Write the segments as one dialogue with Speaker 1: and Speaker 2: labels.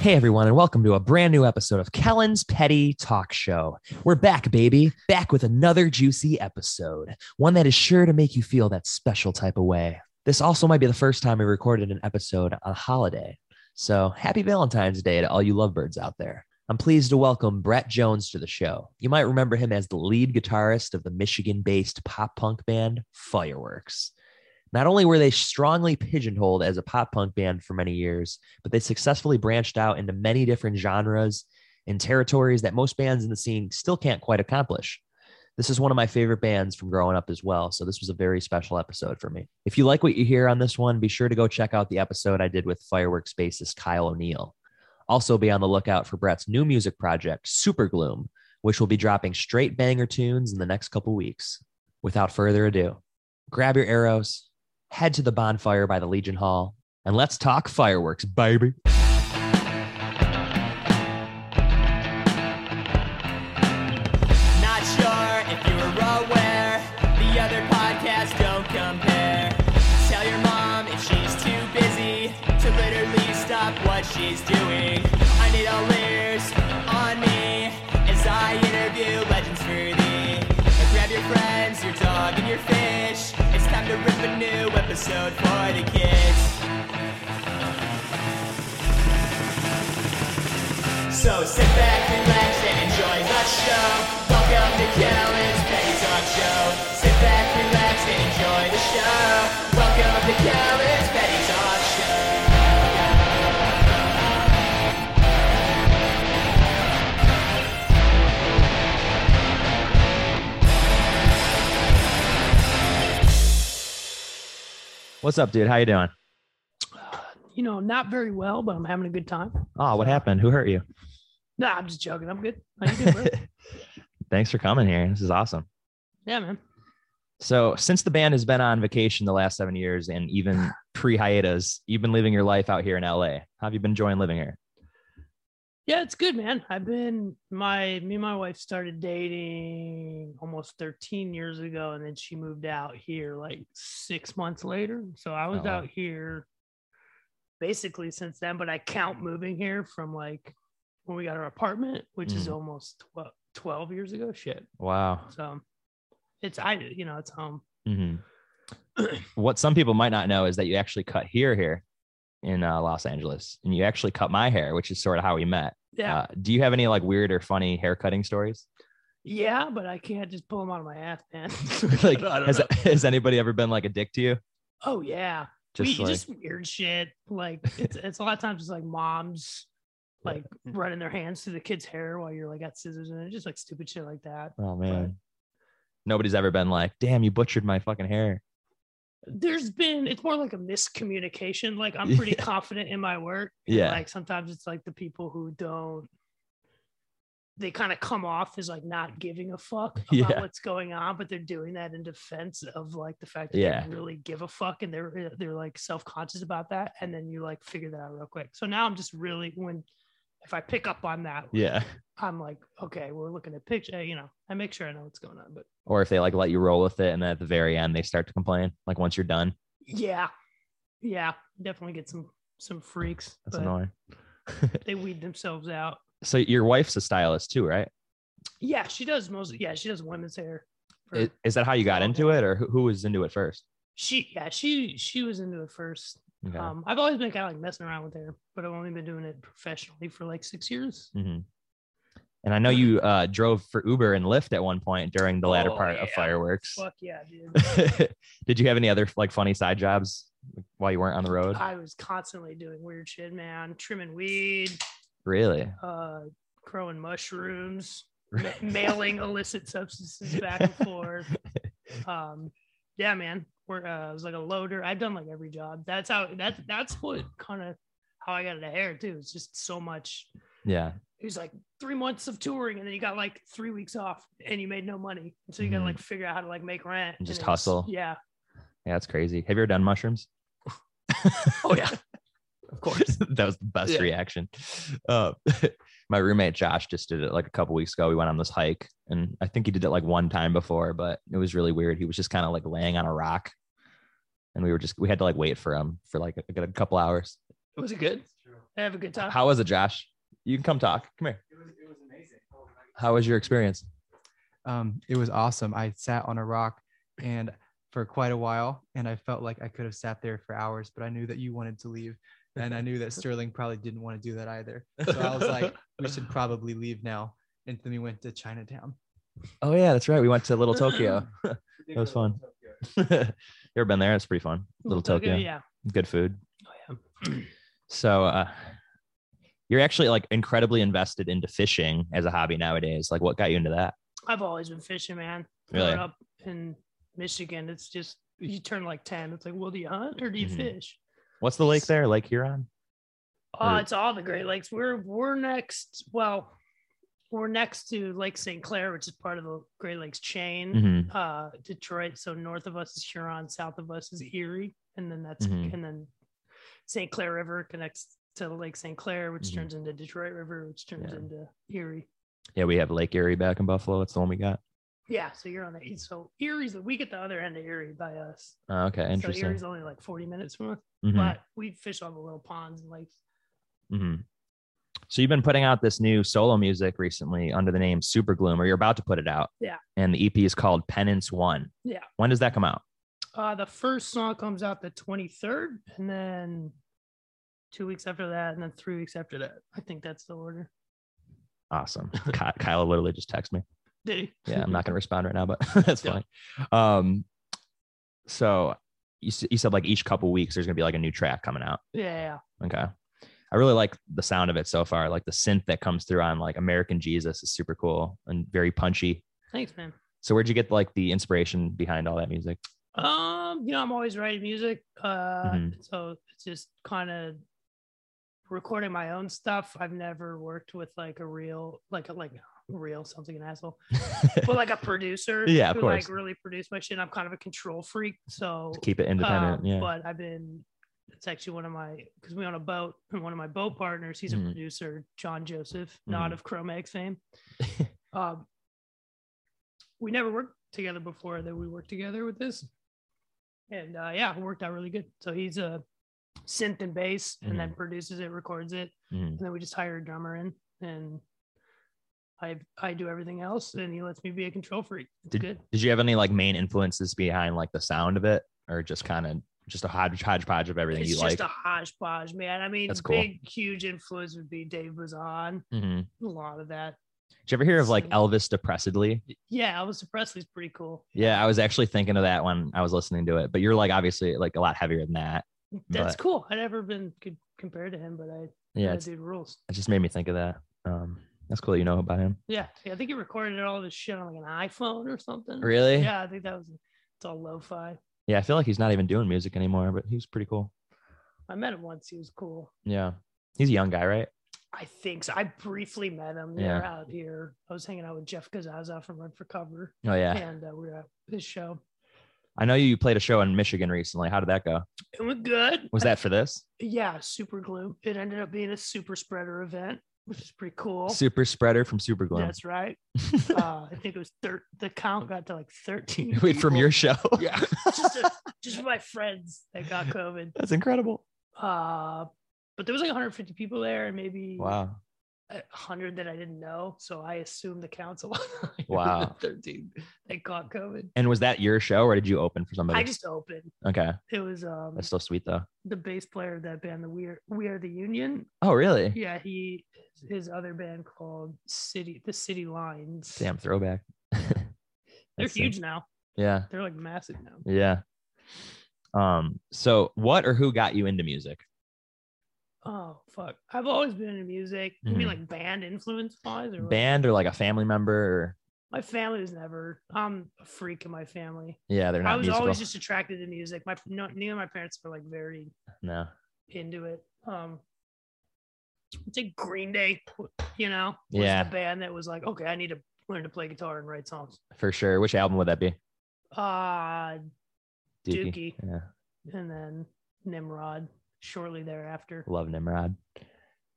Speaker 1: Hey, everyone, and welcome to a brand new episode of Kellen's Petty Talk Show. We're back, baby, back with another juicy episode, one that is sure to make you feel that special type of way. This also might be the first time we recorded an episode on holiday. So happy Valentine's Day to all you lovebirds out there. I'm pleased to welcome Brett Jones to the show. You might remember him as the lead guitarist of the Michigan based pop punk band Fireworks. Not only were they strongly pigeonholed as a pop punk band for many years, but they successfully branched out into many different genres and territories that most bands in the scene still can't quite accomplish. This is one of my favorite bands from growing up as well, so this was a very special episode for me. If you like what you hear on this one, be sure to go check out the episode I did with Fireworks bassist Kyle O'Neill. Also, be on the lookout for Brett's new music project, Super Gloom, which will be dropping straight banger tunes in the next couple weeks. Without further ado, grab your arrows, head to the bonfire by the Legion Hall, and let's talk fireworks, baby.
Speaker 2: Not sure if you were aware, the other podcasts don't compare. Tell your mom if she's too busy to literally stop what she's doing. I need all ears on me as I interview legends for thee. Now grab your friends, your dog, and your fish. It's time to rip a new episode for the kids. So sit back, relax, and enjoy the show. Welcome to Kellen's Petty Talk Show. Sit back, relax, and enjoy the show. Welcome to Kellen's Petty Talk Show.
Speaker 1: What's up, dude? How you doing?
Speaker 3: you know, not very well, but I'm having a good time.
Speaker 1: Oh, what happened? Who hurt you?
Speaker 3: Nah, I'm just joking. I'm good. How you doing, bro?
Speaker 1: Thanks for coming here. This is awesome.
Speaker 3: yeah, man.
Speaker 1: So, since the band has been on vacation the last seven years and even pre hiatus, you've been living your life out here in LA. How have you been enjoying living here?
Speaker 3: Yeah, it's good, man. I've been my me and my wife started dating almost 13 years ago, and then she moved out here like six months later. So I was
Speaker 1: Oh, wow.
Speaker 3: out here basically since then, but I count moving here from like when we got our apartment, which is
Speaker 1: Mhm.
Speaker 3: almost 12, 12 years ago. Shit.
Speaker 1: Wow.
Speaker 3: So it's I you know, it's home.
Speaker 1: Mhm. what some people might not know is that you actually cut here here in uh, Los Angeles, and you actually cut my hair, which is sort of how we met.
Speaker 3: Yeah.
Speaker 1: Uh, do you have any like weird or funny hair cutting stories?
Speaker 3: yeah, but I can't just pull them out of my ass, man.
Speaker 1: like
Speaker 3: I don't
Speaker 1: has,
Speaker 3: know.
Speaker 1: has anybody ever been like a dick to you
Speaker 3: Oh yeah.
Speaker 1: just
Speaker 3: we,
Speaker 1: like
Speaker 3: just weird shit. Like it's, it's a lot of times it's like moms
Speaker 1: Yeah.
Speaker 3: like running their hands through the kid's hair while you're like got scissors in it, just like stupid shit like that.
Speaker 1: oh man nobody's ever been like damn you butchered my fucking hair
Speaker 3: There's been it's more like a miscommunication. Like I'm pretty
Speaker 1: Yeah.
Speaker 3: confident in my work. and,
Speaker 1: yeah
Speaker 3: Like sometimes it's like the people who don't they kind of come off as like not giving a fuck about
Speaker 1: Yeah.
Speaker 3: what's going on, but they're doing that in defense of like the fact that
Speaker 1: Yeah.
Speaker 3: they really give a fuck and they're uh, they're like self conscious about that, and then you like figure that out real quick. So now I'm just really when if I pick up on that,
Speaker 1: yeah
Speaker 3: I'm like, okay, we're looking at picture, you know, I make sure I know what's going on, but
Speaker 1: or if they like let you roll with it and then at the very end they start to complain like once you're done
Speaker 3: yeah, yeah, definitely get some some freaks,
Speaker 1: that's
Speaker 3: but
Speaker 1: annoying
Speaker 3: they weed themselves out.
Speaker 1: so your wife's a stylist too right
Speaker 3: Yeah, she does mostly. Yeah, she does women's hair. for-
Speaker 1: is, is that how you got
Speaker 3: Oh,
Speaker 1: into it or who, who was into it first
Speaker 3: she yeah she she was into it first.
Speaker 1: okay.
Speaker 3: Um, I've always been kind of like messing around with hair, but I've only been doing it professionally for like six years.
Speaker 1: Mhm. and i know you uh, drove for uber and lyft at one point during the latter
Speaker 3: Oh,
Speaker 1: part of
Speaker 3: yeah.
Speaker 1: fireworks
Speaker 3: Fuck yeah, dude!
Speaker 1: did you have any other like funny side jobs while you weren't on the road
Speaker 3: I was constantly doing weird shit, man. Trimming weed,
Speaker 1: really
Speaker 3: uh, growing mushrooms, ma- mailing illicit substances back and forth. Um, yeah, man. We're, uh, I was like a loader. I've done like every job. That's how. That's that's what kind of how I got into hair too. It's just so much
Speaker 1: yeah
Speaker 3: it was like three months of touring and then you got like three weeks off and you made no money And so you gotta
Speaker 1: Mhm.
Speaker 3: like figure out how to like make rent
Speaker 1: And just
Speaker 3: it was-
Speaker 1: hustle.
Speaker 3: yeah
Speaker 1: Yeah, that's crazy. Have you ever done mushrooms?
Speaker 3: oh yeah
Speaker 1: Of course. that was the best
Speaker 3: Yeah.
Speaker 1: reaction. Uh, my roommate Josh just did it like a couple weeks ago. We went on this hike, and I think he did it like one time before, but it was really weird. He was just kind of like laying on a rock, and we were just we had to like wait for him for like a, a couple hours.
Speaker 3: was it good I have a good time.
Speaker 1: How was it, Josh? You can come talk. Come here.
Speaker 4: It was, it was amazing. Oh,
Speaker 1: How was your experience?
Speaker 4: Um, it was awesome. I sat on a rock and for quite a while, and I felt like I could have sat there for hours, but I knew that you wanted to leave. And I knew that Sterling probably didn't want to do that either. So I was like, we should probably leave now. And then we went to Chinatown.
Speaker 1: Oh yeah, that's right. We went to Little Tokyo. That was fun. you ever been there? It's pretty fun. Little Tokyo.
Speaker 3: Yeah.
Speaker 1: Good food.
Speaker 3: Oh,
Speaker 1: So uh, you're actually like incredibly invested into fishing as a hobby nowadays. Like, what got you into that?
Speaker 3: I've always been fishing, man.
Speaker 1: Really?
Speaker 3: Growing up in Michigan, it's just you turn like ten. It's like, well, do you hunt or do you
Speaker 1: Mhm.
Speaker 3: fish?
Speaker 1: What's the lake there? Lake Huron.
Speaker 3: Oh,
Speaker 1: Or-
Speaker 3: it's all the Great Lakes. We're we're next. Well, we're next to Lake St. Clair, which is part of the Great Lakes chain.
Speaker 1: Mm-hmm.
Speaker 3: Uh, Detroit. So north of us is Huron, south of us is Erie, and then that's
Speaker 1: Mhm.
Speaker 3: and then St. Clair River connects to the Lake St. Clair, which
Speaker 1: Mhm.
Speaker 3: turns into Detroit River, which turns
Speaker 1: Yeah.
Speaker 3: into Erie.
Speaker 1: Yeah, we have Lake Erie back in Buffalo. That's the one we got.
Speaker 3: Yeah, so you're on the east. So Erie's we get the other end of Erie by us.
Speaker 1: Oh, okay,
Speaker 3: So
Speaker 1: interesting.
Speaker 3: Erie's only like 40 minutes from us,
Speaker 1: Mhm.
Speaker 3: but we fish all the little ponds and lakes.
Speaker 1: Mm-hmm. So you've been putting out this new solo music recently under the name Super Gloom, or you're about to put it out.
Speaker 3: Yeah.
Speaker 1: And the EP is called Penance One.
Speaker 3: Yeah.
Speaker 1: When does that come out?
Speaker 3: Uh, the first song comes out the 23rd, and then two weeks after that, and then three weeks after that. I think that's the order.
Speaker 1: Awesome. Ky- Kyle literally just texted me.
Speaker 3: Did he?
Speaker 1: Yeah, I'm not going to respond right now, but that's
Speaker 3: Yeah.
Speaker 1: fine. Um, so you, s- you said like each couple weeks there's going to be like a new track coming out.
Speaker 3: Yeah, yeah.
Speaker 1: Okay. I really like the sound of it so far. Like the synth that comes through on like American Jesus is super cool and very punchy.
Speaker 3: Thanks, man.
Speaker 1: So where'd you get like the inspiration behind all that music?
Speaker 3: Um, you know, I'm always writing music. Uh,
Speaker 1: Mhm.
Speaker 3: so it's just kind of recording my own stuff. I've never worked with like a real, like a like real something an asshole, but like a producer.
Speaker 1: Yeah, of
Speaker 3: who,
Speaker 1: course.
Speaker 3: Like really produce my shit. and I'm kind of a control freak, so
Speaker 1: Keep it independent.
Speaker 3: um,
Speaker 1: yeah.
Speaker 3: But I've been. It's actually one of my because we own a boat, and one of my boat partners, he's a
Speaker 1: Mhm.
Speaker 3: producer, John Joseph, not
Speaker 1: Mhm.
Speaker 3: of Chromag fame. um, we never worked together before that we worked together with this and uh, yeah it worked out really good so he's a synth and bass and
Speaker 1: Mm-hmm.
Speaker 3: then produces it records it
Speaker 1: Mhm.
Speaker 3: and then we just hire a drummer in and i i do everything else and he lets me be a control freak it's good
Speaker 1: Did you have any like main influences behind like the sound of it, or just kind of just a hodge- hodgepodge of everything
Speaker 3: it's
Speaker 1: you like?
Speaker 3: just a hodgepodge man i mean
Speaker 1: That's cool.
Speaker 3: big huge influence would be dave Bazan.
Speaker 1: Mhm.
Speaker 3: a lot of that
Speaker 1: Did you ever hear of like
Speaker 3: Same.
Speaker 1: Elvis Depressedly?
Speaker 3: yeah elvis presley's pretty cool
Speaker 1: Yeah, I was actually thinking of that when I was listening to it. But you're like obviously like a lot heavier than that.
Speaker 3: that's
Speaker 1: But-
Speaker 3: cool i'd never been could, compared to him but i
Speaker 1: Yeah,
Speaker 3: that
Speaker 1: it's,
Speaker 3: dude rules
Speaker 1: it just made me think of that. Um, that's cool. that You know about him?
Speaker 3: Yeah, yeah, I think he recorded all this shit on like an iPhone or something.
Speaker 1: Really?
Speaker 3: Yeah, I think that was it's all lo-fi.
Speaker 1: Yeah, I feel like he's not even doing music anymore, but he was pretty cool.
Speaker 3: I met him once; he was cool.
Speaker 1: Yeah, he's a young guy, right?
Speaker 3: I think so. I briefly met him. They
Speaker 1: Yeah.
Speaker 3: were out here. I was hanging out with Jeff Kazaza from Run for Cover,
Speaker 1: Oh yeah.
Speaker 3: and uh, we were at his show.
Speaker 1: I know you played a show in Michigan recently. How did that go?
Speaker 3: It was good.
Speaker 1: Was that for this
Speaker 3: Yeah, super glue. It ended up being a super spreader event, which is pretty cool.
Speaker 1: super spreader from Super Gloom?
Speaker 3: That's right. uh, I think it was thir- the count got to like thirteen.
Speaker 1: Wait, from
Speaker 3: people.
Speaker 1: your show?
Speaker 3: Yeah. just a, just my friends that got COVID.
Speaker 1: That's incredible.
Speaker 3: uh but there was like 150 people there and maybe
Speaker 1: Wow.
Speaker 3: a 100 that i didn't know so i assumed the council
Speaker 1: Wow.
Speaker 3: 13 that caught covid
Speaker 1: And was that your show or did you open for somebody?
Speaker 3: i just opened
Speaker 1: okay.
Speaker 3: it was um
Speaker 1: That's so sweet though.
Speaker 3: the bass player of that band the we are we are the union
Speaker 1: Oh, really?
Speaker 3: yeah he his other band called city the city lines
Speaker 1: Damn, throwback.
Speaker 3: they're
Speaker 1: That's sick.
Speaker 3: huge now
Speaker 1: Yeah.
Speaker 3: they're like massive now
Speaker 1: Yeah. Um, so what or who got you into music?
Speaker 3: oh fuck i've always been into music you
Speaker 1: Mhm.
Speaker 3: mean like band influence wise or what?
Speaker 1: Band or like a family member? Or,
Speaker 3: my family was never i'm a freak in my family
Speaker 1: yeah, they're not
Speaker 3: I was
Speaker 1: musical.
Speaker 3: always just attracted to music. My no, neither of my parents were like very
Speaker 1: no.
Speaker 3: into it. Um, it's like Green Day, you know, was
Speaker 1: Yeah.
Speaker 3: the band that was like, okay, I need to learn to play guitar and write songs.
Speaker 1: For sure. Which album would that be?
Speaker 3: Uh, Dookie.
Speaker 1: Yeah.
Speaker 3: and then Nimrod shortly thereafter.
Speaker 1: Love Nimrod.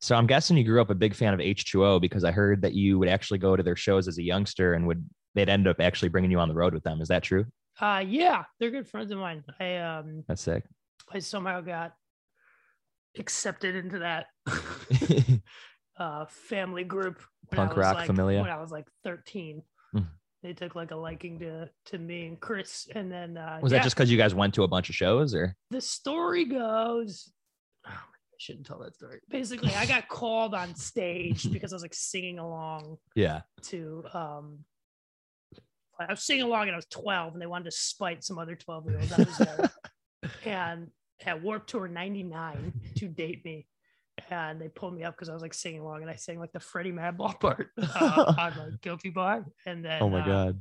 Speaker 1: So I'm guessing you grew up a big fan of H2O because I heard that you would actually go to their shows as a youngster and would they'd end up actually bringing you on the road with them. Is that true?
Speaker 3: Uh, yeah, they're good friends of mine. I um,
Speaker 1: That's sick.
Speaker 3: I somehow got accepted into that uh, family group. when I
Speaker 1: Punk
Speaker 3: was,
Speaker 1: rock
Speaker 3: like,
Speaker 1: familia.
Speaker 3: When I was like 13,
Speaker 1: Mm.
Speaker 3: they took like a liking to to me and Chris. And then uh,
Speaker 1: Was
Speaker 3: yeah,
Speaker 1: that just because you guys went to a bunch of shows or?
Speaker 3: the story goes. Oh, I shouldn't tell that story. Basically, I got called on stage because I was like singing along
Speaker 1: Yeah.
Speaker 3: to um I was singing along and I was 12 and they wanted to spite some other 12 year olds. I was there. and at Warp Tour 99 to date me. And they pulled me up because I was like singing along and I sang like the Freddie Madball part uh, on like Guilty By. And then
Speaker 1: Oh
Speaker 3: uh,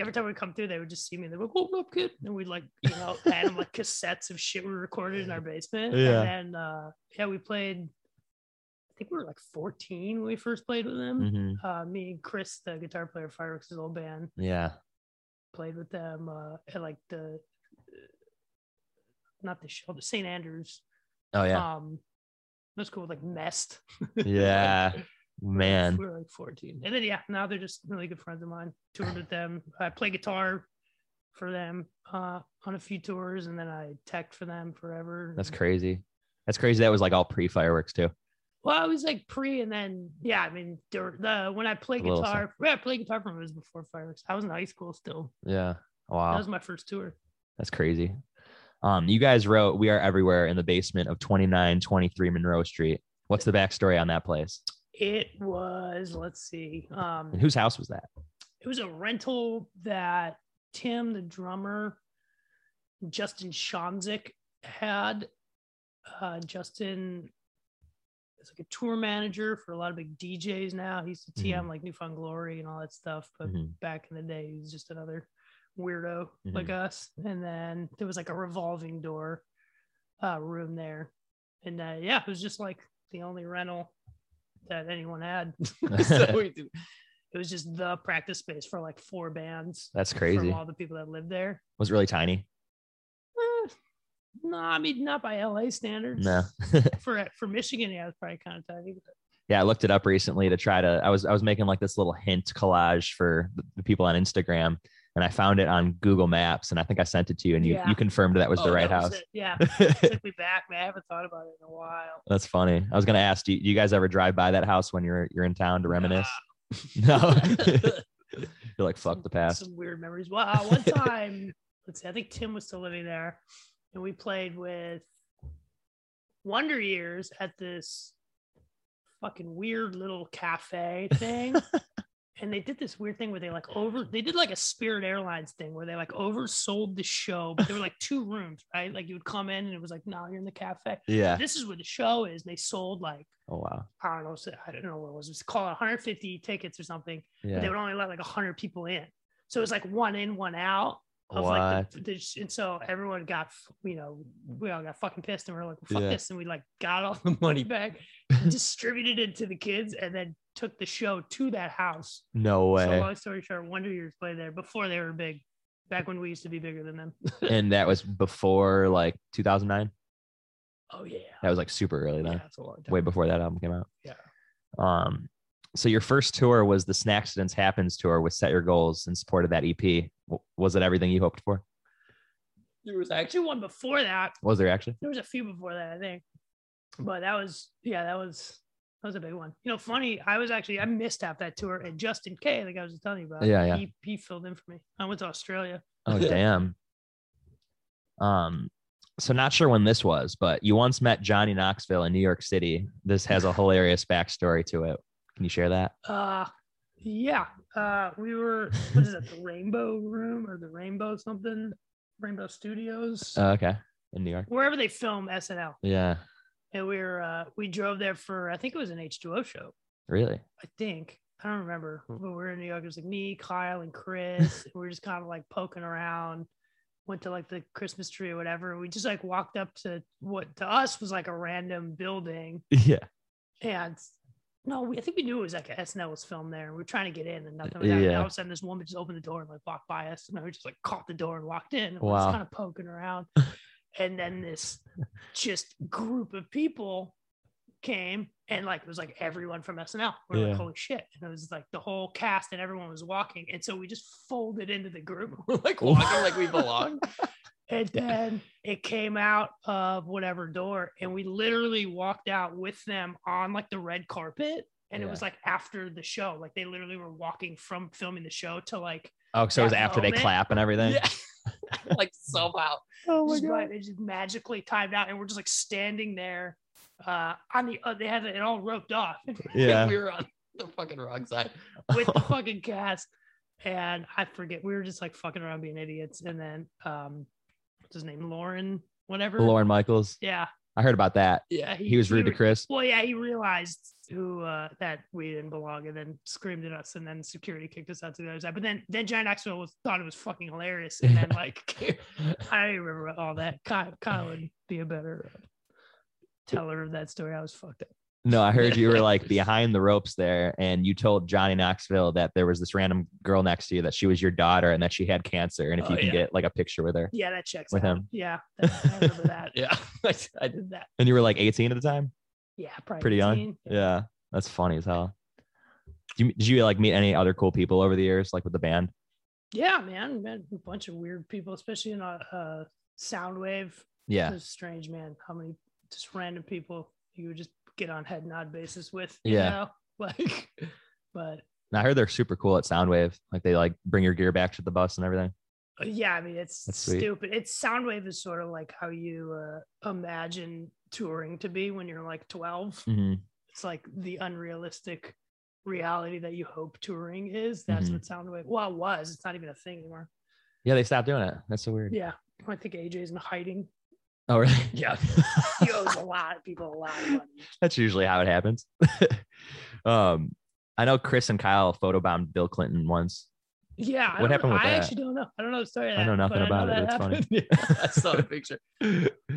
Speaker 3: every time we come through, they would just see me and they're like, hold up, kid. And we'd like, you know, add them like cassettes of shit we recorded in our basement.
Speaker 1: Yeah.
Speaker 3: And then, uh, yeah, we played, I think we were like 14 when we first played with them
Speaker 1: hmm
Speaker 3: uh, me and Chris, the guitar player of Fireworks' old band,
Speaker 1: Yeah.
Speaker 3: played with them uh, at like the not the show, the St. Andrews.
Speaker 1: Oh yeah.
Speaker 3: Um, it was cool, like messed.
Speaker 1: yeah. Man.
Speaker 3: we were like 14, and then yeah, now they're just really good friends of mine. Toured with them. I play guitar for them uh, on a few tours, and then I tech for them forever.
Speaker 1: That's
Speaker 3: And-
Speaker 1: crazy. That's crazy. That was like all pre fireworks too.
Speaker 3: Well, I was like pre, and then yeah, I mean, dur- the when I play
Speaker 1: A little
Speaker 3: guitar, yeah, I played guitar from it was before Fireworks. I was in high school still.
Speaker 1: Yeah. Wow.
Speaker 3: That was my first tour.
Speaker 1: That's crazy. Um, you guys wrote We Are Everywhere in the basement of 2923 Monroe Street. What's the backstory on that place?
Speaker 3: It was, let's see. Um
Speaker 1: And whose house was that?
Speaker 3: it was a rental that Tim the drummer Justin Shanzik had. Uh Justin is like a tour manager for a lot of big DJs now. He used to TM like Newfound Glory and all that stuff, but
Speaker 1: Mhm.
Speaker 3: back in the day he was just another weirdo
Speaker 1: Mm-hmm.
Speaker 3: like us. And then there was like a revolving door uh room there. And uh yeah, it was just like the only rental that anyone had. so we did- it was just the practice space for like four bands
Speaker 1: That's crazy.
Speaker 3: from all the people that lived there.
Speaker 1: was it really tiny.
Speaker 3: Eh, no, I mean not by LA standards.
Speaker 1: No.
Speaker 3: for for Michigan, yeah, it's probably kind of tiny. but
Speaker 1: yeah, I looked it up recently to try to. I was I was making like this little hint collage for the- the people on Instagram, and I found it on Google Maps, and I think I sent it to you, and you
Speaker 3: Yeah.
Speaker 1: you confirmed that was
Speaker 3: Oh,
Speaker 1: the right
Speaker 3: that was
Speaker 1: house.
Speaker 3: it. Yeah, took me back, man. I haven't thought about it in a while.
Speaker 1: That's funny. I was gonna ask, do you, do you guys ever drive by that house when you're you're in town to reminisce? No. you're like fuck
Speaker 3: Some-
Speaker 1: the past.
Speaker 3: Some weird memories. Wow, one time, let's see, I think Tim was still living there, and we played with Wonder Years at this fucking weird little cafe thing. and they did this weird thing where they like over they did like a Spirit Airlines thing where they like oversold the show, but there were like two rooms, right? Like you would come in and it was like, nah, you're in the cafe.
Speaker 1: Yeah.
Speaker 3: This is where the show is. They sold like
Speaker 1: Oh wow.
Speaker 3: I don't know, so- I don't know what it was. It was called 150 tickets or something but they
Speaker 1: Yeah.
Speaker 3: would only let like 100 people in. So it was like one in, one out. Of like the, the, and so everyone got, f- you know, we all got fucking pissed and we are like, fuck
Speaker 1: Yeah.
Speaker 3: this. And we like got all the money back, distributed it to the kids, and then took the show to that house.
Speaker 1: No
Speaker 3: So
Speaker 1: way.
Speaker 3: long story short, Wonder Years played there before they were big, back when we used to be bigger than them.
Speaker 1: and that was before like 2009.
Speaker 3: Oh, yeah.
Speaker 1: That was like super early then.
Speaker 3: Yeah, that's a long time.
Speaker 1: way before that album came out.
Speaker 3: Yeah.
Speaker 1: Um, so your first tour was the Snacksidents Happens tour with Set Your Goals in support of that EP. W- Was it everything you hoped for?
Speaker 3: There was actually one before that.
Speaker 1: Was there actually?
Speaker 3: there was a few before that, I think. But that was yeah, that was that was a big one. You know, funny, I was actually I missed half that tour and Justin K, like I was just telling you about.
Speaker 1: Yeah, yeah.
Speaker 3: He, he filled in for me. I went to Australia.
Speaker 1: Oh damn. Um, so not sure when this was, but you once met Johnny Knoxville in New York City. This has a hilarious backstory to it. Can you share that?
Speaker 3: Uh yeah. Uh we were what is that, the Rainbow Room or the Rainbow something? Rainbow Studios.
Speaker 1: Oh, okay, in New York.
Speaker 3: Wherever they film SNL.
Speaker 1: Yeah,
Speaker 3: And we were uh we drove there for I think it was an H2O show.
Speaker 1: really.
Speaker 3: I think. I don't remember, but we were in New York. It was like me, Kyle, and Chris. and we were just kind of like poking around. Went to like the Christmas tree or whatever. We just like walked up to what to us was like a random building.
Speaker 1: Yeah,
Speaker 3: And no, we, I think we knew it was like SNL was filmed there. And we were trying to get in and nothing was happening.
Speaker 1: Yeah.
Speaker 3: All of a sudden, this woman just opened the door and like walked by us. And we just like caught the door and walked in. And we we're
Speaker 1: Wow.
Speaker 3: just kind of poking around. and then this just group of people came and like it was like everyone from SNL. We are
Speaker 1: Yeah.
Speaker 3: like, holy shit. And it was like the whole cast and everyone was walking. And so we just folded into the group. We're like
Speaker 1: Wow.
Speaker 3: walking like we belong. And then it came out of whatever door, and we literally walked out with them on like the red carpet. And it
Speaker 1: Yeah.
Speaker 3: was like after the show, like they literally were walking from filming the show to like,
Speaker 1: Oh, so it was
Speaker 3: That
Speaker 1: after they
Speaker 3: moment?
Speaker 1: clap and everything.
Speaker 3: Yeah.
Speaker 1: like somehow.
Speaker 3: oh
Speaker 1: my
Speaker 3: just,
Speaker 1: God.
Speaker 3: like, it just magically timed out. And we're just like standing there uh, on the, uh, they had it all roped off
Speaker 1: Yeah.
Speaker 3: we were on
Speaker 5: the fucking wrong side.
Speaker 3: with the fucking cast. And I forget, we were just like fucking around being idiots. And then, um, what's his name? Lauren, whatever.
Speaker 1: Lauren Michaels.
Speaker 3: Yeah. Uh,
Speaker 1: I heard about that.
Speaker 5: Yeah.
Speaker 1: He was rude to
Speaker 3: re-
Speaker 1: Chris.
Speaker 3: Well, yeah, he realized who uh, that we didn't belong, and then screamed at us, and then security kicked us out to the other side. But then, then Giant Knoxville was thought it was fucking hilarious, and then like I don't even remember all that. Kyle, Kyle would be a better uh, teller of that story. I was fucked up.
Speaker 1: No, I heard you were like behind the ropes there, and you told Johnny Knoxville that there was this random girl next to you that she was your daughter and that she had cancer, and if
Speaker 5: Oh,
Speaker 1: you can
Speaker 5: yeah.
Speaker 1: get like a picture with her.
Speaker 3: Yeah, that checks
Speaker 1: With
Speaker 3: out.
Speaker 1: him.
Speaker 3: Yeah, that, I remember that.
Speaker 5: Yeah. I, I
Speaker 3: I did that.
Speaker 1: And you were like 18 at the time.
Speaker 3: Yeah, probably
Speaker 1: Pretty young.
Speaker 3: 18.
Speaker 1: Yeah, that's funny as hell. Do you, did you like meet any other cool people over the years, like with the band?
Speaker 3: Yeah, man, met a bunch of weird people, especially in uh, uh, Soundwave.
Speaker 1: Yeah,
Speaker 3: It was strange, man. How many just random people you would just get on head nod basis with?
Speaker 1: Yeah.
Speaker 3: You know? Like, but
Speaker 1: and I heard they're super cool at Soundwave. Like they like bring your gear back to the bus and everything.
Speaker 3: uh, yeah, I mean, it's
Speaker 1: That's sweet.
Speaker 3: stupid. It's Soundwave is sort of like how you uh, imagine touring to be when you're like 12.
Speaker 1: hmm
Speaker 3: It's like the unrealistic reality that you hope touring is. That's
Speaker 1: Mhm.
Speaker 3: what Soundwave, well, it was. It's not even a thing anymore.
Speaker 1: Yeah, they stopped doing it. That's so weird.
Speaker 3: Yeah. I think AJ's in hiding.
Speaker 1: Oh, really?
Speaker 5: Yeah.
Speaker 3: He owes a lot of people a lot of money.
Speaker 1: That's usually how it happens. um, I know Chris and Kyle photobombed Bill Clinton once.
Speaker 3: Yeah. I
Speaker 1: What
Speaker 3: don't-
Speaker 1: happened with
Speaker 3: I
Speaker 1: that?
Speaker 3: actually don't know. I don't know the story. Of
Speaker 1: I
Speaker 3: that,
Speaker 1: know nothing
Speaker 3: but
Speaker 1: about
Speaker 3: that
Speaker 1: it. It's
Speaker 3: happened.
Speaker 1: funny.
Speaker 5: I saw the picture.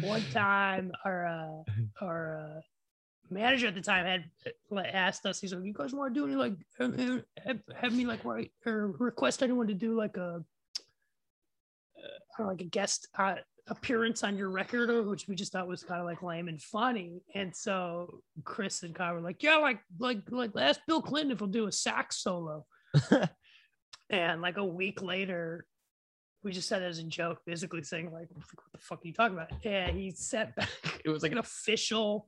Speaker 3: one time our uh, our uh, manager at the time had uh, like, asked us he's like you guys want to do any like uh, uh, have, have me like write or request anyone to do like a uh, like a guest uh, appearance on your record or which we just thought was kind of like lame and funny and so chris and kyle were like yeah like like like ask bill clinton if he'll do a sax solo and like a week later we just said it as a joke, basically saying like, "What the fuck are you talking about?" And he sent back. It was like an official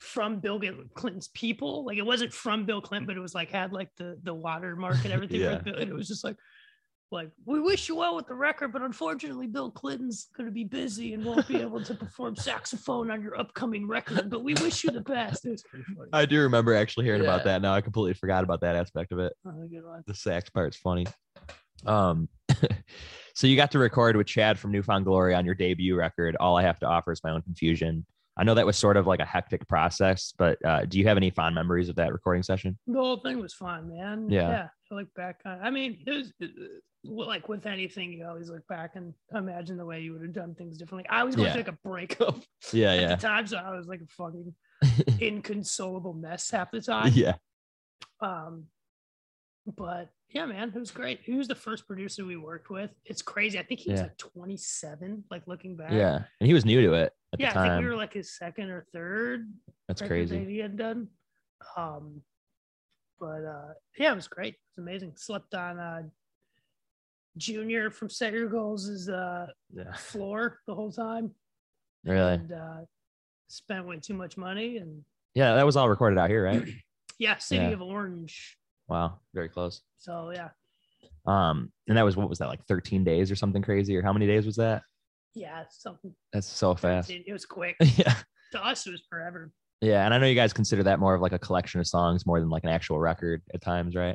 Speaker 3: from Bill Gil- Clinton's people. Like it wasn't from Bill Clinton, but it was like had like the the watermark and everything. for
Speaker 1: Yeah.
Speaker 3: Bill, and it was just like, like we wish you well with the record, but unfortunately, Bill Clinton's going to be busy and won't be able to perform saxophone on your upcoming record. But we wish you the best. It was pretty funny.
Speaker 1: I do remember actually hearing about
Speaker 5: Yeah.
Speaker 1: that. Now I completely forgot about that aspect of it.
Speaker 3: That was a good one.
Speaker 1: The sax part's funny. Um, so you got to record with Chad from Newfound Glory on your debut record. All I have to offer is my own confusion. I know that was sort of like a hectic process, but uh, do you have any fond memories of that recording session?
Speaker 3: the whole thing was fun, man.
Speaker 1: Yeah.
Speaker 3: I look back on. I mean, it was uh, well, like with anything, you always look back and imagine the way you would have done things differently. I was going
Speaker 1: Yeah.
Speaker 3: through like a breakup
Speaker 1: Yeah,
Speaker 3: at
Speaker 1: yeah,
Speaker 3: the time, so I was like a fucking inconsolable mess half the time.
Speaker 1: yeah.
Speaker 3: Um, but yeah, man, it was great. He was the first producer we worked with. It's crazy. I think he was
Speaker 1: Yeah.
Speaker 3: like 27. Like looking back.
Speaker 1: Yeah, and he was new to it at the
Speaker 3: yeah, I
Speaker 1: time.
Speaker 3: think we were like his second or third
Speaker 1: That's
Speaker 3: record
Speaker 1: crazy.
Speaker 3: that he had done. Um, but uh, yeah, it was great. It was amazing. Slept on uh, Junior from Set Your Goals' uh,
Speaker 1: Yeah,
Speaker 3: floor the whole time.
Speaker 1: really.
Speaker 3: And uh, spent way too much money. And
Speaker 1: Yeah, that was all recorded out here, right?
Speaker 3: yeah, City
Speaker 1: Yeah.
Speaker 3: of Orange.
Speaker 1: wow, very close.
Speaker 3: So yeah,
Speaker 1: Um, and that was what was that like 13 days or something crazy, or how many days was that?
Speaker 3: yeah, it's something.
Speaker 1: That's so fast.
Speaker 3: It, it was quick.
Speaker 1: yeah,
Speaker 3: to us, it was forever.
Speaker 1: yeah. And I know you guys consider that more of like a collection of songs more than like an actual record at times, right?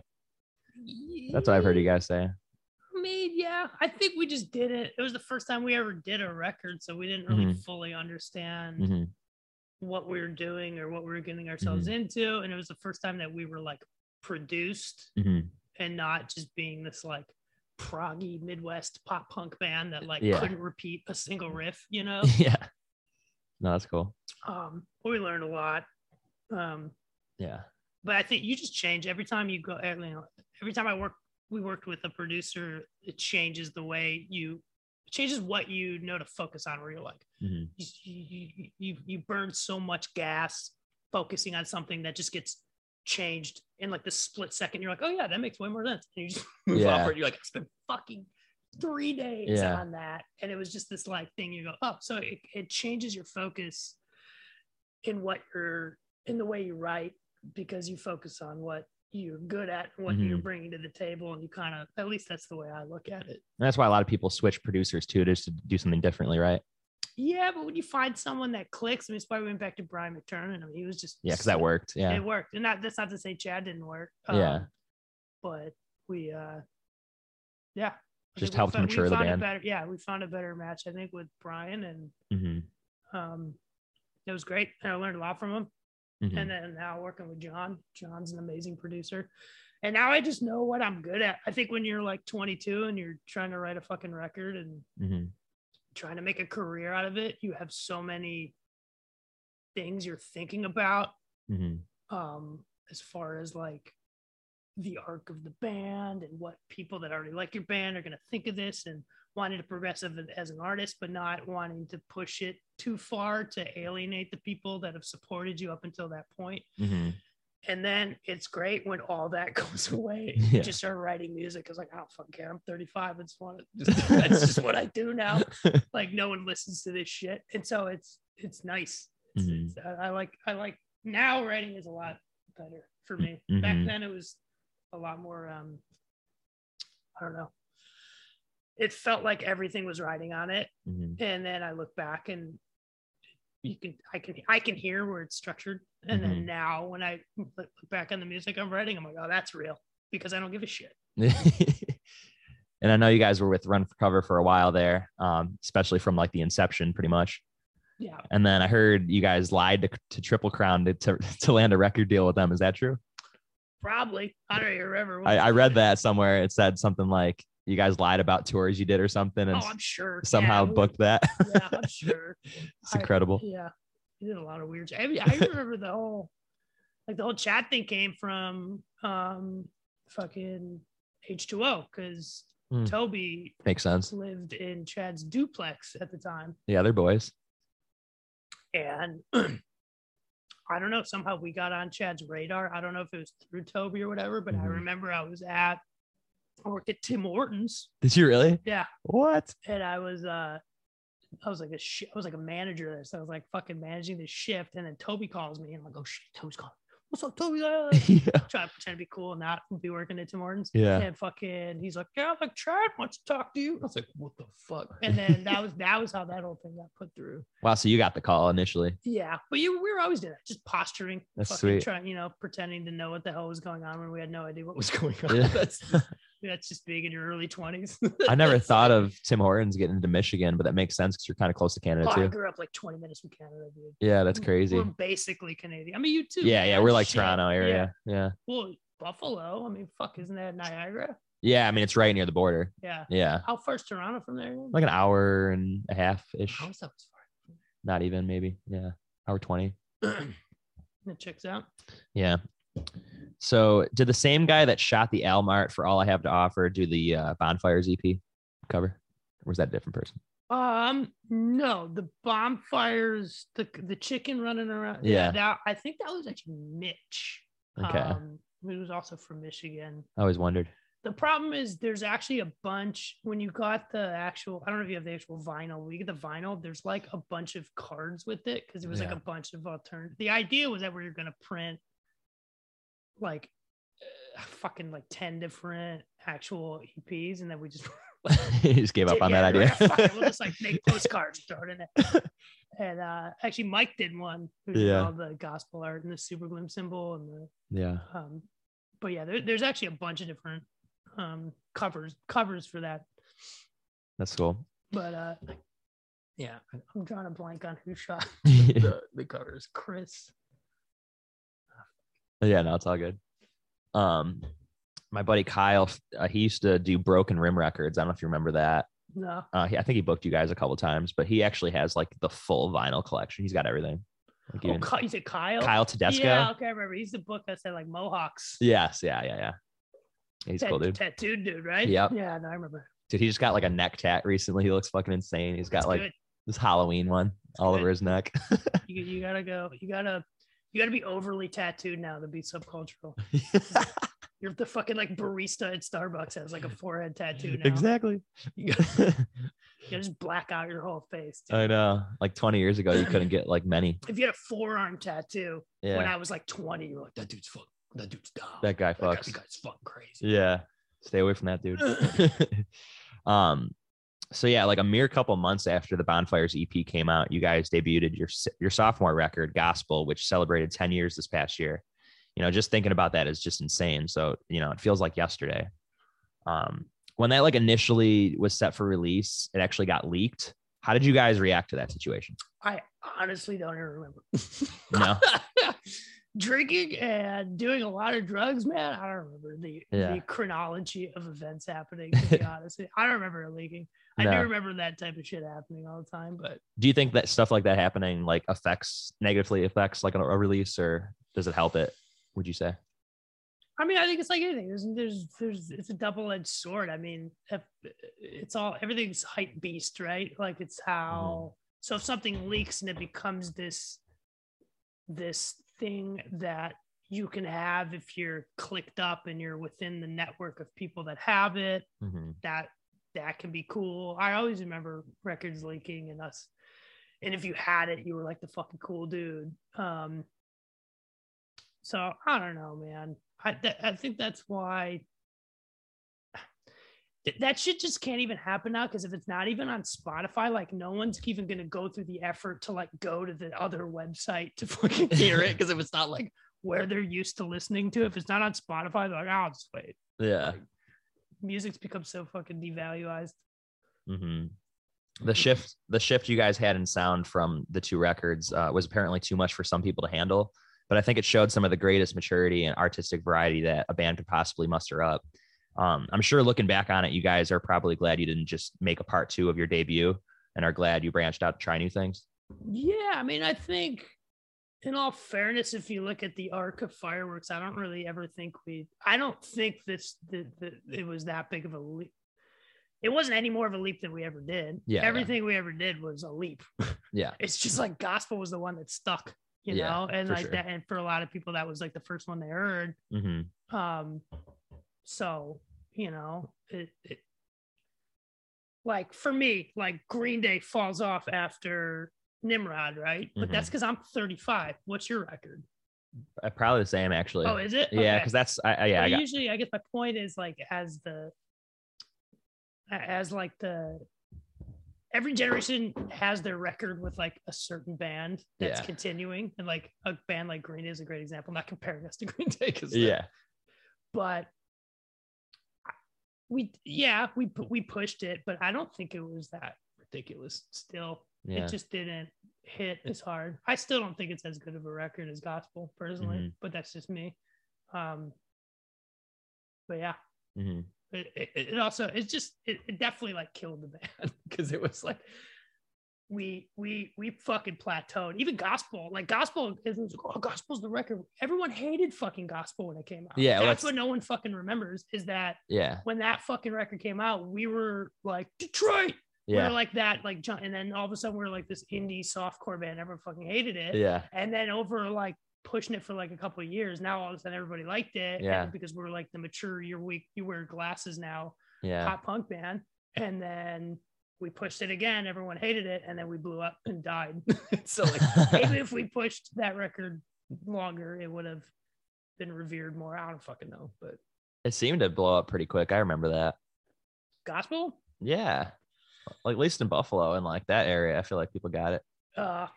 Speaker 1: That's what I've heard you guys say.
Speaker 3: I mean, yeah, I think we just did it. It was the first time we ever did a record, so we didn't really
Speaker 1: Mm-hmm.
Speaker 3: fully understand
Speaker 1: hmm
Speaker 3: what we were doing or what we were getting ourselves
Speaker 1: Mm-hmm.
Speaker 3: into. And it was the first time that we were like produced
Speaker 1: hmm
Speaker 3: and not just being this like proggy Midwest pop punk band that like
Speaker 1: Yeah.
Speaker 3: couldn't repeat a single riff, you know?
Speaker 1: yeah. No, that's cool.
Speaker 3: um, but we learned a lot. Um,
Speaker 1: Yeah.
Speaker 3: but I think you just change every time you go, uh, you know, every time I work, we worked with a producer, it changes the way you, it changes what you know to focus on where you're like,
Speaker 1: Mhm.
Speaker 3: you, you, you, you burn so much gas focusing on something that just gets changed in like the split second. You're like, oh yeah, that makes way more sense. And you just
Speaker 5: Move
Speaker 1: Yeah.
Speaker 5: yeah. You're like,
Speaker 3: it's been fucking three days
Speaker 1: Yeah.
Speaker 3: on that. And it was just this like thing you go, oh, so it, it changes your focus in what you're in the way you write because you focus on what you're good at and what you're
Speaker 1: Mhm.
Speaker 3: bringing to the table. And you kind of, at least that's the way I look at it.
Speaker 1: And that's why a lot of people switch producers too, just to do something differently, right?
Speaker 3: Yeah. But when you find someone that clicks, I mean, it's why we went back to Brian McTurnan. I mean, he was just,
Speaker 1: Yeah, because that worked. Yeah.
Speaker 3: It worked. And not, that's not to say Chad didn't work. um,
Speaker 1: Yeah.
Speaker 3: But we, uh, yeah. I
Speaker 1: Just
Speaker 3: think we
Speaker 1: helped
Speaker 3: found- we
Speaker 1: mature the
Speaker 3: found a
Speaker 1: band.
Speaker 3: better- yeah, we found a better match, I think, with Brian, and
Speaker 1: Mhm,
Speaker 3: um, it was great. And I learned a lot from him.
Speaker 1: mhm.
Speaker 3: And then now working with John, John's an amazing producer. And now I just know what I'm good at. I think when you're like 22 and you're trying to write a fucking record and
Speaker 1: Mhm.
Speaker 3: trying to make a career out of it, you have so many things you're thinking about
Speaker 1: Mhm.
Speaker 3: um as far as like the arc of the band and what people that already like your band are going to think of this and wanting to progress of it as an artist but not wanting to push it too far to alienate the people that have supported you up until that point
Speaker 1: Mhm.
Speaker 3: and then it's great when all that goes away and
Speaker 1: Yeah.
Speaker 3: you just start writing music it's like i don't fucking care i'm 35 it's one just, that's just what i do now like no one listens to this shit and so it's it's nice it's,
Speaker 1: Mhm.
Speaker 3: it's, I, I like i like now writing is a lot better for me back
Speaker 1: Mhm.
Speaker 3: then it was a lot more um i don't know it felt like everything was riding on it
Speaker 1: Mhm.
Speaker 3: and then i look back and you can i can i can hear where it's structured and
Speaker 1: Mm-hmm.
Speaker 3: then now when i look look back on the music i'm writing i'm like oh that's real because i don't give a shit
Speaker 1: and I know you guys were with Run for Cover for a while there, um, especially from like the inception, pretty much.
Speaker 3: yeah
Speaker 1: And then I heard you guys lied to, to Triple Crown to, to, to land a record deal with them. Is that true?
Speaker 3: probably i don't even remember
Speaker 1: I, I read that somewhere. It said something like you guys lied about tours you did or something, and
Speaker 3: oh i'm sure
Speaker 1: somehow
Speaker 3: yeah, we-
Speaker 1: booked that.
Speaker 3: yeah i'm sure
Speaker 1: it's
Speaker 3: I-
Speaker 1: incredible.
Speaker 3: Yeah, he did a lot of weird. I, mean, I remember the whole, like the whole chat thing came from um fucking H two O because
Speaker 1: Hmm.
Speaker 3: Toby
Speaker 1: Makes sense.
Speaker 3: lived in Chad's duplex at the time,
Speaker 1: Yeah, they're boys.
Speaker 3: and I don't know somehow we got on Chad's radar. I don't know if it was through Toby or whatever, but I
Speaker 1: Mhm.
Speaker 3: remember I was at I worked at Tim Hortons
Speaker 1: Did you really?
Speaker 3: Yeah.
Speaker 1: What?
Speaker 3: and I was uh I was like a sh- I was like a manager there, so I was like fucking managing the shift, and then Toby calls me, and I'm like, oh shit, Toby's calling. What's up, Toby? Uh,
Speaker 1: yeah.
Speaker 3: Try to pretend to be cool, and not be working at Tim Hortons.
Speaker 1: Yeah.
Speaker 3: And fucking, he's like, yeah, like Chad wants to talk to
Speaker 5: I
Speaker 3: you.
Speaker 5: was like, what the fuck?
Speaker 3: And then that was that was how that whole thing got put through.
Speaker 1: Wow. So you got the call initially.
Speaker 3: Yeah, but you we were always doing that, just posturing,
Speaker 1: That's
Speaker 3: fucking
Speaker 1: sweet.
Speaker 3: trying, you know, pretending to know what the hell was going on when we had no idea what was
Speaker 5: What's
Speaker 3: going.
Speaker 5: going on?
Speaker 1: Yeah.
Speaker 5: That's,
Speaker 3: That's just being in your early twenties.
Speaker 1: I never
Speaker 5: that's
Speaker 1: thought
Speaker 5: like-
Speaker 1: of Tim Hortons getting into Michigan, but that makes sense because you're kind of close to Canada
Speaker 3: oh, I
Speaker 1: too.
Speaker 3: grew up like 20 minutes from Canada, dude.
Speaker 1: Yeah, that's crazy.
Speaker 3: We're basically Canadian. I mean, you too.
Speaker 1: Yeah, yeah,
Speaker 3: man.
Speaker 1: we're like
Speaker 3: Shit.
Speaker 1: Toronto
Speaker 3: Yeah.
Speaker 1: area. Yeah. yeah,
Speaker 3: Well, Buffalo. I mean, fuck, isn't that Niagara?
Speaker 1: I mean, it's right near the border.
Speaker 3: Yeah.
Speaker 1: Yeah,
Speaker 3: How far's Toronto from there?
Speaker 1: like an hour and a half ish.
Speaker 5: How is that?
Speaker 1: Not even maybe. Yeah, hour twenty.
Speaker 3: It checks out.
Speaker 1: Yeah. So, did the same guy that shot the album art for "All I Have to Offer" do the uh, Bonfires EP cover, or was that a different person?
Speaker 3: Um, no, the bonfires, the the chicken running around.
Speaker 1: Yeah.
Speaker 3: that, I think that was actually Mitch.
Speaker 1: Okay,
Speaker 3: Um, who was also from Michigan.
Speaker 1: I always wondered.
Speaker 3: The problem is there's actually a bunch when you got the actual I don't know if you have the actual vinyl. When you get the vinyl, there's like a bunch of cards with it because it was like
Speaker 1: Yeah.
Speaker 3: a bunch of alternative. The idea was that we were gonna print like uh, fucking like 10 different actual EPs and then we just
Speaker 1: you just gave up on that
Speaker 3: yeah,
Speaker 1: idea.
Speaker 3: we're like, "Fuck it, we'll just like make postcards and throw it in it. And uh actually Mike did one who did
Speaker 1: Yeah.
Speaker 3: all the gospel art and the super gloom symbol and the
Speaker 1: yeah.
Speaker 3: um but yeah there, there's actually a bunch of different um covers covers for that
Speaker 1: That's cool.
Speaker 3: but uh
Speaker 5: Yeah.
Speaker 3: i'm drawing a blank on who shot
Speaker 1: yeah,
Speaker 5: The, the covers.
Speaker 3: chris
Speaker 1: no, it's all good. Um, my buddy Kyle, uh, he used to do Broken Rim Records. I don't know if you remember that.
Speaker 3: no
Speaker 1: Uh, he, I think he booked you guys a couple times, but he actually has like the full vinyl collection. He's got everything. Like
Speaker 3: oh
Speaker 1: even
Speaker 3: Ky- you said kyle
Speaker 1: Kyle Tedesco.
Speaker 3: yeah okay i remember he's the book that said like mohawks
Speaker 1: Yes. Yeah. Yeah. Yeah. He's
Speaker 3: Tat-
Speaker 1: cool, dude.
Speaker 3: tattooed dude right
Speaker 1: Yep.
Speaker 3: yeah no, i remember
Speaker 1: Dude, he just got like a neck tat recently. He looks fucking insane. He's got
Speaker 3: It's
Speaker 1: like
Speaker 3: good.
Speaker 1: this Halloween one all
Speaker 3: good.
Speaker 1: over his neck.
Speaker 3: you, you gotta go you gotta you gotta be overly tattooed now to be subcultural You're the fucking like barista at Starbucks has like a forehead tattoo now.
Speaker 1: Exactly.
Speaker 3: You just black out your whole face. dude.
Speaker 1: I know. Like 20 years ago, you couldn't get like many.
Speaker 3: if you had a forearm tattoo when
Speaker 1: Yeah.
Speaker 3: I was like 20, you're like,
Speaker 5: That dude's fuck. That dude's down.
Speaker 1: That guy
Speaker 5: that
Speaker 1: fucks.
Speaker 5: guy's, guy's fucking crazy.
Speaker 1: Yeah. Stay away from that dude. um so yeah, like a mere couple months after the Bonfires EP came out, you guys debuted your s- your sophomore record, Gospel, which celebrated 10 years this past year. You know, just thinking about that is just insane. So, you know, it feels like yesterday. Um when that like initially was set for release, it actually got leaked. How did you guys react to that situation?
Speaker 3: I honestly don't even remember.
Speaker 1: No.
Speaker 3: Drinking and doing a lot of drugs, man. I don't remember the,
Speaker 1: Yeah.
Speaker 3: the chronology of events happening. To be honest, I don't remember it leaking. I do
Speaker 1: No.
Speaker 3: remember that type of shit happening all the time, but
Speaker 1: Do you think that stuff like that happening like affects negatively affects like a, a release or does it help it? Would you say?
Speaker 3: I mean, I think it's like anything. There's, there's, there's, it's a double edged sword. I mean, if, it's all everything's hype beast, right? Like it's how. So if something leaks and it becomes this, this thing that you can have if you're clicked up and you're within the network of people that have it,
Speaker 1: Mm-hmm.
Speaker 3: that that can be cool. I always remember records leaking and us, and if you had it, you were like the fucking cool dude. Um, so I don't know, man. I th- I think that's why th- that shit just can't even happen now because if it's not even on Spotify, like no one's even gonna go through the effort to like go to the other website to fucking hear it because if it's not like where they're used to listening to, if it's not on Spotify, they're like, oh, I'll just wait.
Speaker 1: Yeah.
Speaker 3: Music's become so fucking devalued.
Speaker 1: hmm The shift, the shift you guys had in sound from the two records uh, was apparently too much for some people to handle, but I think it showed some of the greatest maturity and artistic variety that a band could possibly muster up. Um, I'm sure looking back on it, you guys are probably glad you didn't just make a part two of your debut and are glad you branched out to try new things.
Speaker 3: Yeah, I mean, I think in all fairness, if you look at the arc of fireworks, I don't really ever think we I don't think this the, the, it was that big of a leap. It wasn't any more of a leap than we ever did.
Speaker 1: Yeah, yeah.
Speaker 3: Everything we ever did was a leap.
Speaker 1: Yeah.
Speaker 3: It's just like gospel was the one that stuck, you
Speaker 1: Yeah,
Speaker 3: know, and
Speaker 1: for
Speaker 3: like
Speaker 1: sure.
Speaker 3: that and for a lot of people that was like the first one they heard.
Speaker 1: hmm
Speaker 3: Um, so you know, it, it like for me, like Green Day falls off after Nimrod, right? But
Speaker 1: Mhm.
Speaker 3: that's because I'm 35. What's your record?
Speaker 1: Uh, probably the same actually.
Speaker 3: Oh, is it?
Speaker 1: yeah,
Speaker 3: Okay.
Speaker 1: because that's I, I yeah.
Speaker 3: But
Speaker 1: I got,
Speaker 3: usually, I guess my point is like as the a- as like the every generation has their record with like a certain band that's
Speaker 1: Yeah.
Speaker 3: continuing, and like a band like Green Day is a great example. not comparing us to Green Day because
Speaker 1: yeah.
Speaker 3: but I- we yeah we pu- we pushed it but i don't think it was that ridiculous still
Speaker 1: Yeah.
Speaker 3: it just didn't hit as hard i still don't think it's as good of a record as gospel personally
Speaker 1: Mhm.
Speaker 3: but that's just me um but yeah
Speaker 1: hmm
Speaker 3: it, it, it also it's just it, it definitely like killed the band because it was like we we we fucking plateaued even gospel like gospel it was oh gospel's the record everyone hated fucking gospel when it came out
Speaker 1: Yeah, well,
Speaker 3: that's
Speaker 1: that's-
Speaker 3: what no one fucking remembers is that
Speaker 1: Yeah.
Speaker 3: when that fucking record came out we were like detroit we
Speaker 1: Yeah.
Speaker 3: were like that like jun- and then all of a sudden we are like this indie softcore band everyone fucking hated it
Speaker 1: Yeah.
Speaker 3: and then over like pushing it for like a couple of years now all of a sudden everybody liked it
Speaker 1: Yeah.
Speaker 3: and because we're like the mature you're weak you wear glasses now
Speaker 1: Yeah.
Speaker 3: pop punk band and then we pushed it again everyone hated it and then we blew up and died so like maybe if we pushed that record longer it would have been revered more i don't fucking know but
Speaker 1: It seemed to blow up pretty quick. I remember that.
Speaker 3: gospel
Speaker 1: Yeah. Like at least in Buffalo and like that area, I feel like people got it.
Speaker 3: uh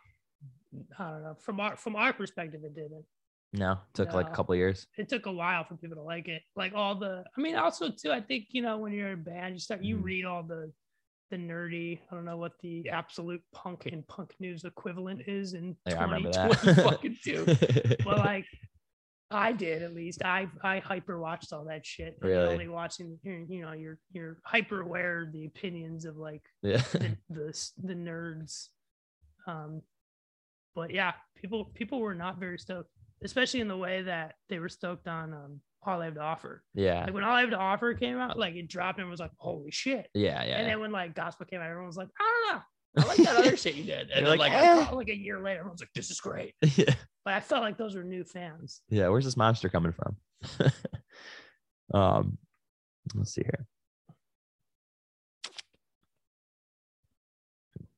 Speaker 3: i don't know from our from our perspective it didn't
Speaker 1: No, took like a
Speaker 3: No.
Speaker 1: couple years.
Speaker 3: it took a while for people to like it. Like all the, I mean, also too, I think you know when you're in a band, you start you
Speaker 1: Mhm.
Speaker 3: read all the, the nerdy. I don't know what the absolute punk and punk news equivalent is in
Speaker 1: Yeah, I remember that.
Speaker 3: 2020 fucking too. But like, I did at least. I I hyper watched all that shit. and you're
Speaker 1: Really?
Speaker 3: Only watching, you're- you know, you're you're hyper aware of the opinions of like
Speaker 1: yeah.
Speaker 3: the the, s- the nerds. Um, but yeah, people people were not very stoked, especially in the way that they were stoked on um, all I have to offer.
Speaker 1: Yeah.
Speaker 3: Like when all I have to offer came out, like it dropped and was like, holy shit.
Speaker 1: Yeah.
Speaker 3: And
Speaker 1: Yeah.
Speaker 3: then when like gospel came out, everyone was like, I don't know.
Speaker 5: I like that other shit you did. And
Speaker 1: You're
Speaker 5: then,
Speaker 1: like,
Speaker 5: like,
Speaker 1: eh.
Speaker 3: Like a year later, everyone's like, this is great.
Speaker 1: yeah.
Speaker 3: But I felt like those were new fans.
Speaker 1: Yeah. Where's this monster coming from? Um, let's see here.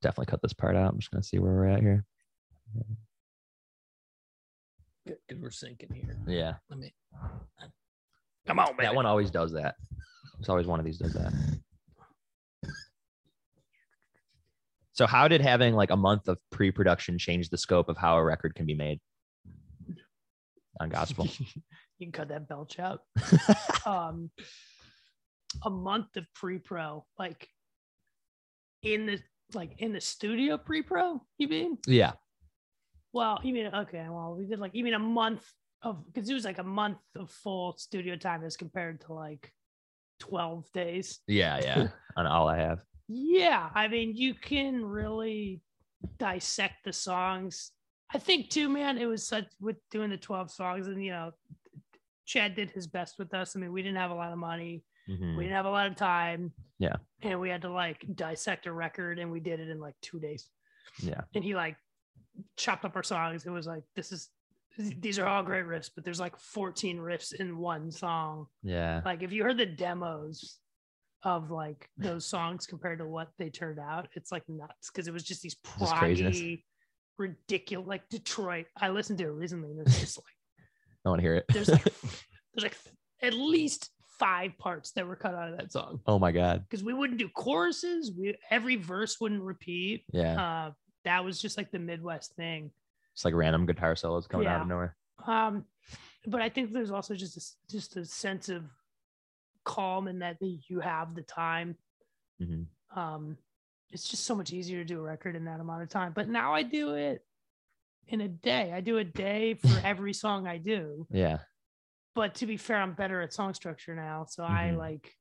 Speaker 1: Definitely cut this part out. I'm just gonna see where we're at here.
Speaker 5: Because we're sinking here.
Speaker 1: Yeah,
Speaker 5: Let me.
Speaker 3: Come on, man.
Speaker 1: that one always does that. It's always one of these does that. So, how did having like a month of pre-production change the scope of how a record can be made on gospel?
Speaker 3: you can cut that belch out. um, a month of pre-pro, like in the like in the studio pre-pro. You mean?
Speaker 1: yeah,
Speaker 3: Well, you mean okay. Well, we did like even a month of because it was like a month of full studio time as compared to like twelve days.
Speaker 1: yeah, yeah. on all I have.
Speaker 3: Yeah, I mean, you can really dissect the songs. I think too, man, it was such with doing the 12 songs, and you know, Chad did his best with us. I mean, we didn't have a lot of money,
Speaker 1: Mhm.
Speaker 3: we didn't have a lot of time.
Speaker 1: Yeah.
Speaker 3: And we had to like dissect a record, and we did it in like two days.
Speaker 1: Yeah.
Speaker 3: And he like chopped up our songs. It was like, this is, these are all great riffs, but there's like 14 riffs in one song
Speaker 1: Yeah.
Speaker 3: like if you heard the demos of like those songs compared to what they turned out, it's like nuts because it was just these
Speaker 1: Just craziness.
Speaker 3: proggy, ridiculous like Detroit. I listened to it recently and it's just like
Speaker 1: I want to hear it.
Speaker 3: there's like there's like at least five parts that were cut out of that song
Speaker 1: oh my god.
Speaker 3: because we wouldn't do choruses. We every verse wouldn't repeat.
Speaker 1: Yeah.
Speaker 3: Uh, that was just like the Midwest thing.
Speaker 1: It's like random guitar solos coming out of
Speaker 3: Yeah.
Speaker 1: nowhere.
Speaker 3: Um, but I think there's also just a, s- just a sense of calm and that you have the time
Speaker 1: Mhm.
Speaker 3: um it's just so much easier to do a record in that amount of time but now i do it in a day i do a day for every song i do
Speaker 1: Yeah.
Speaker 3: but to be fair i'm better at song structure now so i
Speaker 1: Mhm.
Speaker 3: like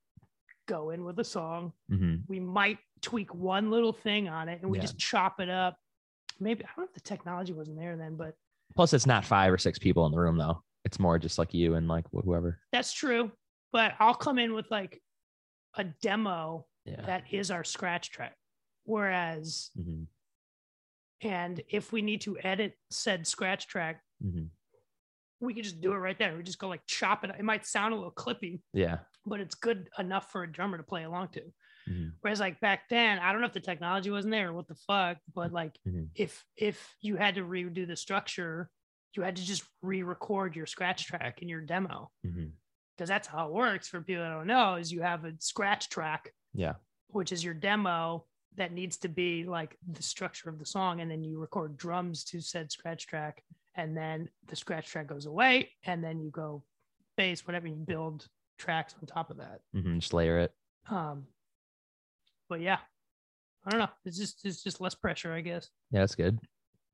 Speaker 3: go in with a song
Speaker 1: hmm
Speaker 3: we might tweak one little thing on it and we
Speaker 1: Yeah.
Speaker 3: just chop it up maybe i don't know if the technology wasn't there then but
Speaker 1: Plus, it's not five or six people in the room though. It's more just like you and like wh- whoever.
Speaker 3: that's true but i'll come in with like a demo
Speaker 1: Yeah.
Speaker 3: that is our scratch track whereas
Speaker 1: hmm
Speaker 3: and if we need to edit said scratch track
Speaker 1: hmm
Speaker 3: we could just do it right there. We just go like chop it. It might sound a little clippy,
Speaker 1: Yeah.
Speaker 3: but it's good enough for a drummer to play along to.
Speaker 1: Mhm.
Speaker 3: Whereas like back then, I don't know if the technology wasn't there or what the fuck, but like
Speaker 1: Mhm.
Speaker 3: if if you had to redo the structure, you had to just re-record your scratch track in your demo.
Speaker 1: hmm
Speaker 3: Because that's how it works for people that don't know, is you have a scratch track,
Speaker 1: Yeah.
Speaker 3: which is your demo that needs to be like the structure of the song, and then you record drums to said scratch track and then the scratch track goes away and then you go bass whatever you build tracks on top of that
Speaker 1: hmm Just layer it.
Speaker 3: um but yeah i don't know it's just it's just less pressure i guess
Speaker 1: Yeah, that's good.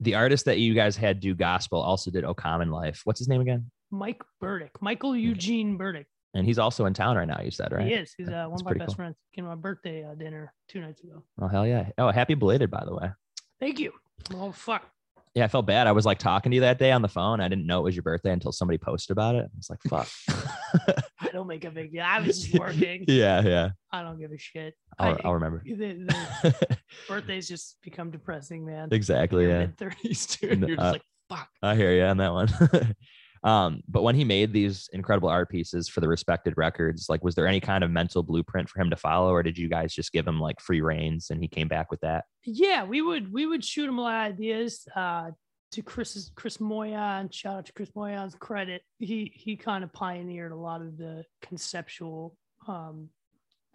Speaker 1: The artist that you guys had do gospel also did O Common Life. What's his name again?
Speaker 3: mike burdick michael eugene burdick
Speaker 1: And he's also in town right now. You said Mm-hmm. right?
Speaker 3: he is he's uh, one
Speaker 1: That's
Speaker 3: of my
Speaker 1: pretty
Speaker 3: best
Speaker 1: cool.
Speaker 3: friends came to my birthday uh, dinner two nights ago
Speaker 1: Oh hell yeah! Oh happy belated by the way.
Speaker 3: thank you oh fuck
Speaker 1: Yeah, I felt bad. I was like talking to you that day on the phone. I didn't know it was your birthday until somebody posted about it. I was like, fuck.
Speaker 3: i don't make a big deal i was just working
Speaker 1: yeah, yeah.
Speaker 3: i don't give a shit
Speaker 1: I'll,
Speaker 3: I-
Speaker 1: I'll remember.
Speaker 3: the, the birthdays just become depressing man
Speaker 1: exactly. Yeah.
Speaker 3: mid 30s dude
Speaker 1: No,
Speaker 5: You're just
Speaker 1: uh,
Speaker 5: like, fuck.
Speaker 1: I hear you on that one. um, but when he made these incredible art pieces for the respected records, like, was there any kind of mental blueprint for him to follow, or did you guys just give him like free reigns and he came back with that?
Speaker 3: yeah we would we would shoot him a lot of ideas uh to chris's chris moyan shout out to chris moyan's credit he he kind of pioneered a lot of the conceptual um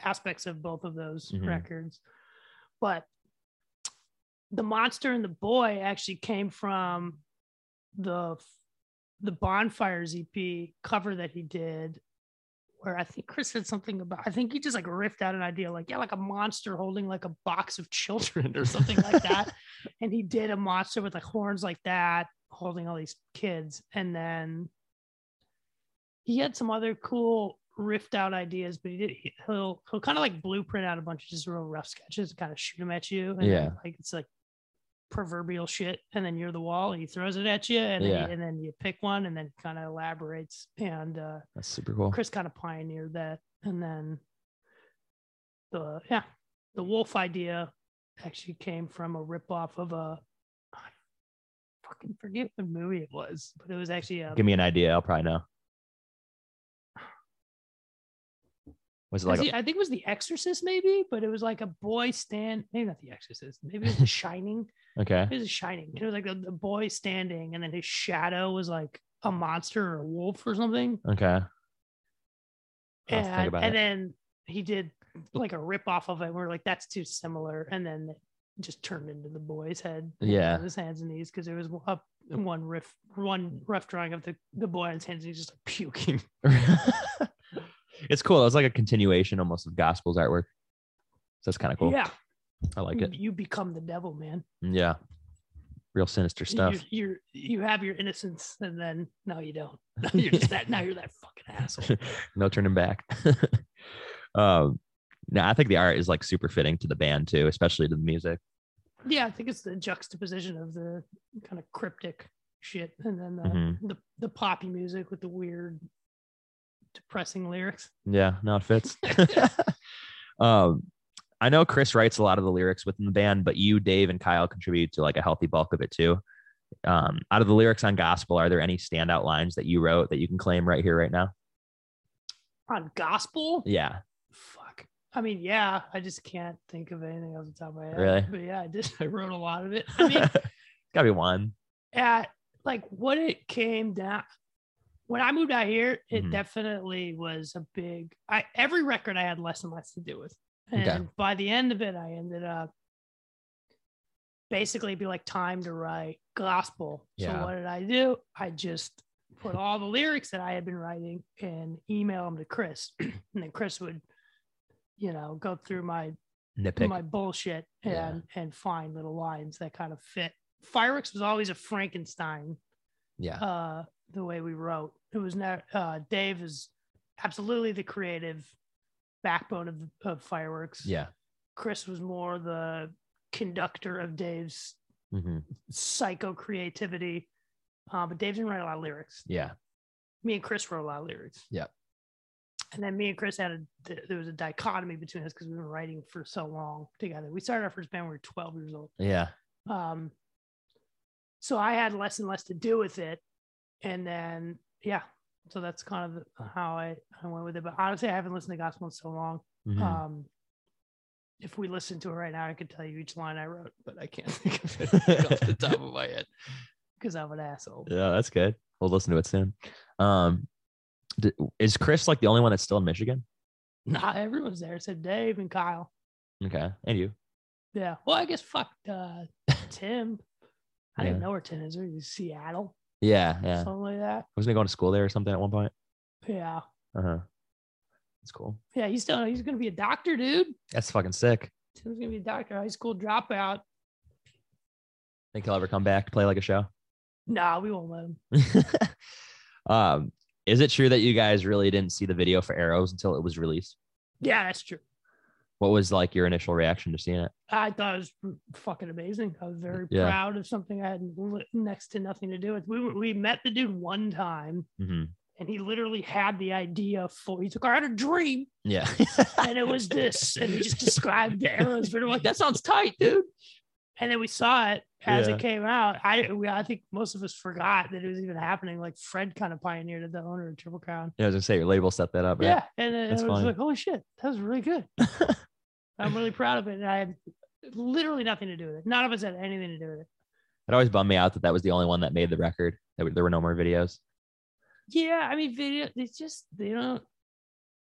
Speaker 3: aspects of both of those
Speaker 1: Mhm.
Speaker 3: records but the monster and the boy actually came from the the bonfires ep cover that he did where I think Chris said something about I think he just like riffed out an idea like yeah like a monster holding like a box of children or something like that and he did a monster with like horns like that holding all these kids and then he had some other cool riffed out ideas but he did he- he'll he'll kind of like blueprint out a bunch of just real rough sketches kind of shoot them at you and
Speaker 1: Yeah.
Speaker 3: then, like it's like proverbial shit and then you're the wall and he throws it at you and, then,
Speaker 1: Yeah.
Speaker 3: you, and then you pick one and then kind of elaborates and uh
Speaker 1: That's super cool.
Speaker 3: Chris kind of pioneered that, and then the yeah, the wolf idea actually came from a ripoff of a I fucking forget what um, movie it was, but it was actually a
Speaker 1: Give me an idea. I'll probably know. Was it like
Speaker 3: I think it was The Exorcist, maybe, but it was like a boy stand. Maybe not The Exorcist. Maybe it was The Shining.
Speaker 1: okay?
Speaker 3: It was The Shining. It was like the, the boy standing, and then his shadow was like a monster or a wolf or something.
Speaker 1: Okay. I'll have to think
Speaker 3: And,
Speaker 1: about
Speaker 3: and
Speaker 1: it.
Speaker 3: then he did like a rip off of it. And we are like, that's too similar. And then it just turned into the boy's head. and
Speaker 1: Yeah.
Speaker 3: on His hands and knees because there was up one riff, one rough drawing of the, the boy on his hands and he's just like puking.
Speaker 1: it's cool. It was like a continuation almost of Gospels artwork. So that's kind of cool.
Speaker 3: Yeah.
Speaker 1: I like
Speaker 3: you,
Speaker 1: it.
Speaker 3: you become the devil, man.
Speaker 1: Yeah. Real sinister stuff.
Speaker 3: You're, you're you have your innocence and then no you don't. You're just that now you're that fucking asshole.
Speaker 1: no turning back. um, no, I think the art is like super fitting to the band too, especially to the music.
Speaker 3: Yeah, I think it's the juxtaposition of the kind of cryptic shit and then the
Speaker 1: Mhm.
Speaker 3: the, the poppy music with the weird depressing lyrics.
Speaker 1: Yeah, no, it fits. um, I know Chris writes a lot of the lyrics within the band, but you, Dave, and Kyle contribute to like a healthy bulk of it too. Um, out of the lyrics on gospel, are there any standout lines that you wrote that you can claim right here, right now?
Speaker 3: On gospel?
Speaker 1: Yeah.
Speaker 3: Fuck. I mean, yeah, I just can't think of anything off the top of my head.
Speaker 1: Really?
Speaker 3: But yeah, I did. I wrote a lot of it. I mean,
Speaker 1: Gotta be one.
Speaker 3: at like what it came down when I moved out here, it
Speaker 1: Mhm.
Speaker 3: definitely was a big I every record I had less and less to do with. And
Speaker 1: Okay.
Speaker 3: by the end of it, I ended up basically be like time to write gospel.
Speaker 1: Yeah.
Speaker 3: So what did I do? I just put all the lyrics that I had been writing and email them to Chris. and then Chris would, you know, go through my
Speaker 1: Nitpick.
Speaker 3: my bullshit
Speaker 1: Yeah.
Speaker 3: and and find little lines that kind of fit. Fireworks was always a Frankenstein.
Speaker 1: yeah.
Speaker 3: Uh, the way we wrote it was not. Uh, Dave is absolutely the creative backbone of, of fireworks.
Speaker 1: yeah.
Speaker 3: Chris was more the conductor of Dave's
Speaker 1: hmm
Speaker 3: psycho creativity. Uh, but Dave didn't write a lot of lyrics
Speaker 1: Yeah.
Speaker 3: me and Chris wrote a lot of lyrics.
Speaker 1: Yep.
Speaker 3: And then me and Chris had a th- there was a dichotomy between us because we've been writing for so long together. We started our first band when we were 12 years old.
Speaker 1: Yeah.
Speaker 3: Um, so I had less and less to do with it, and then yeah, so that's kind of how I, I went with it. But honestly, I haven't listened to gospel in so long.
Speaker 1: Mhm.
Speaker 3: Um, if we listened to it right now, I could tell you each line I wrote, but I can't think of it
Speaker 5: off the top of my head.
Speaker 3: because I'm an asshole.
Speaker 1: yeah, that's good. We'll listen to it soon. Um, d- is Chris like the only one that's still in Michigan?
Speaker 3: Not Uh, everyone's there. Said Dave and Kyle.
Speaker 1: Okay. And you?
Speaker 3: Yeah. Well, I guess fuck uh, Tim. I
Speaker 1: Yeah.
Speaker 3: didn't know where Tim is. Where is he? Seattle,
Speaker 1: Yeah. Yeah.
Speaker 3: something like that.
Speaker 1: Wasn't he going to school there or something at one point?
Speaker 3: Yeah.
Speaker 1: Uh huh. That's cool.
Speaker 3: Yeah. He's still, he's going to be a doctor, dude.
Speaker 1: That's fucking sick.
Speaker 3: Tim's going to be a doctor, high school dropout.
Speaker 1: Think he'll ever come back to play like a show?
Speaker 3: Nah, we won't let him.
Speaker 1: um, is it true that you guys really didn't see the video for Arrows until it was released?
Speaker 3: Yeah, that's true.
Speaker 1: What was like your initial reaction to seeing it?
Speaker 3: I thought it was fucking amazing. I was very
Speaker 1: Yeah.
Speaker 3: proud of something I had li- next to nothing to do with. We, were- we met the dude one time
Speaker 1: Mm-hmm.
Speaker 3: and he literally had the idea for, he's like, I had a dream
Speaker 1: Yeah.
Speaker 3: and it was this. And he just described the arrows. We're like, that sounds tight, dude. and then we saw it as
Speaker 1: Yeah.
Speaker 3: it came out. I we, I think most of us forgot that it was even happening. Like Fred kind of pioneered it, the owner of Triple Crown.
Speaker 1: Yeah, I was gonna say your label set that up, right?
Speaker 3: Yeah, and then
Speaker 1: That's
Speaker 3: I was
Speaker 1: funny.
Speaker 3: like, "Holy shit, that was really good." I'm really proud of it, and I had literally nothing to do with it. None of us had anything to do with it.
Speaker 1: It always bummed me out that that was the only one that made the record. That there were no more videos.
Speaker 3: Yeah, I mean, video. It's just they don't,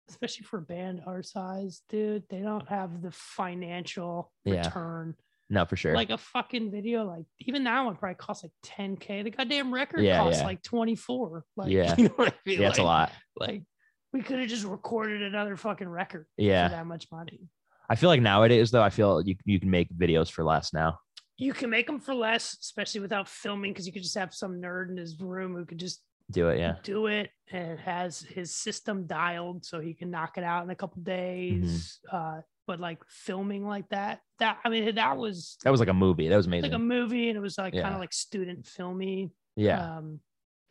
Speaker 3: especially for a band our size, dude. They don't have the financial
Speaker 1: Yeah.
Speaker 3: return.
Speaker 1: No, for sure.
Speaker 3: Like a fucking video, like even that one probably costs like 10k. The goddamn record
Speaker 1: Yeah,
Speaker 3: costs
Speaker 1: yeah.
Speaker 3: like 24. Like,
Speaker 1: Yeah.
Speaker 3: you know what I mean?
Speaker 1: yeah, it's a
Speaker 3: Like-
Speaker 1: lot.
Speaker 3: like we could have just recorded another fucking record
Speaker 1: Yeah.
Speaker 3: for that much money.
Speaker 1: I feel like nowadays though, I feel you you can make videos for less now.
Speaker 3: You can make them for less, especially without filming, because you could just have some nerd in his room who could just
Speaker 1: Do it, yeah.
Speaker 3: do it and has his system dialed so he can knock it out in a
Speaker 1: Mm-hmm.
Speaker 3: couple days. Uh, but like filming like that, that I mean, that was
Speaker 1: That was like a movie. That was
Speaker 3: like
Speaker 1: amazing.
Speaker 3: a movie, and it was like kind
Speaker 1: Yeah.
Speaker 3: of like student filmy.
Speaker 1: yeah,
Speaker 3: Um,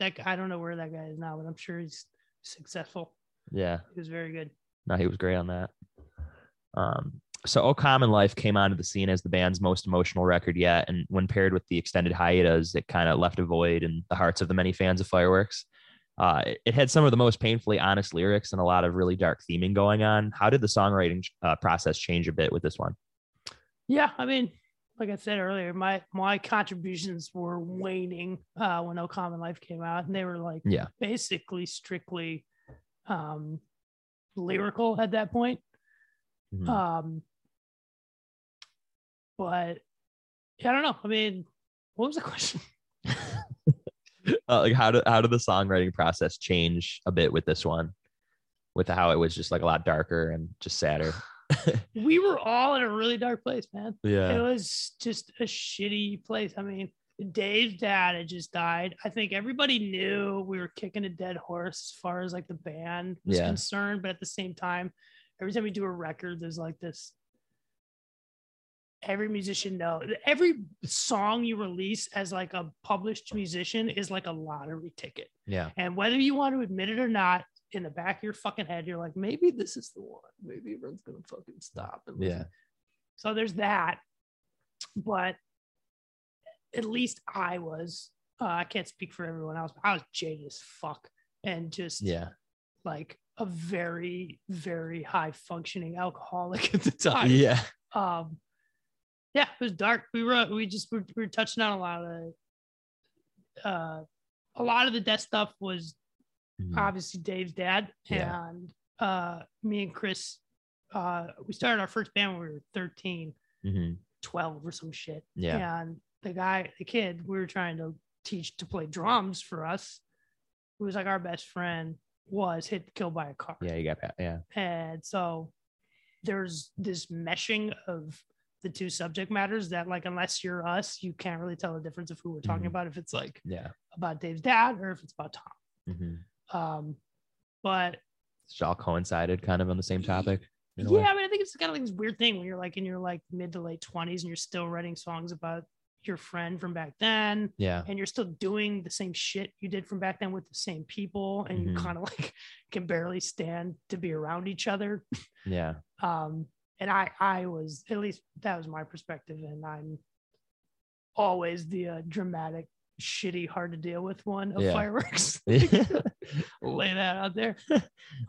Speaker 3: that I don't know where that guy is now, but I'm sure he's successful.
Speaker 1: yeah.
Speaker 3: He was very good.
Speaker 1: No, he was great on that. Um, so "O Common Life" came onto the scene as the band's most emotional record yet, and when paired with the extended hiatus, it kind of left a void in the hearts of the many fans of Fireworks. Uh, it, it had some of the most painfully honest lyrics and a lot of really dark theming going on. How did the songwriting uh, process change a bit with this one?
Speaker 3: Yeah, I mean, like I said earlier, my my contributions were waning uh, when No Common Life came out, and they were like
Speaker 1: Yeah.
Speaker 3: basically strictly um, lyrical at that point.
Speaker 1: Mhm.
Speaker 3: Um, but yeah, I don't know. I mean, what was the question?
Speaker 1: Uh, like how did how did the songwriting process change a bit with this one, with how it was just like a lot darker and just sadder?
Speaker 3: We were all in a really dark place, man. It
Speaker 1: Yeah,
Speaker 3: was just a shitty place. I mean, Dave's dad had just died. I think everybody knew we were kicking a dead horse as far as like the band was
Speaker 1: Yeah.
Speaker 3: concerned, but at the same time, every time we do a record, there's like this. Every musician know every song you release as like a published musician is like a lottery ticket.
Speaker 1: yeah,
Speaker 3: And whether you want to admit it or not, in the back of your fucking head, you're like, maybe this is the one. Maybe everyone's gonna fucking stop. And listen
Speaker 1: yeah.
Speaker 3: so there's that. But at least I was, uh, I can't speak for everyone else, but I was jaded as fuck and just
Speaker 1: Yeah.
Speaker 3: like a very, very high functioning alcoholic at the time.
Speaker 1: Yeah.
Speaker 3: Um, yeah, it was dark. We were, we just, were, we were touching on a lot of, uh, a lot of the death stuff was
Speaker 1: Mm-hmm.
Speaker 3: obviously Dave's dad
Speaker 1: Hmm. Yeah.
Speaker 3: and uh, me and Chris. Uh, we started our first band when we were 13,
Speaker 1: Mhm.
Speaker 3: 12 or some shit.
Speaker 1: Yeah.
Speaker 3: And the guy, the kid, we were trying to teach to play drums for us. Who was like our best friend was hit killed by a car.
Speaker 1: Yeah, you got that. Yeah.
Speaker 3: And so there's this meshing of the two subject matters that like unless you're us, you can't really tell the difference of who we're talking
Speaker 1: Mhm.
Speaker 3: about if it's like
Speaker 1: Yeah.
Speaker 3: about Dave's dad or if it's about Tom.
Speaker 1: Mm-hmm.
Speaker 3: Um, but
Speaker 1: It's all coincided kind of on the same topic. in a way.
Speaker 3: yeah, I mean, I think it's kind of like this weird thing when you're like in your like mid to late twenties and you're still writing songs about your friend from back then,
Speaker 1: Yeah.
Speaker 3: and you're still doing the same shit you did from back then with the same people, and
Speaker 1: Mhm.
Speaker 3: you kind of like can barely stand to be around each other.
Speaker 1: Yeah.
Speaker 3: Um, and I, I was at least that was my perspective, and I'm always the uh, dramatic, shitty, hard to deal with one of
Speaker 1: Yeah.
Speaker 3: fireworks. lay that out there.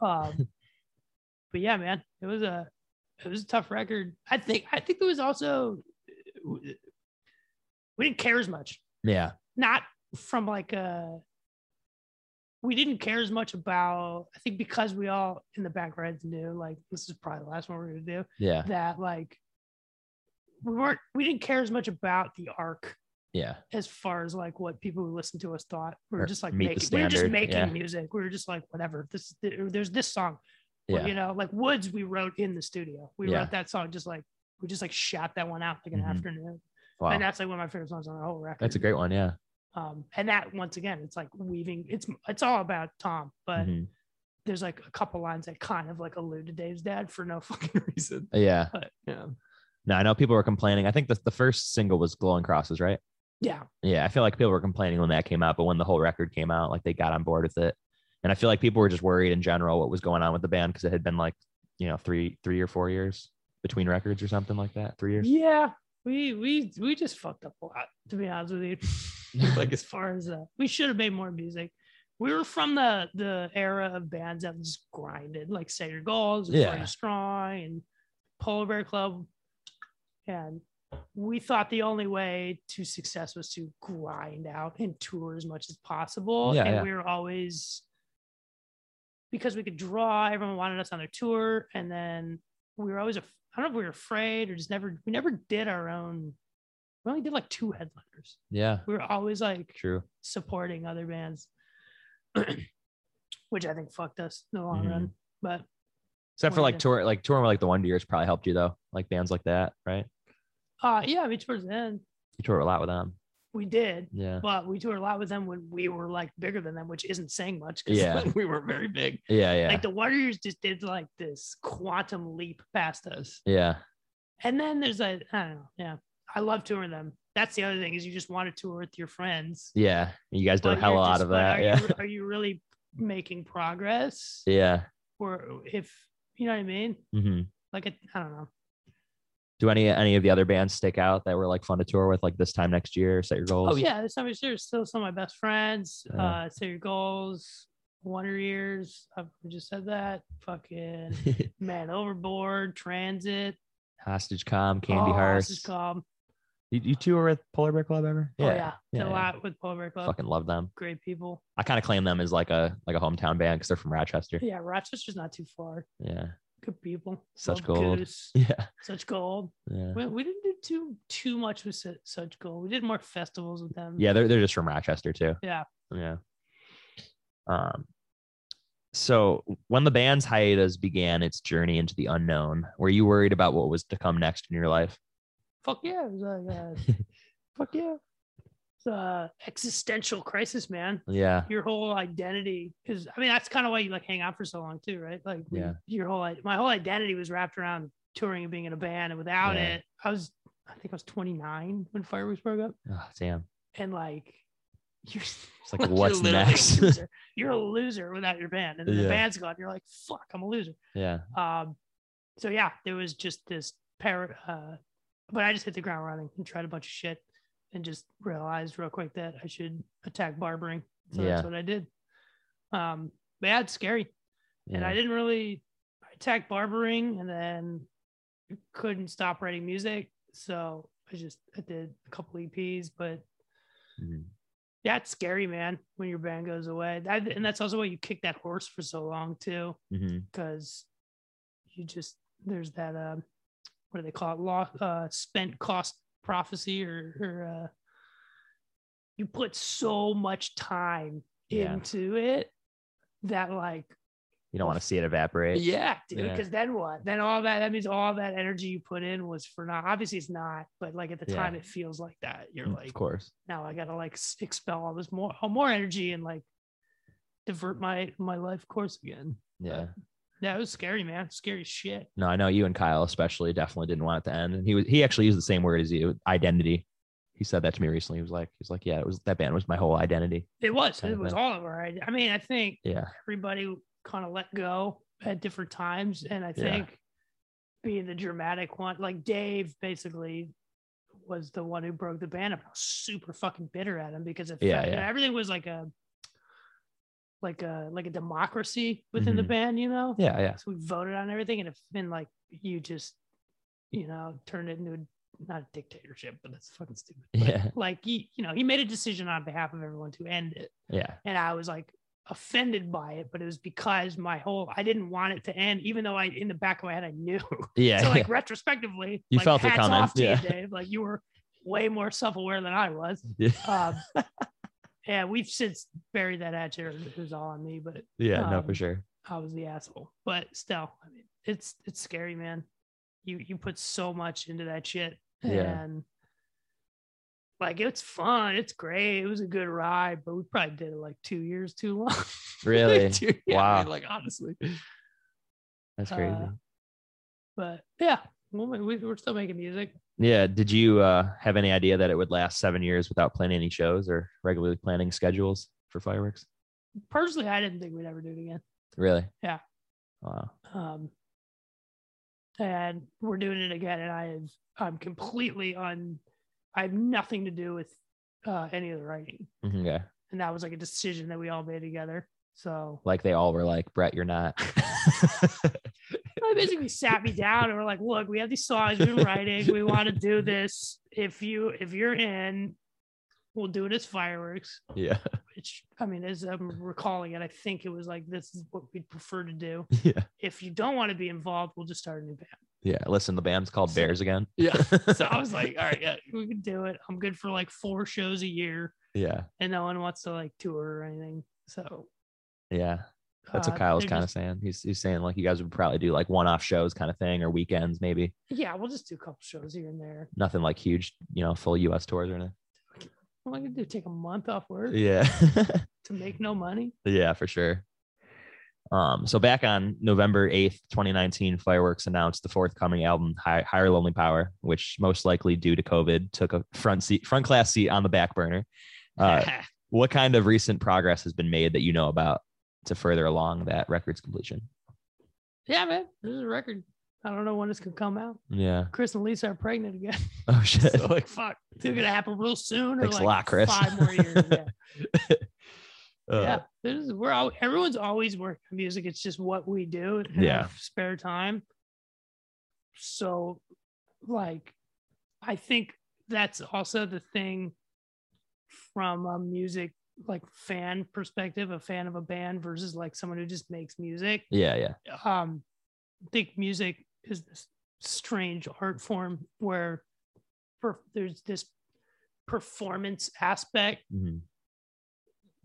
Speaker 3: Um, but yeah, man, it was a it was a tough record. I think I think it was also we didn't care as much.
Speaker 1: yeah.
Speaker 3: Not from like a we didn't care as much about I think because we all in the back of our heads knew like this is probably the last one we're gonna do
Speaker 1: Yeah.
Speaker 3: that like we weren't we didn't care as much about the arc
Speaker 1: Yeah.
Speaker 3: as far as like what people who listened to us thought. We
Speaker 1: Or
Speaker 3: were just like
Speaker 1: meet the
Speaker 3: making, we were just
Speaker 1: standard,
Speaker 3: making
Speaker 1: yeah.
Speaker 3: music. We were just like whatever. This there's this song,
Speaker 1: Yeah.
Speaker 3: you know, like Woods. We wrote in the studio. We
Speaker 1: Yeah.
Speaker 3: wrote that song just like we just like shot that one out like an
Speaker 1: Mhm.
Speaker 3: afternoon,
Speaker 1: Wow.
Speaker 3: and that's like one of my favorite songs on the whole record.
Speaker 1: That's a great one. Yeah.
Speaker 3: Um, and that once again, it's like weaving. It's it's all about Tom, but
Speaker 1: Mhm.
Speaker 3: there's like a couple lines that kind of like allude to Dave's dad for no fucking reason.
Speaker 1: Yeah.
Speaker 3: But yeah,
Speaker 1: No, I know people were complaining. I think the, the first single was Glowing Crosses, right?
Speaker 3: yeah,
Speaker 1: Yeah. I feel like people were complaining when that came out, but when the whole record came out, like they got on board with it. And I feel like people were just worried in general what was going on with the band because it had been like, you know, three, three or four years between records or something like that. Three years.
Speaker 3: yeah. We we we just fucked up a lot to be honest with you. like as far as uh, we should have made more music. We were from the the era of bands that just grinded, like Set Your Goals, and
Speaker 1: Yeah.
Speaker 3: yeah. Strong, and Polar Bear Club, and we thought the only way to success was to grind out and tour as much as possible.
Speaker 1: Yeah,
Speaker 3: and
Speaker 1: yeah.
Speaker 3: we were always because we could draw. Everyone wanted us on their tour, and then we were always. Af- I don't know if we were afraid or just never. We never did our own. We only did like two headliners.
Speaker 1: Yeah.
Speaker 3: We were always like
Speaker 1: True.
Speaker 3: supporting other bands, which I think fucked us in the long
Speaker 1: Mhm.
Speaker 3: run. But
Speaker 1: Except for
Speaker 3: Well,
Speaker 1: like
Speaker 3: yeah.
Speaker 1: tour, like touring with like the Wonder Years probably helped you though. Like bands like that, right?
Speaker 3: uh, yeah, I mean, towards the end,
Speaker 1: You toured a lot with them.
Speaker 3: we did,
Speaker 1: Yeah.
Speaker 3: but we toured a lot with them when we were like bigger than them, which isn't saying much
Speaker 1: Yeah.
Speaker 3: we were very big.
Speaker 1: Yeah. Yeah.
Speaker 3: Like the Warriors just did like this quantum leap past us.
Speaker 1: yeah.
Speaker 3: And then there's a, I don't know. Yeah. I love touring them. That's the other thing is you just want to tour with your friends.
Speaker 1: Yeah. You guys do a
Speaker 3: but
Speaker 1: hell
Speaker 3: you're
Speaker 1: out
Speaker 3: just
Speaker 1: of
Speaker 3: like,
Speaker 1: that.
Speaker 3: Are,
Speaker 1: Yeah.
Speaker 3: you, are you really making progress?
Speaker 1: Yeah.
Speaker 3: Or if, you know what I mean?
Speaker 1: hmm
Speaker 3: Like, it, I don't know.
Speaker 1: Do any any of the other bands stick out that were like fun to tour with, like this time next year? Set your goals.
Speaker 3: Oh yeah, there's some there's still some of my best friends.
Speaker 1: Yeah.
Speaker 3: Uh, set your goals. Wonder Years. I've just said that. Fucking Man Overboard, Transit,
Speaker 1: Hostage Calm, Candy
Speaker 3: oh,
Speaker 1: Hearts.
Speaker 3: This is called.
Speaker 1: You, you two were at Polar Bear Club ever?
Speaker 3: Yeah, oh, yeah.
Speaker 1: yeah,
Speaker 3: a
Speaker 1: yeah.
Speaker 3: lot with Polar Bear Club.
Speaker 1: Fucking love them.
Speaker 3: Great people.
Speaker 1: I kind of claim them as like a like a hometown band because they're from Rochester.
Speaker 3: Yeah, Rochester's not too far.
Speaker 1: Yeah.
Speaker 3: Good people.
Speaker 1: Such
Speaker 3: Love
Speaker 1: gold.
Speaker 3: Goose.
Speaker 1: Yeah.
Speaker 3: Such gold.
Speaker 1: Yeah.
Speaker 3: We, we didn't do too too much with Su- such gold. We did more festivals with them.
Speaker 1: Yeah, they're they're just from Rochester too.
Speaker 3: Yeah.
Speaker 1: Yeah. Um so when the band's hiatus began its journey into the unknown, were you worried about what was to come next in your life?
Speaker 3: Fuck yeah. It was like a,
Speaker 1: Fuck yeah.
Speaker 3: it's a existential crisis, man.
Speaker 1: Yeah.
Speaker 3: Your whole identity, because I mean that's kind of why you like hang out for so long too, right? Like we-
Speaker 1: Yeah.
Speaker 3: your whole i- my whole identity was wrapped around touring and being in a band, and without
Speaker 1: Yeah.
Speaker 3: it, I was I think I was 29 when Fireworks broke up,
Speaker 1: Oh, damn.
Speaker 3: and like you're
Speaker 1: It's like what's
Speaker 3: you're literally a
Speaker 1: next?
Speaker 3: loser. You're a loser without your band, and then
Speaker 1: Yeah.
Speaker 3: the band's gone. You're like fuck, I'm a loser.
Speaker 1: yeah.
Speaker 3: Um, so yeah, there was just this pair, uh, but I just hit the ground running and tried a bunch of shit and just realized real quick that I should attack barbering. So
Speaker 1: Yeah.
Speaker 3: that's what I did. Um, but yeah, it's scary.
Speaker 1: Yeah.
Speaker 3: And I didn't really I attacked barbering and then couldn't stop writing music. So I just, I did a couple EPs, but
Speaker 1: Mhm.
Speaker 3: yeah, it's scary, man, when your band goes away. That, and that's also why you kicked that horse for so long too
Speaker 1: Mhm.
Speaker 3: because you just there's that um what do they call it law uh spent cost prophecy or or uh you put so much time
Speaker 1: Yeah.
Speaker 3: into it that like
Speaker 1: You don't want to see it evaporate.
Speaker 3: yeah dude
Speaker 1: Yeah.
Speaker 3: because then what then all that that means all that energy you put in was for not obviously it's not but like at the
Speaker 1: Yeah.
Speaker 3: time it feels like that you're
Speaker 1: Mm,
Speaker 3: like
Speaker 1: of course.
Speaker 3: now i gotta like s- expel all this more all more energy and like divert my my life course again
Speaker 1: Yeah.
Speaker 3: that was scary man scary shit
Speaker 1: No, I know you and Kyle especially definitely didn't want it to end. And he was he actually used the same word as you, identity. He said that to me recently. He was like, he's like, yeah, it was that band was my whole identity.
Speaker 3: It was.
Speaker 1: kind
Speaker 3: It
Speaker 1: of
Speaker 3: was
Speaker 1: thing.
Speaker 3: all of our. ide- I mean, I think
Speaker 1: Yeah.
Speaker 3: everybody kind of let go at different times, and I
Speaker 1: Yeah.
Speaker 3: think being the dramatic one, like Dave, basically was the one who broke the band up. I was super fucking bitter at him because it
Speaker 1: Yeah,
Speaker 3: felt-
Speaker 1: yeah.
Speaker 3: everything was like a like a like a democracy within the
Speaker 1: Mhm.
Speaker 3: band, you know.
Speaker 1: Yeah. Yeah.
Speaker 3: So we voted on everything, and it's been like you just you know turned it into a, not a dictatorship, but that's fucking stupid. But,
Speaker 1: Yeah.
Speaker 3: Like he, you know, he made a decision on behalf of everyone to end it
Speaker 1: Yeah.
Speaker 3: and I was like offended by it, but it was because my whole I didn't want it to end, even though I in the back of my head I knew.
Speaker 1: Yeah.
Speaker 3: so like retrospectively,
Speaker 1: You
Speaker 3: like,
Speaker 1: felt it
Speaker 3: hats
Speaker 1: coming,
Speaker 3: off to
Speaker 1: yeah.
Speaker 3: you, Dave. Like you were way more self-aware than I was.
Speaker 1: yeah.
Speaker 3: Um, and we've since buried that hatchet. It was all on me, but
Speaker 1: yeah. no, for
Speaker 3: um,
Speaker 1: sure.
Speaker 3: I was the asshole. But still, I mean, it's it's scary, man. You you put so much into that shit,
Speaker 1: Yeah.
Speaker 3: and like it's fun, it's great, it was a good ride, but we probably did it like two years too long.
Speaker 1: Really?
Speaker 3: Two- yeah, I mean,
Speaker 1: Wow.
Speaker 3: like honestly,
Speaker 1: That's crazy.
Speaker 3: uh, but yeah, we'll ma- we, we're still making music.
Speaker 1: yeah. Did you uh, have any idea that it would last seven years without planning any shows or regularly planning schedules for fireworks?
Speaker 3: Personally, I didn't think we'd ever do it again.
Speaker 1: Really?
Speaker 3: Yeah.
Speaker 1: Wow.
Speaker 3: Um, and we're doing it again, and I have I'm completely on. I have nothing to do with uh, any of the writing.
Speaker 1: Mhm, Yeah.
Speaker 3: and that was like a decision that we all made together. So
Speaker 1: Like they all were like, Brett, you're not.
Speaker 3: I basically sat me down and we're like, look, we have these songs we've been writing. We want to do this. If you if you're in, we'll do it as fireworks.
Speaker 1: yeah.
Speaker 3: Which I mean, as I'm recalling it, I think it was like this is what we'd prefer to do.
Speaker 1: Yeah.
Speaker 3: If you don't want to be involved, we'll just start a new band.
Speaker 1: Yeah. Listen, the band's called
Speaker 3: So-
Speaker 1: Bears again.
Speaker 5: Yeah.
Speaker 3: So I was like, all right, yeah, we can do it. I'm good for like four shows a year,
Speaker 1: yeah.
Speaker 3: and no one wants to like tour or anything. So
Speaker 1: Yeah. That's
Speaker 3: uh,
Speaker 1: what Kyle's
Speaker 3: they're
Speaker 1: kind of
Speaker 3: just-
Speaker 1: saying. He's, he's saying like you guys would probably do like one off shows kind of thing or weekends, maybe
Speaker 3: Yeah, we'll just do a couple shows here and there.
Speaker 1: nothing like huge, you know, full US tours or anything.
Speaker 3: What am I gonna do? Take a month off work?
Speaker 1: Yeah.
Speaker 3: to make no money.
Speaker 1: yeah, for sure. Um, so back on November 8th, 2019, Fireworks announced the forthcoming album, Hi- Higher Lonely Power, which most likely due to COVID took a front seat, front class seat on the back burner. Uh, what kind of recent progress has been made that you know about to further along that record's completion?
Speaker 3: Yeah, man, this is a record. I don't know when it's gonna come out.
Speaker 1: Yeah.
Speaker 3: Chris and Lisa are pregnant again.
Speaker 1: Oh shit.
Speaker 3: so like, fuck, it's gonna happen real soon. Or
Speaker 1: Thanks a
Speaker 3: like
Speaker 1: lot, Chris.
Speaker 3: Five more years. Yeah.
Speaker 1: Uh,
Speaker 3: yeah, this is, we're all, everyone's always working on music. It's just what we do. in our
Speaker 1: Yeah.
Speaker 3: spare time. So, like, I think that's also the thing from a music like fan perspective, a fan of a band versus like someone who just makes music.
Speaker 1: Yeah. Yeah.
Speaker 3: Um, I think music is this strange art form where per- there's this performance aspect
Speaker 1: Mhm.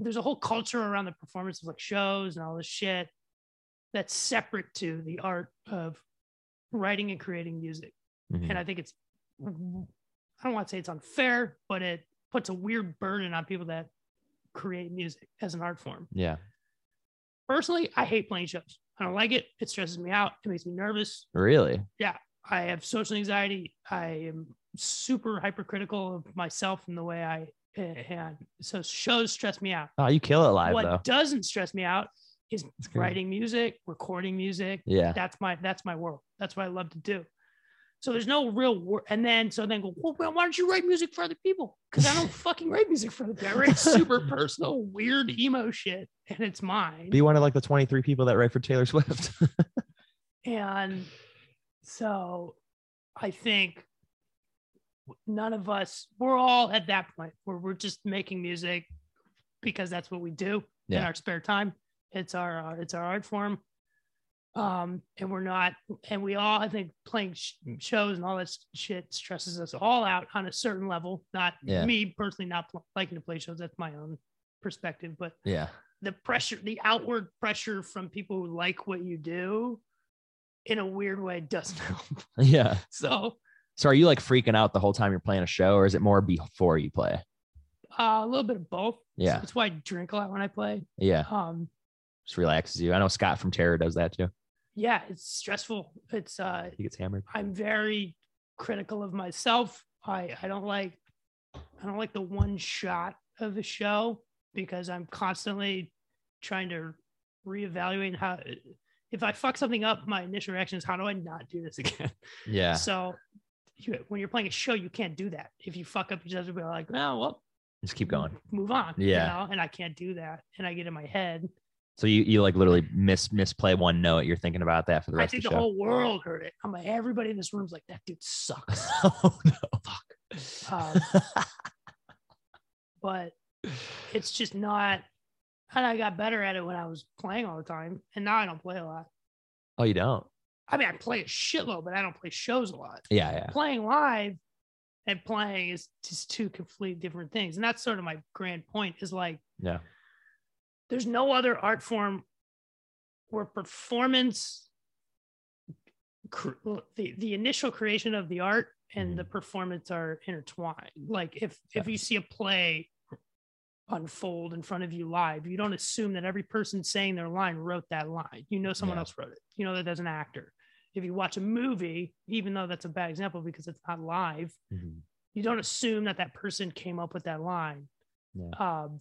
Speaker 3: there's a whole culture around the performance of like shows and all this shit that's separate to the art of writing and creating music.
Speaker 1: Mhm.
Speaker 3: And I think it's, I don't want to say it's unfair, but it puts a weird burden on people that create music as an art form.
Speaker 1: Yeah.
Speaker 3: Personally, I hate playing shows. I don't like it. It stresses me out. It makes me nervous.
Speaker 1: Really?
Speaker 3: I have social anxiety. I am super hypercritical of myself and the way I, and so shows stress me out
Speaker 1: Oh, you kill it live
Speaker 3: what
Speaker 1: though.
Speaker 3: doesn't stress me out is
Speaker 1: good.
Speaker 3: writing music, recording music.
Speaker 1: Yeah.
Speaker 3: That's my that's my world. That's what I love to do. So there's no real work. And then so then go, well, well, why don't you write music for other people? Because I don't fucking write music for other people. I write super personal, weird emo shit, and it's mine.
Speaker 1: Be one of like the 23 people that write for Taylor Swift.
Speaker 3: And so I think none of us, we're all at that point where we're just making music because that's what we do in
Speaker 1: Yeah.
Speaker 3: our spare time. It's our, uh, it's our art form. Um, and we're not, and we all, I think playing sh- shows and all that s- shit stresses us all out on a certain level. Not
Speaker 1: Yeah.
Speaker 3: me personally, not pl- liking to play shows. That's my own perspective, but
Speaker 1: yeah.
Speaker 3: the pressure, the outward pressure from people who like what you do in a weird way doesn't help.
Speaker 1: Yeah.
Speaker 3: So
Speaker 1: So are you like freaking out the whole time you're playing a show or is it more before you play?
Speaker 3: uh, a little bit of both.
Speaker 1: Yeah.
Speaker 3: That's why I drink a lot when I play.
Speaker 1: Yeah.
Speaker 3: Um,
Speaker 1: Just relaxes you. I know Scott from Terror does that too.
Speaker 3: yeah, it's stressful. It's, uh,
Speaker 1: He gets hammered.
Speaker 3: I'm very critical of myself. I, I don't like, I don't like the one shot of a show because I'm constantly trying to reevaluate how, if I fuck something up, my initial reaction is how do I not do this again?
Speaker 1: Yeah.
Speaker 3: So you, when you're playing a show, you can't do that. If you fuck up, you just have to be like, oh, well,
Speaker 1: Just keep going.
Speaker 3: move on.
Speaker 1: Yeah.
Speaker 3: You know? And I can't do that. And I get in my head.
Speaker 1: So you, you like literally miss misplay one note. You're thinking about that for the
Speaker 3: I
Speaker 1: rest of
Speaker 3: think
Speaker 1: the,
Speaker 3: the
Speaker 1: show.
Speaker 3: whole world heard it. I'm like, everybody in this room's like, that dude sucks.
Speaker 1: oh no.
Speaker 3: Um, but it's just not. And I got better at it when I was playing all the time. And now I don't play a lot.
Speaker 1: oh, you don't?
Speaker 3: I mean, I play a shitload, but I don't play shows a lot.
Speaker 1: Yeah. Yeah.
Speaker 3: playing live and playing is just two completely different things. And that's sort of my grand point is like,
Speaker 1: Yeah.
Speaker 3: there's no other art form where performance, cr- the, the initial creation of the art and the performance are intertwined. Like if, if you see a play unfold in front of you live, you don't assume that every person saying their line wrote that line. You know, someone
Speaker 1: Yeah.
Speaker 3: else wrote it. You know, that there's an actor if you watch a movie, even though that's a bad example because it's not live,
Speaker 1: Mhm.
Speaker 3: you don't assume that that person came up with that line.
Speaker 1: Yeah.
Speaker 3: Um,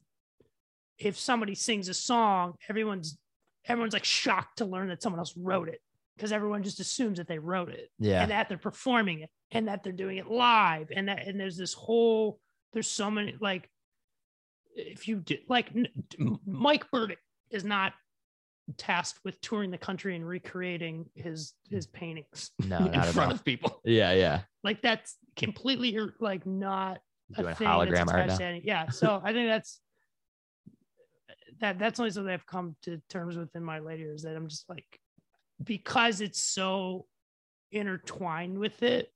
Speaker 3: if somebody sings a song, everyone's everyone's like shocked to learn that someone else wrote it because everyone just assumes that they wrote it
Speaker 1: Yeah.
Speaker 3: and that they're performing it and that they're doing it live and that and there's this whole there's so many like if you did like n- m- Mike Burdick is not tasked with touring the country and recreating his his paintings
Speaker 1: no,
Speaker 3: in
Speaker 1: not at
Speaker 3: front
Speaker 1: all.
Speaker 3: of people
Speaker 1: Yeah. Yeah.
Speaker 3: like that's completely ir- like not a
Speaker 1: Doing
Speaker 3: thing that's
Speaker 1: hologram art
Speaker 3: attached
Speaker 1: now.
Speaker 3: to any- yeah so I think that's that that's only something I've come to terms with in my later years that I'm just like because it's so intertwined with it,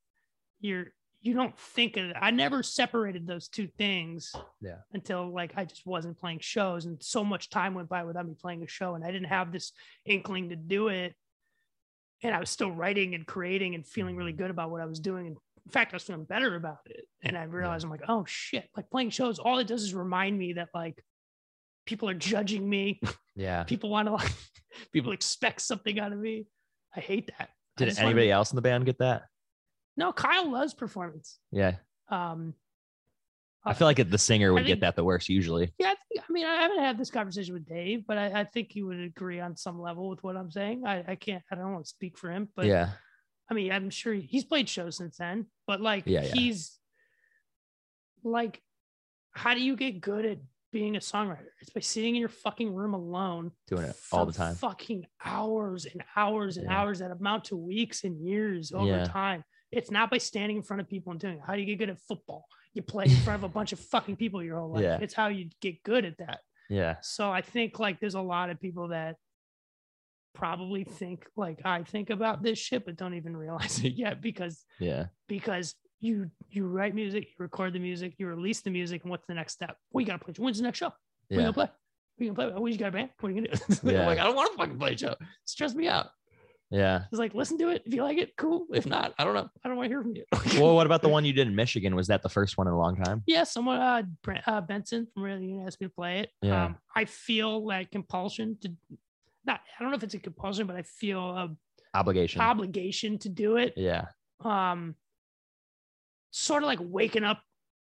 Speaker 3: you're you don't think of it. I never separated those two things.
Speaker 1: Yeah.
Speaker 3: Until like I just wasn't playing shows and so much time went by without me playing a show and I didn't have this inkling to do it. And I was still writing and creating and feeling
Speaker 1: Mm-hmm.
Speaker 3: really good about what I was doing. And in fact, I was feeling better about it. And I realized I'm like, oh shit, like playing shows, all it does is remind me that like people are judging me.
Speaker 1: Yeah.
Speaker 3: people want to like people expect something out of me. I hate that. I
Speaker 1: Did
Speaker 3: just wanna-
Speaker 1: anybody else in the band get that?
Speaker 3: No, Kyle loves performance.
Speaker 1: Yeah.
Speaker 3: Um,
Speaker 1: I feel like the singer would
Speaker 3: think-
Speaker 1: get that the worst usually.
Speaker 3: yeah, I, think, I mean, I haven't had this conversation with Dave, but I, I think he would agree on some level with what I'm saying. I, I can't, I don't want to speak for him, but
Speaker 1: yeah.
Speaker 3: I mean, I'm sure he's played shows since then, but like,
Speaker 1: Yeah, yeah.
Speaker 3: he's like, how do you get good at being a songwriter. It's by sitting in your fucking room alone
Speaker 1: doing it all
Speaker 3: for
Speaker 1: the time.
Speaker 3: Fucking hours and hours and
Speaker 1: Yeah.
Speaker 3: hours that amount to weeks and years over
Speaker 1: Yeah.
Speaker 3: time. It's not by standing in front of people and doing it. How do you get good at football? You play in front of a bunch of fucking people your whole life.
Speaker 1: Yeah.
Speaker 3: It's how you get good at that.
Speaker 1: Yeah.
Speaker 3: So I think like there's a lot of people that probably think like I think about this shit, but don't even realize it yet because
Speaker 1: Yeah.
Speaker 3: because you you write music, you record the music, you release the music, and what's the next step? We gotta play. When's the next show? We
Speaker 1: Yeah.
Speaker 3: gonna play. We gonna play. Oh, we just got a band. What are you gonna do?
Speaker 1: Yeah.
Speaker 3: I'm like, I don't want to fucking play a show. Stress me out.
Speaker 1: Yeah.
Speaker 3: It's like, listen to it. If you like it, cool. If not, I don't know. I don't want to hear from you.
Speaker 1: Well, what about the one you did in Michigan? Was that the first one in a long time?
Speaker 3: yeah, someone uh, Brent, uh Benson from Really Union asked me to play it.
Speaker 1: Yeah.
Speaker 3: Um, I feel like compulsion to not. I don't know if it's a compulsion, but I feel a
Speaker 1: Obligation.
Speaker 3: obligation to do it.
Speaker 1: yeah.
Speaker 3: Um, sort of like waking up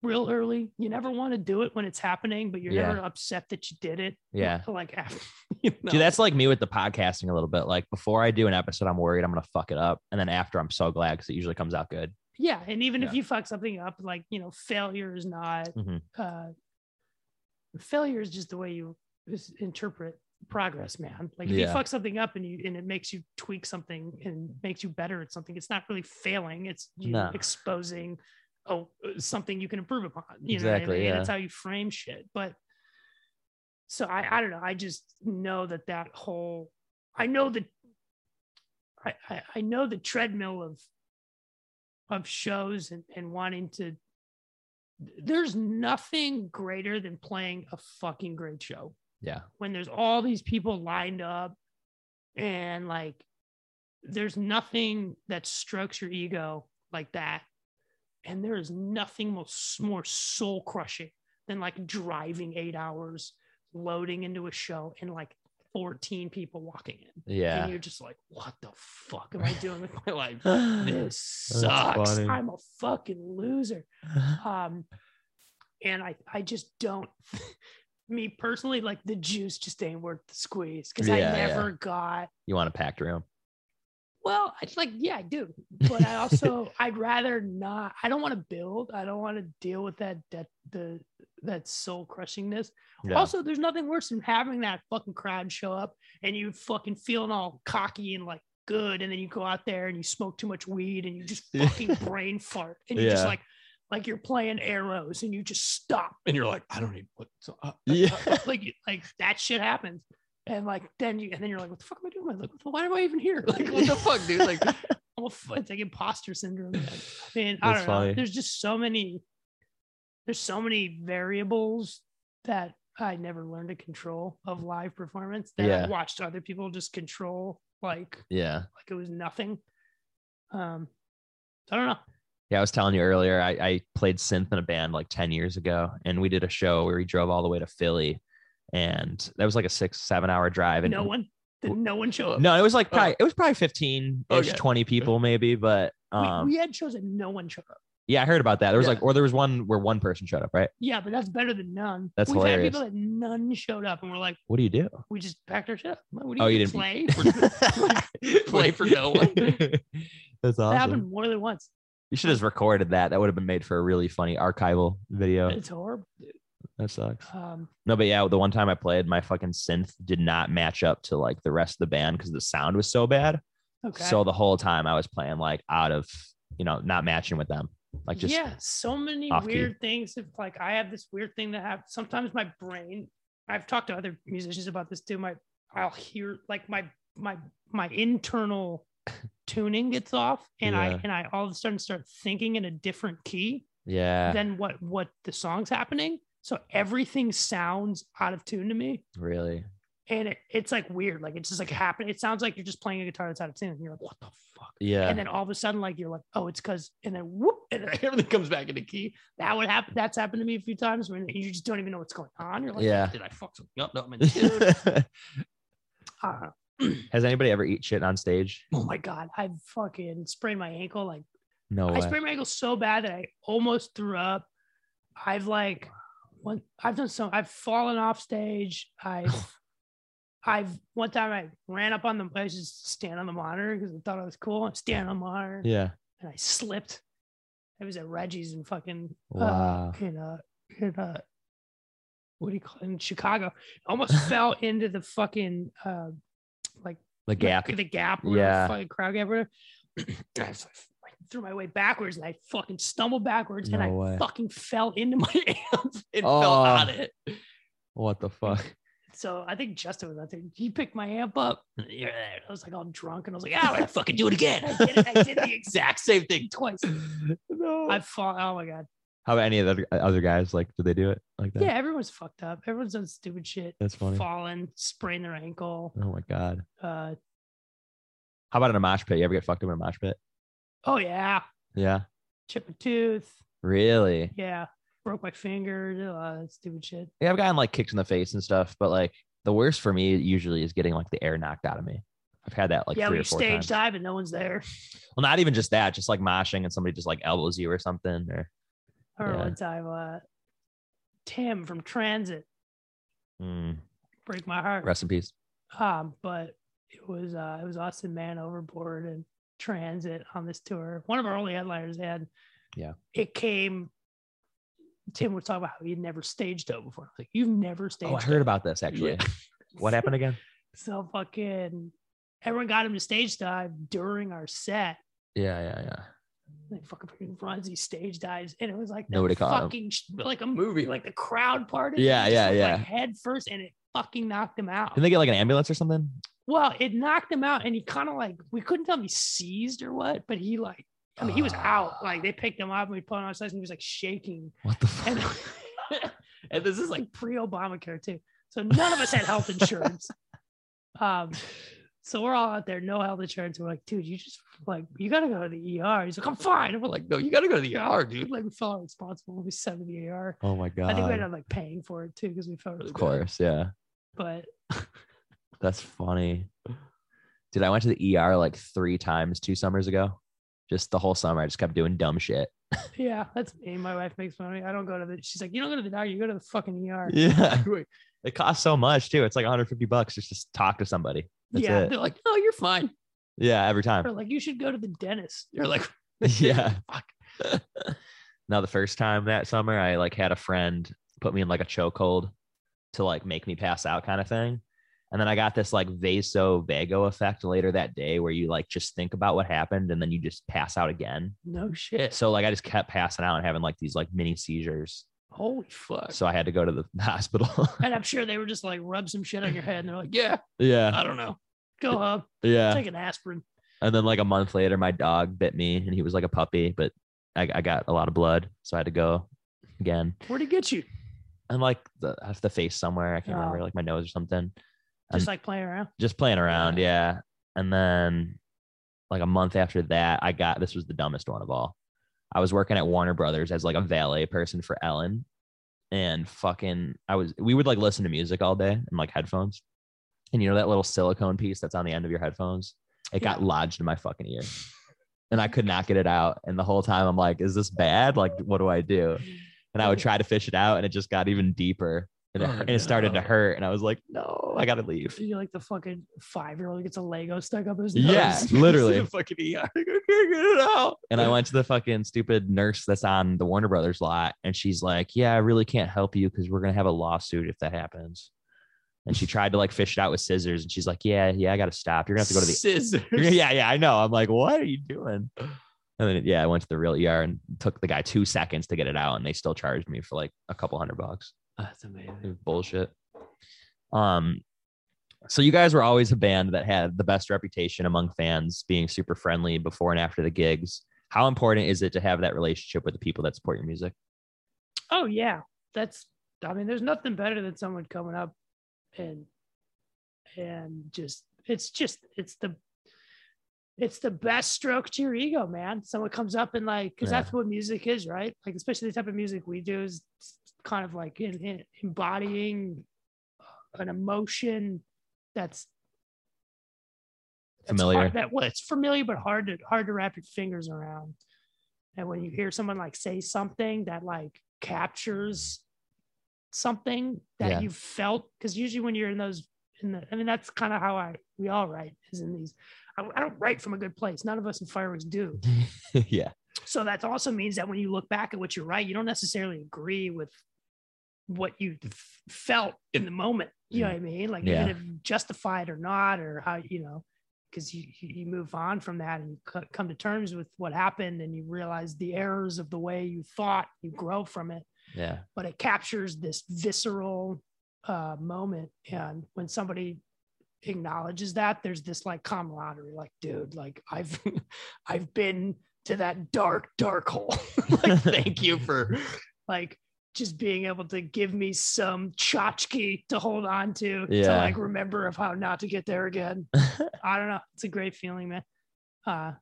Speaker 3: real early. You never want to do it when it's happening, but you're
Speaker 1: Yeah.
Speaker 3: never upset that you did it.
Speaker 1: Yeah.
Speaker 3: Like after. You know?
Speaker 1: Dude, that's like me with the podcasting a little bit. Like before I do an episode, I'm worried I'm gonna fuck it up, and then after, I'm so glad because it usually comes out good.
Speaker 3: yeah and even if
Speaker 1: Yeah.
Speaker 3: you fuck something up like you know failure is not
Speaker 1: Mhm.
Speaker 3: uh failure is just the way you is- interpret progress man like if
Speaker 1: Yeah.
Speaker 3: you fuck something up and you and it makes you tweak something and makes you better at something it's not really failing it's you
Speaker 1: No.
Speaker 3: exposing oh something you can improve upon you know what I
Speaker 1: Exactly,
Speaker 3: mean?
Speaker 1: yeah.
Speaker 3: that's how you frame shit but so i i don't know i just know that that whole i know that I, I, I know the treadmill of of shows and, and wanting to there's nothing greater than playing a fucking great show
Speaker 1: Yeah.
Speaker 3: when there's all these people lined up and like there's nothing that strokes your ego like that and there is nothing more, more soul crushing than like driving eight hours loading into a show and like 14 people walking in and
Speaker 1: Yeah.
Speaker 3: you're just like, what the fuck am I doing with my life?
Speaker 1: That's
Speaker 3: This sucks.
Speaker 1: funny.
Speaker 3: I'm a fucking loser. Um, and I, I just don't. me personally, like the juice just ain't worth the squeeze because
Speaker 1: Yeah,
Speaker 3: I
Speaker 1: yeah.
Speaker 3: never got.
Speaker 1: You want a packed room?
Speaker 3: Well, it's like, yeah, I do, but I also I'd rather not. I don't want to build. I don't want to deal with that that the that soul crushingness.
Speaker 1: Yeah.
Speaker 3: Also, there's nothing worse than having that fucking crowd show up and you fucking feeling all cocky and like good, and then you go out there and you smoke too much weed and you just
Speaker 1: Yeah.
Speaker 3: fucking brain fart and you're just
Speaker 1: Yeah.
Speaker 3: like, like you're playing arrows and you just stop
Speaker 5: And you're like, I don't need what. So, uh,
Speaker 1: yeah.
Speaker 3: like you- like that shit happens. And like then you and then you're like, what the fuck am I doing? Like, why am I even here? Like, what the fuck, dude? Like, I'm a, fu- it's like imposter syndrome. Like, I mean, I
Speaker 1: That's
Speaker 3: don't
Speaker 1: funny.
Speaker 3: know. There's just so many. There's so many variables that I never learned to control of live performance that
Speaker 1: Yeah.
Speaker 3: I watched other people just control like
Speaker 1: Yeah.
Speaker 3: like it was nothing. Um, I don't know.
Speaker 1: Yeah, I was telling you earlier, I, I played synth in a band like 10 years ago, and we did a show where we drove all the way to Philly, and that was like a six, seven hour drive. And
Speaker 3: no one Oh. did. No one show up.
Speaker 1: no, it was like probably, it was probably 15 ish,
Speaker 5: Okay.
Speaker 1: 20 people maybe, but um,
Speaker 3: we, we had shows and no one showed up.
Speaker 1: yeah, I heard about that. There was
Speaker 5: Yeah.
Speaker 1: like, or there was one where one person showed up, right?
Speaker 3: Yeah, but that's better than none.
Speaker 1: That's
Speaker 3: We've
Speaker 1: hilarious.
Speaker 3: had people that none showed up, and we're like,
Speaker 1: What do you do?
Speaker 3: we just packed our shit up. Like, What do
Speaker 1: Oh,
Speaker 3: you
Speaker 1: you
Speaker 3: mean play? For-
Speaker 5: play for no one.
Speaker 1: That's
Speaker 3: That
Speaker 1: awesome.
Speaker 3: happened more than once.
Speaker 1: You should have recorded that. That would have been made for a really funny archival video.
Speaker 3: It's horrible. dude.
Speaker 1: That sucks.
Speaker 3: Um,
Speaker 1: No, but yeah, the one time I played, my fucking synth did not match up to like the rest of the band because the sound was so bad.
Speaker 3: okay.
Speaker 1: So the whole time I was playing like out of, you know, not matching with them. Like just
Speaker 3: yeah, so many
Speaker 1: off key.
Speaker 3: weird things. If like I have this weird thing that happens, sometimes my brain. I've talked to other musicians about this too. My I'll hear like my my my internal tuning gets off, and I
Speaker 1: Yeah.
Speaker 3: and I all of a sudden start thinking in a different key
Speaker 1: yeah,
Speaker 3: than what what the song's happening. So everything sounds out of tune to me.
Speaker 1: really.
Speaker 3: and it, it's like weird like it's just like happening it sounds like you're just playing a guitar that's out of tune and you're like what the fuck
Speaker 1: Yeah.
Speaker 3: and then all of a sudden like you're like oh it's because and then whoop and then everything comes back into key that would happen that's happened to me a few times when you just don't even know what's going on you're like
Speaker 1: Yeah.
Speaker 5: Did I fuck something up? No, I'm in tune.
Speaker 1: Has
Speaker 3: I don't know.
Speaker 1: anybody ever eat shit on stage?
Speaker 3: "Uh, oh my god i fucking sprained my ankle like
Speaker 1: No
Speaker 3: i
Speaker 1: way.
Speaker 3: sprained my ankle so bad that i almost threw up i've like one i've done some i've fallen off stage i've I've one time I ran up on the I was just stand on the monitor because I thought I was cool. I'm standing on the monitor.
Speaker 1: yeah.
Speaker 3: and I slipped. I was at Reggie's and fucking uh,
Speaker 1: Wow.
Speaker 3: in uh in uh what do you call it, in Chicago. Almost fell into the fucking uh,
Speaker 1: The gap.
Speaker 3: the gap, whatever,
Speaker 1: Yeah.
Speaker 3: fucking crowd gap, whatever. I was like, I threw my way backwards and I fucking stumbled backwards and
Speaker 1: No
Speaker 3: I
Speaker 1: way.
Speaker 3: fucking fell into my amp.
Speaker 5: It fell
Speaker 1: Oh.
Speaker 5: on it.
Speaker 1: What the fuck?
Speaker 3: So I think Justin was out there. He picked my amp up. and I was like all drunk and I was like, oh, I fucking do it again. I did it. I did the exact same thing twice.
Speaker 1: no.
Speaker 3: I fall. Oh my God.
Speaker 1: How about any of the other- other guys? Like, did they do it like that?
Speaker 3: Yeah, everyone's fucked up. Everyone's done stupid shit.
Speaker 1: That's funny.
Speaker 3: Fallen, sprained their ankle.
Speaker 1: Oh my god.
Speaker 3: Uh,
Speaker 1: How about in a mosh pit? You ever get fucked up in a mosh pit?
Speaker 3: oh, yeah.
Speaker 1: Yeah.
Speaker 3: Chipped a tooth.
Speaker 1: Really?
Speaker 3: Yeah. Broke my finger. Did a lot of stupid shit.
Speaker 1: Yeah, I've gotten like kicked in the face and stuff, but like the worst for me usually is getting like the air knocked out of me. I've had that like
Speaker 3: yeah,
Speaker 1: three
Speaker 3: we
Speaker 1: or four
Speaker 3: stage
Speaker 1: times.
Speaker 3: dive and no one's there.
Speaker 1: Well, not even just that, just like moshing and somebody just like elbows you or something. Or
Speaker 3: I remember
Speaker 1: Yeah.
Speaker 3: one time, uh, Tim from Transit
Speaker 1: Mm,
Speaker 3: break my heart.
Speaker 1: rest in peace.
Speaker 3: Um, but it was uh, it was Austin Man overboard and Transit on this tour. One of our only headliners had.
Speaker 1: Yeah.
Speaker 3: It came. Tim was talking about how he'd never staged out before. I was like, you've never staged.
Speaker 1: Oh, I heard about this actually.
Speaker 5: Yeah.
Speaker 1: What happened again?
Speaker 3: So fucking everyone got him to stage dive during our set.
Speaker 1: Yeah, yeah, yeah.
Speaker 3: And He fucking runs, he stage dives, and it was like that
Speaker 1: Nobody caught him.
Speaker 3: fucking sh- like a movie, like the crowd part. of it,
Speaker 1: Yeah,
Speaker 3: he just
Speaker 1: yeah,
Speaker 3: went,
Speaker 1: yeah.
Speaker 3: Like head first, and it fucking knocked him out.
Speaker 1: Didn't they get like an ambulance or something?
Speaker 3: well, it knocked him out, and he kind of like we couldn't tell if he seized or what, but he like, I mean, he
Speaker 1: Ah.
Speaker 3: was out. Like they picked him up, and we put him on stage, and he was like shaking.
Speaker 1: What the fuck?
Speaker 3: And, and this is like pre-Obamacare too, so none of us had health insurance. Um, so we're all out there, no health insurance. We're like, dude, you just like you gotta go to the ER. He's like, I'm fine. And we're like, no, you gotta go to the ER, dude. Like we felt responsible when we sent him to the ER.
Speaker 1: oh my god.
Speaker 3: I think we ended up like paying for it too because we felt
Speaker 1: of
Speaker 3: really bad.
Speaker 1: course, yeah.
Speaker 3: But
Speaker 1: That's funny. Dude, I went to the ER like three times two summers ago. Just the whole summer, I just kept doing dumb shit.
Speaker 3: yeah, that's me. My wife makes fun of me. I don't go to the. She's like, you don't go to the doctor. You go to the fucking ER.
Speaker 1: Yeah. It costs so much too. It's like 150 bucks just to talk to somebody. That's
Speaker 3: yeah,
Speaker 1: it.
Speaker 3: they're like, no, you're fine.
Speaker 1: Yeah, every
Speaker 3: Or
Speaker 1: time.
Speaker 3: like, you should go to the dentist.
Speaker 5: You're like,
Speaker 1: yeah. now the first time that summer, I like had a friend put me in like a chokehold to like make me pass out kind of thing. And then I got this like vasovago effect later that day where you like just think about what happened and then you just pass out again.
Speaker 3: No shit.
Speaker 1: So like I just kept passing out and having like these like mini seizures.
Speaker 3: Holy fuck.
Speaker 1: So I had to go to the hospital.
Speaker 3: And I'm sure they were just like, rub some shit on your head, and they're like, yeah,
Speaker 1: yeah.
Speaker 5: I don't know.
Speaker 3: go home,
Speaker 1: Yeah.
Speaker 3: take an aspirin.
Speaker 1: And then like a month later, my dog bit me and he was like a puppy, but I, I got a lot of blood. So I had to go again.
Speaker 3: Where'd he get you?
Speaker 1: And like the, I have the face somewhere. I can't
Speaker 3: Oh.
Speaker 1: remember, like my nose or something.
Speaker 3: Just
Speaker 1: Um,
Speaker 3: like playing around.
Speaker 1: Just playing around. Yeah. And then like a month after that, I got this was the dumbest one of all. I was working at Warner Brothers as like a valet person for Ellen. And fucking, I was, we would like listen to music all day and like headphones. And you know that little silicone piece that's on the end of your headphones? It got lodged in my fucking ear. And I could not get it out. And the whole time I'm like, is this bad? Like, what do I do? And I would try to fish it out and it just got even deeper. And it,
Speaker 5: Oh,
Speaker 1: and it started to
Speaker 5: no.
Speaker 1: hurt. And I was like, no, I got to leave.
Speaker 3: You're like the fucking five year old who gets a Lego stuck up his nose.
Speaker 1: Yeah, literally.
Speaker 5: fucking ER. I can't get it out.
Speaker 1: And I went to the fucking stupid nurse that's on the Warner Brothers lot, and she's like, "Yeah, I really can't help you because we're gonna have a lawsuit if that happens." And she tried to like fish it out with scissors, and she's like, "Yeah, yeah, I gotta stop. You're gonna have to go to the
Speaker 5: scissors.
Speaker 1: You're gonna- yeah, yeah, I know." I'm like, "What are you doing?" And then yeah, I went to the real ER and took the guy two seconds to get it out, and they still charged me for like a couple hundred bucks.
Speaker 3: Oh,
Speaker 5: That's
Speaker 1: It
Speaker 5: amazing.
Speaker 1: was bullshit. Um, so you guys were always a band that had the best reputation among fans, being super friendly before and after the gigs. How important is it to have that relationship with the people that support your music?
Speaker 3: Oh, yeah. That's, I mean, there's nothing better than someone coming up and, and just, it's just, it's the, it's the best stroke to your ego, man. Someone comes up and like, because
Speaker 1: Yeah.
Speaker 3: that's what music is, right? Like, especially the type of music we do is kind of like in, in- embodying an emotion that's that's
Speaker 1: Familiar.
Speaker 3: hard- that well, it's familiar, but hard to hard to wrap your fingers around. And when you hear someone like say something that like captures something that
Speaker 1: Yeah.
Speaker 3: you've felt, because usually when you're in those, in the, I mean, that's kind of how I we all write is in these. I, I don't write from a good place. None of us in fireworks do.
Speaker 1: yeah.
Speaker 3: So that also means that when you look back at what you write, you don't necessarily agree with what you f- felt in the moment. You know what I mean? Like
Speaker 1: Yeah.
Speaker 3: if it justified or not, or how you know, because you you you move on from that and you c- come to terms with what happened and you realize the errors of the way you thought. You grow from it,
Speaker 1: Yeah.
Speaker 3: but it captures this visceral uh, moment. And when somebody acknowledges that, there's this like camaraderie, like dude, like I've I've been to that dark dark hole. like thank you for like just being able to give me some tchotchke to hold on to to
Speaker 1: Yeah.
Speaker 3: like remember of how not to get there again. I don't know. It's a great feeling, man. Uh,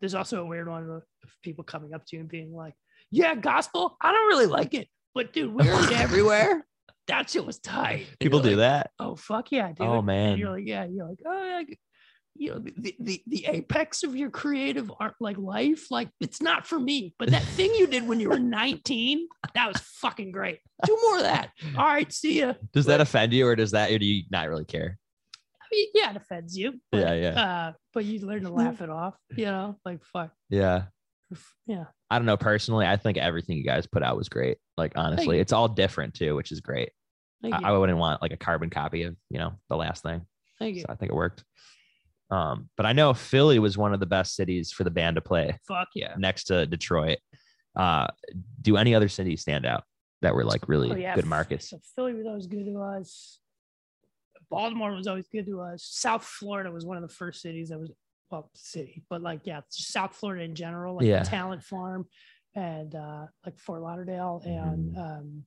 Speaker 3: there's also a weird one of people coming up to you and being like, "Yeah, gospel. I don't really like it, but dude, we heard it everywhere. That shit was tight." And
Speaker 1: People
Speaker 3: you're
Speaker 1: do
Speaker 3: like,
Speaker 1: that.
Speaker 3: Oh fuck yeah, dude.
Speaker 1: Oh,
Speaker 3: And you're
Speaker 1: man.
Speaker 3: like, yeah, you're like, oh, yeah, g- you know, the, the the apex of your creative art, like life, like it's not for me. But that thing you did when you were 19, that was fucking great. Do more of that. All right, see ya. I
Speaker 1: Does that offend you or does that, or do you not really care?
Speaker 3: mean, yeah, it offends you. But,
Speaker 1: Yeah. Yeah.
Speaker 3: Uh, but you learn to laugh it off. You know, like fuck.
Speaker 1: Yeah.
Speaker 3: Yeah.
Speaker 1: I don't know. Personally, I think everything you guys put out was great. Like, honestly,
Speaker 3: you.
Speaker 1: it's all different too, which is great.
Speaker 3: Thank you.
Speaker 1: I, I wouldn't want like a carbon copy of, you know, the last thing.
Speaker 3: Thank you.
Speaker 1: So I think it worked. Um, but I know Philly was one of the best cities for the band to play
Speaker 3: Fuck yeah.
Speaker 1: next to Detroit. Uh, do any other cities stand out that were like really
Speaker 3: Oh, yeah.
Speaker 1: good markets?
Speaker 3: So Philly was always good to us. Baltimore was always good to us. South Florida was one of the first cities that was well city, but like yeah, South Florida in general, like
Speaker 1: Yeah.
Speaker 3: the Talent Farm and uh like Fort Lauderdale and um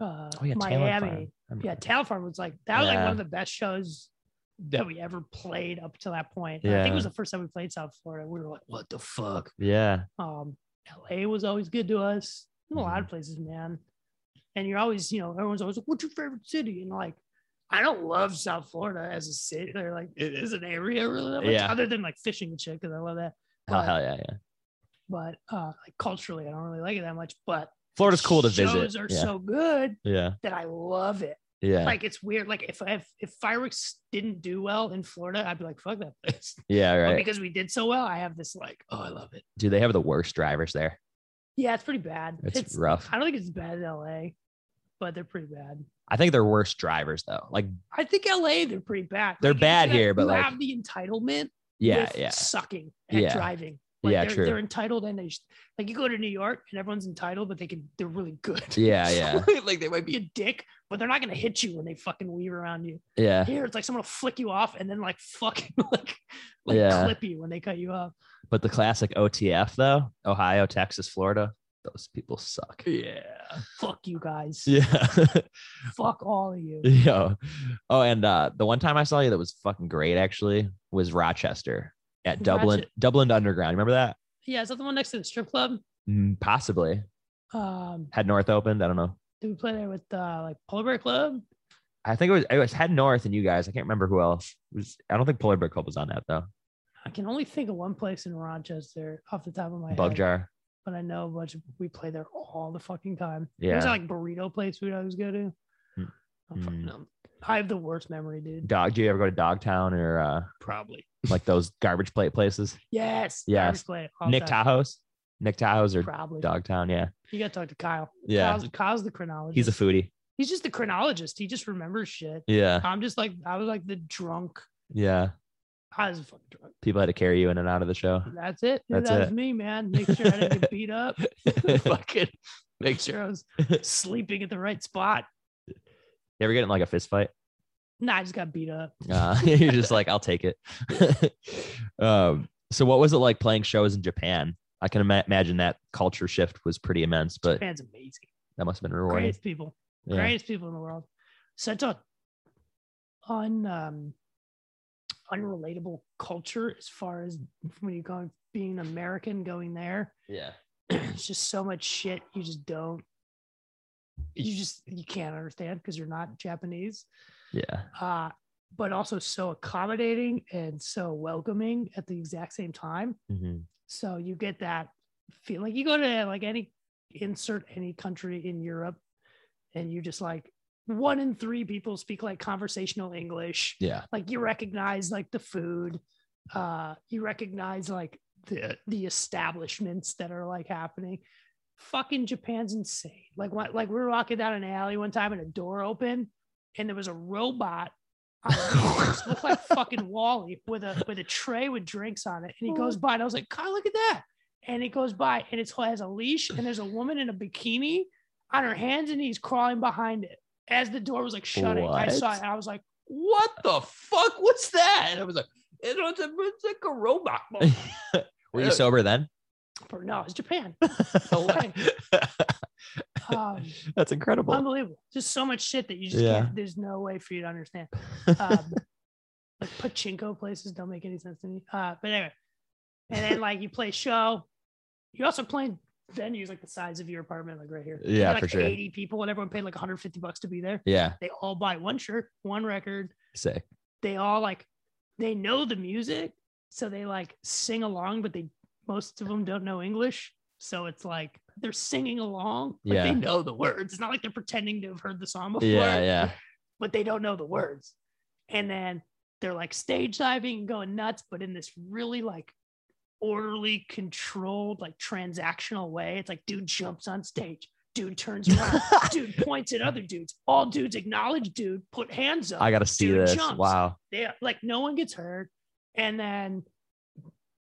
Speaker 3: uh
Speaker 1: Mm-hmm. Oh yeah, Taylor
Speaker 3: Miami.
Speaker 1: Farm. I'm-
Speaker 3: Yeah, Talent Farm was like that was like one
Speaker 1: Yeah.
Speaker 3: of the best shows that we ever played up to that point. I think
Speaker 1: Yeah.
Speaker 3: it was the first time we played South Florida. We were like, what the fuck?
Speaker 1: yeah,
Speaker 3: Um, LA was always good to us. In a lot
Speaker 1: Mm-hmm.
Speaker 3: of places, man. And you're always, you know, everyone's always like, "What's your favorite city?" And like, I don't love South Florida as a city. They're like, it is an area really that much,
Speaker 1: Yeah.
Speaker 3: other than like fishing and shit, because I love that.
Speaker 1: hell,
Speaker 3: But-
Speaker 1: hell yeah, yeah.
Speaker 3: But uh, like culturally, I don't really like it that much. But
Speaker 1: Florida's cool to
Speaker 3: Shows
Speaker 1: visit.
Speaker 3: are
Speaker 1: Yeah,
Speaker 3: so good
Speaker 1: yeah,
Speaker 3: that I love it.
Speaker 1: yeah,
Speaker 3: Like it's weird. Like if, if if fireworks didn't do well in Florida, I'd be like, "Fuck that place."
Speaker 1: yeah.
Speaker 3: But
Speaker 1: Right?
Speaker 3: because we did so well, I have this like, "Oh, I love it."
Speaker 1: Do they have the worst drivers there?
Speaker 3: Yeah, it's pretty bad.
Speaker 1: It's, rough.
Speaker 3: I don't think it's bad in LA, but they're pretty bad.
Speaker 1: I think they're worse drivers though. Like,
Speaker 3: I think LA they're pretty bad.
Speaker 1: They're
Speaker 3: it's
Speaker 1: bad
Speaker 3: that
Speaker 1: here, but,
Speaker 3: you
Speaker 1: like-
Speaker 3: have the entitlement.
Speaker 1: yeah,
Speaker 3: with
Speaker 1: yeah,
Speaker 3: Sucking at
Speaker 1: Yeah.
Speaker 3: driving.
Speaker 1: Yeah,
Speaker 3: they're,
Speaker 1: true.
Speaker 3: They're entitled and they sh- like you go to New York and everyone's entitled, but they can. They're really good.
Speaker 1: yeah, yeah,
Speaker 3: like they might be a dick, but they're not gonna hit you when they fucking weave around you.
Speaker 1: yeah.
Speaker 3: Here it's like someone will flick you off and then like fucking like like
Speaker 1: Yeah.
Speaker 3: clip you when they cut you off.
Speaker 1: But the classic OTF though, Ohio, Texas, Florida, those people suck.
Speaker 5: Yeah.
Speaker 3: Fuck you guys.
Speaker 1: Yeah.
Speaker 3: Fuck all of you.
Speaker 1: Yo. Oh, and uh the one time I saw you that was fucking great actually was Rochester at Dublin
Speaker 3: Ratchet.
Speaker 1: Dublin Underground. Remember that?
Speaker 3: Yeah, is that the one next to the strip club?
Speaker 1: Mm, possibly.
Speaker 3: Um,
Speaker 1: Had North opened. I don't know.
Speaker 3: did we play there with uh like Polar Bear Club?
Speaker 1: I think it was it was Head North and you guys. I can't remember who else. It was I don't think Polar Bear Club was on that though.
Speaker 3: I can only think of one place in Rochester off the top of my
Speaker 1: Bug
Speaker 3: head,
Speaker 1: jar.
Speaker 3: but I know a bunch of we play there all the fucking time.
Speaker 1: Yeah.
Speaker 3: There's like burrito place we always go to.
Speaker 1: Mm.
Speaker 3: Oh, fuck
Speaker 1: Mm.
Speaker 3: no. I have the worst memory, dude.
Speaker 1: Dog do you ever go to Dogtown or uh
Speaker 3: Probably.
Speaker 1: like those garbage plate places?
Speaker 3: Yes.
Speaker 1: Yes.
Speaker 3: Irish play all the
Speaker 1: Nick
Speaker 3: time.
Speaker 1: Tahoe's? Nick Tahoe's or
Speaker 3: Probably.
Speaker 1: Dogtown, yeah.
Speaker 3: You gotta talk to Kyle.
Speaker 1: Yeah.
Speaker 3: Kyle's, Kyle's the chronologist.
Speaker 1: He's a foodie. Uh,
Speaker 3: He's just the chronologist. He just remembers shit.
Speaker 1: Yeah.
Speaker 3: I'm just like I was like the drunk.
Speaker 1: Yeah.
Speaker 3: I was fucking drunk.
Speaker 1: People had to carry you in and out of the show.
Speaker 3: That's it. Dude,
Speaker 1: That's
Speaker 3: that was
Speaker 1: it.
Speaker 3: me, man. Make sure I didn't get beat up. fucking make sure I was sleeping at the right spot.
Speaker 1: You ever get in like a fist fight?
Speaker 3: Nah, I just got beat up.
Speaker 1: Uh, you're just like, I'll take it. um, so, what was it like playing shows in Japan? I can ima- imagine that culture shift was pretty immense, but
Speaker 3: Japan's amazing.
Speaker 1: that must have been rewarding.
Speaker 3: Greatest people.
Speaker 1: Yeah.
Speaker 3: Greatest people in the world. Such a un um, unrelatable culture as far as when you go being American going there.
Speaker 1: Yeah.
Speaker 3: it's just so much shit you just don't you just you can't understand because you're not Japanese.
Speaker 1: Yeah.
Speaker 3: Uh but also so accommodating and so welcoming at the exact same time.
Speaker 1: Mhm.
Speaker 3: So you get that feel like you go to like any insert any country in Europe and you just like one in three people speak like conversational English.
Speaker 1: Yeah.
Speaker 3: Like you recognize like the food, uh, you recognize like the the establishments that are like happening. fucking Japan's insane. Like what? Like we were walking down an alley one time and a door opened and there was a robot. on wheels, looked like fucking Wally with a with a tray with drinks on it, and he goes by, and I was like, "God, look at that!" And he goes by, and it's has a leash, and there's a woman in a bikini on her hands and knees crawling behind it as the door was like shutting. I saw it,
Speaker 1: What?
Speaker 3: and I was like,
Speaker 5: What the fuck was that? And I was like, it was a, it's like a robot.
Speaker 1: Were you sober then?
Speaker 3: "For- "No, it's Japan." Okay. Um,
Speaker 1: That's incredible.
Speaker 3: unbelievable. Just so much shit that you just
Speaker 1: Yeah.
Speaker 3: can't. There's no way for you to understand. Um, like pachinko places don't make any sense to me. Uh, but anyway, and then like you play show. You're also playing venues like the size of your apartment, like right here. You
Speaker 1: Yeah,
Speaker 3: got, like,
Speaker 1: for sure.
Speaker 3: 80 people, and everyone paid like 150 bucks to be there.
Speaker 1: yeah,
Speaker 3: They all buy one shirt, one record.
Speaker 1: sick.
Speaker 3: They all like, they know the music, so they like sing along, but they most of them don't know English. So it's like they're singing along, but
Speaker 1: Yeah.
Speaker 3: they know the words. It's not like they're pretending to have heard the song before
Speaker 1: Yeah, yeah.
Speaker 3: but they don't know the words. And then they're like stage diving and going nuts, but in this really like orderly, controlled, like transactional way. It's like dude jumps on stage, dude turns around, dude points at other dudes, all dudes acknowledge dude, put hands up.
Speaker 1: I gotta see
Speaker 3: Dude
Speaker 1: this.
Speaker 3: jumps.
Speaker 1: Wow.
Speaker 3: they like no one gets hurt. And then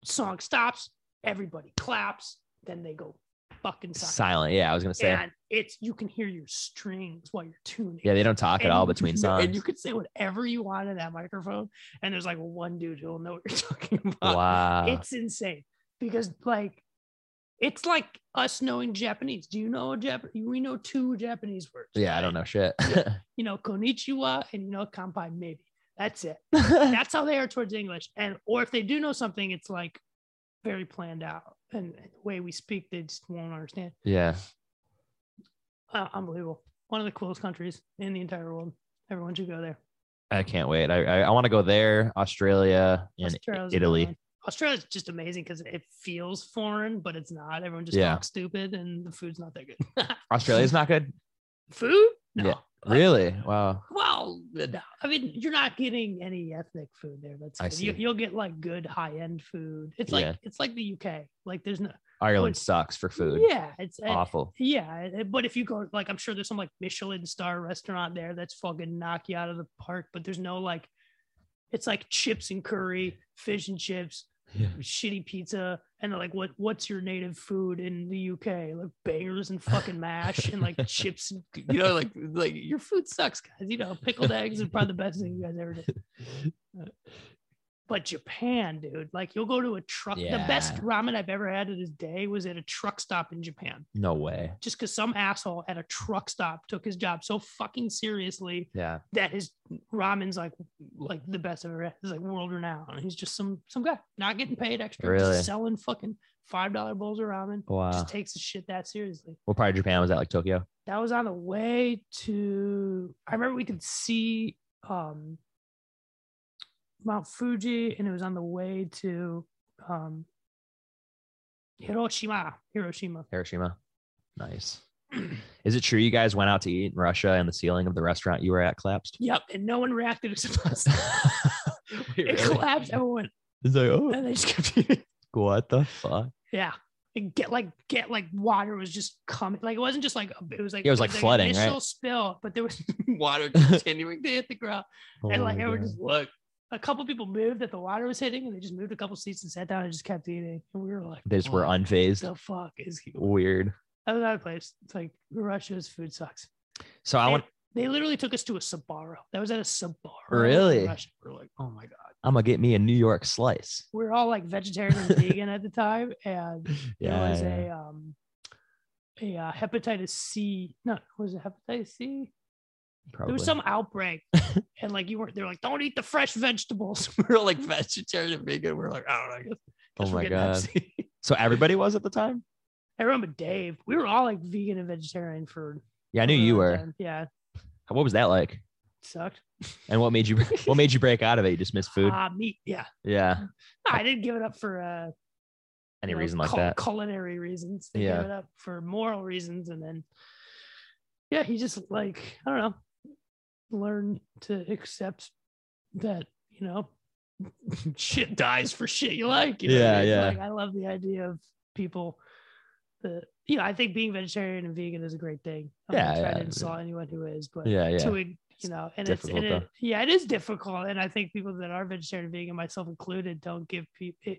Speaker 3: song stops, everybody claps, then they go fucking silent.
Speaker 1: Silent. Yeah, I was gonna say.
Speaker 3: And it's you can hear your strings while you're tuning.
Speaker 1: Yeah, they don't talk at
Speaker 3: And
Speaker 1: all
Speaker 3: you
Speaker 1: between
Speaker 3: can-
Speaker 1: songs.
Speaker 3: And you could say whatever you want in that microphone. And there's like one dude who will know what you're talking about.
Speaker 1: wow.
Speaker 3: It's insane because like it's like us knowing Japanese. Do you know a Japanese? We know two Japanese words.
Speaker 1: yeah, I
Speaker 3: right?
Speaker 1: don't know shit.
Speaker 3: You know konnichiwa and you know kanpai maybe. That's it. That's how they are towards English. And or if they do know something, it's like very planned out. And the way we speak, they just won't understand.
Speaker 1: yeah.
Speaker 3: Uh, unbelievable. One of the coolest countries in the entire world. Everyone should go there.
Speaker 1: I can't wait. I I, I want to go there, Australia, and
Speaker 3: Australia's
Speaker 1: Italy.
Speaker 3: another one. Australia's just amazing because it feels foreign, but it's not. Everyone just
Speaker 1: Yeah.
Speaker 3: talks stupid, and the food's not that good.
Speaker 1: Australia's not good.
Speaker 3: Food? No.
Speaker 1: Yeah. Really? Wow.
Speaker 3: Well, no. I mean, you're not getting any ethnic food there. That's
Speaker 1: I
Speaker 3: good. You,
Speaker 1: see.
Speaker 3: you'll get like good high end food. It's like
Speaker 1: Yeah.
Speaker 3: it's like the UK. Like there's no
Speaker 1: Ireland
Speaker 3: But-
Speaker 1: sucks for food.
Speaker 3: Yeah, it's uh,
Speaker 1: Awful.
Speaker 3: yeah. it- But if you go, like, I'm sure there's some like Michelin star restaurant there that's fucking knock you out of the park. But there's no like, it's like chips and curry, fish and chips,
Speaker 1: Yeah.
Speaker 3: shitty pizza and they're like what what's your native food in the UK like bangers and fucking mash and like chips and you know like like your food sucks guys you know pickled eggs is probably the best thing you guys ever did but Japan dude like you'll go to a truck the best
Speaker 1: Yeah.
Speaker 3: ramen I've ever had to this day was at a truck stop in Japan
Speaker 1: No way.
Speaker 3: just cuz some asshole at a truck stop took his job so fucking seriously
Speaker 1: Yeah.
Speaker 3: that his ramen's like like the best I've ever had. He's like world renowned. And He's just some some guy not getting paid extra,
Speaker 1: Really?
Speaker 3: just selling fucking five dollar bowls of ramen.
Speaker 1: Wow.
Speaker 3: Just takes the shit that seriously.
Speaker 1: What part of Japan was that? Like Tokyo?
Speaker 3: That was on the way to. I remember we could see um Mount Fuji, and it was on the way to um Hiroshima. Hiroshima.
Speaker 1: Hiroshima. Nice. Is it true you guys went out to eat in Russia and the ceiling of the restaurant you were at collapsed?
Speaker 3: Yep, and no one reacted except us.
Speaker 1: Wait,
Speaker 3: It
Speaker 1: really?
Speaker 3: collapsed. Everyone went,
Speaker 1: It's like, oh,
Speaker 3: and they just kept eating.
Speaker 1: what the fuck?
Speaker 3: Yeah. And get like get like water was just coming. Like it wasn't just like a- it was like
Speaker 1: Yeah, it was, like, flooding, right?
Speaker 3: initial spill, but there was water continuing to hit the ground. and
Speaker 1: Oh
Speaker 3: like
Speaker 1: my
Speaker 3: everyone
Speaker 1: God.
Speaker 3: just looked. A couple people moved that the water was hitting, and they just moved a couple seats and sat down and just kept eating. And we were like,
Speaker 1: they just were
Speaker 3: "What
Speaker 1: unfazed.
Speaker 3: The fuck is
Speaker 1: Weird.
Speaker 3: that was out of place? It's like Russia's food sucks.
Speaker 1: So I
Speaker 3: They-
Speaker 1: want.
Speaker 3: They literally took us to a Sabaro. That was at a Sabaro. in
Speaker 1: Really?
Speaker 3: Russia. We're like, oh my god.
Speaker 1: I'm gonna get me a New York slice.
Speaker 3: We We're all like vegetarian and vegan at the time, and
Speaker 1: Yeah.
Speaker 3: it was
Speaker 1: yeah.
Speaker 3: a um a uh, hepatitis C. No, was it hepatitis C? There
Speaker 1: Probably.
Speaker 3: was some outbreak, and like you weren't. They're like, don't eat the fresh vegetables. we were like vegetarian and vegan. We are like, I don't know. I guess,
Speaker 1: Oh
Speaker 3: guess we're
Speaker 1: my
Speaker 3: getting
Speaker 1: God.
Speaker 3: Pepsi."
Speaker 1: so everybody was at the time.
Speaker 3: I remember Dave. We were all like vegan and vegetarian for.
Speaker 1: Yeah, I knew you
Speaker 3: over
Speaker 1: were.
Speaker 3: that time. Yeah, it
Speaker 1: What was that like?
Speaker 3: sucked.
Speaker 1: And what made you? What made you break out of it? You just missed food.
Speaker 3: Ah, meat. Yeah,
Speaker 1: Yeah.
Speaker 3: No, I didn't give it up for uh,
Speaker 1: Any
Speaker 3: you know,
Speaker 1: reason like
Speaker 3: cul-
Speaker 1: that?
Speaker 3: Culinary reasons. They
Speaker 1: Yeah.
Speaker 3: gave it up for moral reasons, and then yeah, he just like I don't know, learned to accept that you know shit dies for shit you like. You know what I
Speaker 1: Yeah,
Speaker 3: mean?
Speaker 1: yeah.
Speaker 3: Like, I love the idea of people that you know, I think being vegetarian and vegan is a great thing. I'm
Speaker 1: Yeah,
Speaker 3: not trying
Speaker 1: yeah.
Speaker 3: to insult anyone who is, but
Speaker 1: Yeah, yeah.
Speaker 3: to it, you know, and it's, and
Speaker 1: difficult,
Speaker 3: it, yeah, it is difficult. And I think people that are vegetarian, and vegan, myself included, don't give people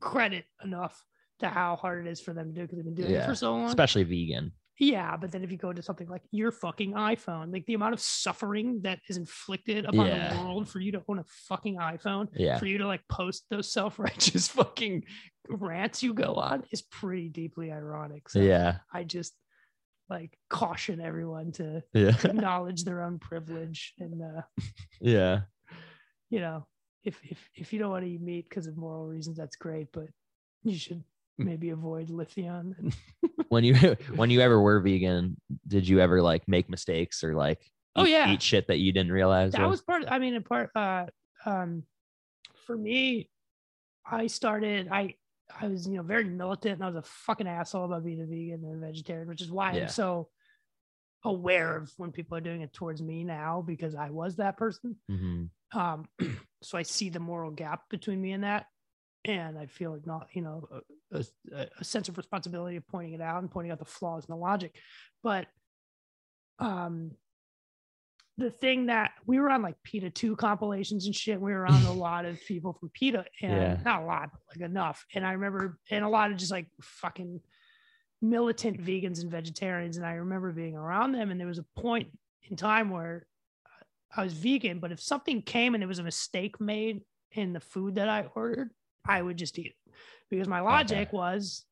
Speaker 3: credit enough to how hard it is for them to do because they've been doing
Speaker 1: Yeah.
Speaker 3: it for so long.
Speaker 1: especially vegan.
Speaker 3: yeah, but then if you go to something like your fucking iPhone, like the amount of suffering that is inflicted upon
Speaker 1: Yeah.
Speaker 3: the world for you to own a fucking iPhone,
Speaker 1: Yeah.
Speaker 3: for you to like post those self-righteous fucking rants you go on is pretty deeply ironic. So
Speaker 1: Yeah.
Speaker 3: I just like caution everyone to
Speaker 1: Yeah.
Speaker 3: acknowledge their own privilege and uh
Speaker 1: Yeah.
Speaker 3: you know if if if you don't want to eat meat because of moral reasons that's great but you should maybe avoid lithium and
Speaker 1: When you when you ever were vegan, did you ever like make mistakes or like
Speaker 3: Oh,
Speaker 1: eat-
Speaker 3: yeah.
Speaker 1: eat shit that you didn't realize?
Speaker 3: that was part i mean in part uh um for me i started i i was you know very militant and i was a fucking asshole about being a vegan and a vegetarian which is why
Speaker 1: Yeah.
Speaker 3: i'm so aware of when people are doing it towards me now because i was that person
Speaker 1: Mhm.
Speaker 3: um so i see the moral gap between me and that and i feel like not you know a, a, a sense of responsibility of pointing it out and pointing out the flaws in the logic but um the thing that we were on like PETA 2 compilations and shit. We were on a lot of people from PETA and
Speaker 1: Yeah.
Speaker 3: not a lot, but like enough. And I remember, and a lot of just like fucking militant vegans and vegetarians. And I remember being around them. And there was a point in time where I was vegan, but if something came and there was a mistake made in the food that I ordered, I would just eat it because my logic was,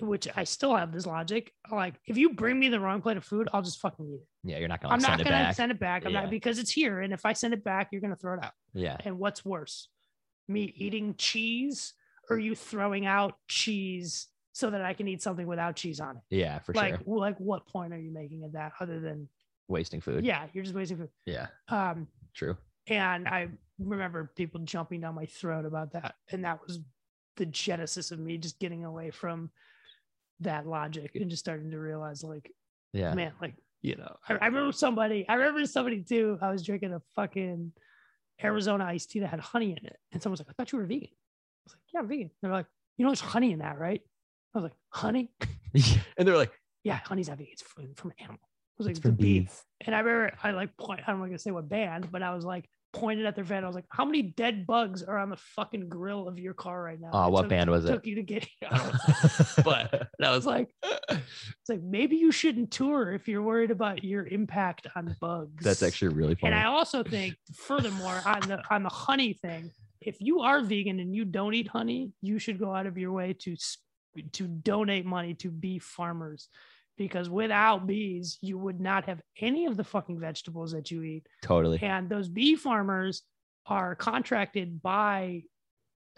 Speaker 3: which I still have this logic, like if you bring me the wrong plate of food, I'll just fucking eat it.
Speaker 1: Yeah, you're not gonna
Speaker 3: I'm
Speaker 1: send
Speaker 3: not
Speaker 1: it
Speaker 3: gonna
Speaker 1: back.
Speaker 3: send it back. I'm
Speaker 1: Yeah.
Speaker 3: not because it's here, and if I send it back, you're gonna throw it out.
Speaker 1: yeah.
Speaker 3: And what's worse, me eating cheese or you throwing out cheese so that I can eat something without cheese on it?
Speaker 1: Yeah, for
Speaker 3: like,
Speaker 1: sure.
Speaker 3: like what point are you making of that? Other than
Speaker 1: Wasting food.
Speaker 3: yeah, you're just wasting food.
Speaker 1: Yeah.
Speaker 3: Um,
Speaker 1: True.
Speaker 3: and I remember people jumping down my throat about that, and that was the genesis of me just getting away from that logic and just starting to realize like
Speaker 1: Yeah.
Speaker 3: man, like you know, I, I remember somebody. I remember somebody too. I was drinking a fucking Arizona iced tea that had honey in it, and someone was like, "I thought you were vegan." I was like, "Yeah, I'm vegan." They're like, "You know, there's honey in that, right?" I was like, "Honey?
Speaker 1: and they're like,
Speaker 3: Yeah, honey's not vegan. It's from, from an animal." I was like,
Speaker 1: It's
Speaker 3: "The
Speaker 1: from
Speaker 3: bee."
Speaker 1: bees.
Speaker 3: And I remember I like point. I'm not gonna say what band, but I was like pointed at their van. I was like, "How many dead bugs are on the fucking grill of your car right now?"
Speaker 1: Oh,
Speaker 3: It
Speaker 1: what
Speaker 3: took-
Speaker 1: band was it?
Speaker 3: Took you to get. I don't know. but- And I was like, it's like maybe you shouldn't tour if you're worried about your impact on bugs.
Speaker 1: That's actually really funny.
Speaker 3: And I also think, furthermore, on the on the honey thing, if you are vegan and you don't eat honey, you should go out of your way to s- to donate money to bee farmers, because without bees, you would not have any of the fucking vegetables that you eat.
Speaker 1: totally.
Speaker 3: And those bee farmers are contracted by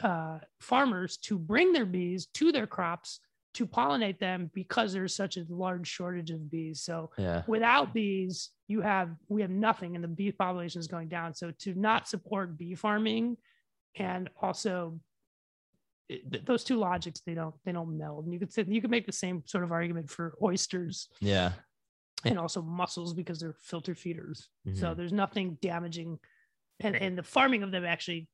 Speaker 3: uh, farmers to bring their bees to their crops to pollinate them because there's such a large shortage of bees. So
Speaker 1: Yeah.
Speaker 3: without bees you have we have nothing and the bee population is going down so to not support bee farming and also it- th- those two logics they don't they don't meld and you could say you could make the same sort of argument for oysters
Speaker 1: Yeah.
Speaker 3: and also mussels because they're filter feeders so uh,
Speaker 1: Mhm.
Speaker 3: there's nothing damaging and and the farming of them actually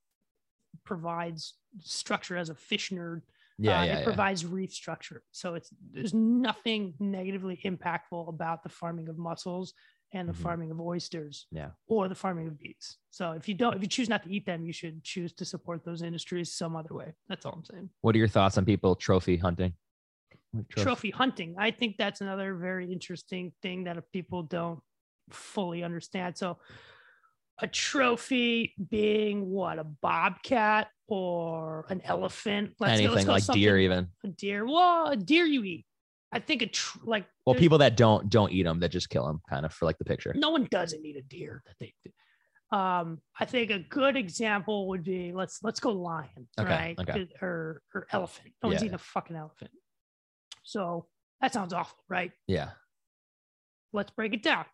Speaker 3: provides structure as a fish nerd
Speaker 1: Yeah.
Speaker 3: uh,
Speaker 1: yeah,
Speaker 3: it
Speaker 1: yeah.
Speaker 3: provides reef structure. So it's there's nothing negatively impactful about the farming of mussels and the
Speaker 1: Mhm.
Speaker 3: farming of oysters
Speaker 1: Yeah.
Speaker 3: or the farming of bees. So if you don't if you choose not to eat them, you should choose to support those industries some other way. That's all I'm saying.
Speaker 1: What are your thoughts on people trophy hunting? Like trophy-
Speaker 3: Trophy hunting. I think that's another very interesting thing that people don't fully understand. So a trophy being what a bobcat or an elephant Let's go- let's
Speaker 1: Anything
Speaker 3: go
Speaker 1: like deer,
Speaker 3: something-
Speaker 1: even.
Speaker 3: a deer. Well, a deer you eat. I think a tr- like
Speaker 1: Well,
Speaker 3: there's-
Speaker 1: people that don't don't eat them, that just kill them, kind of for like the picture.
Speaker 3: No one doesn't eat a deer. That they. Um, I think a good example would be let's let's go lion,
Speaker 1: Okay,
Speaker 3: right?
Speaker 1: okay.
Speaker 3: Or or elephant. No one's
Speaker 1: Yeah.
Speaker 3: eating a fucking elephant. So that sounds awful, right?
Speaker 1: Yeah.
Speaker 3: Let's break it down.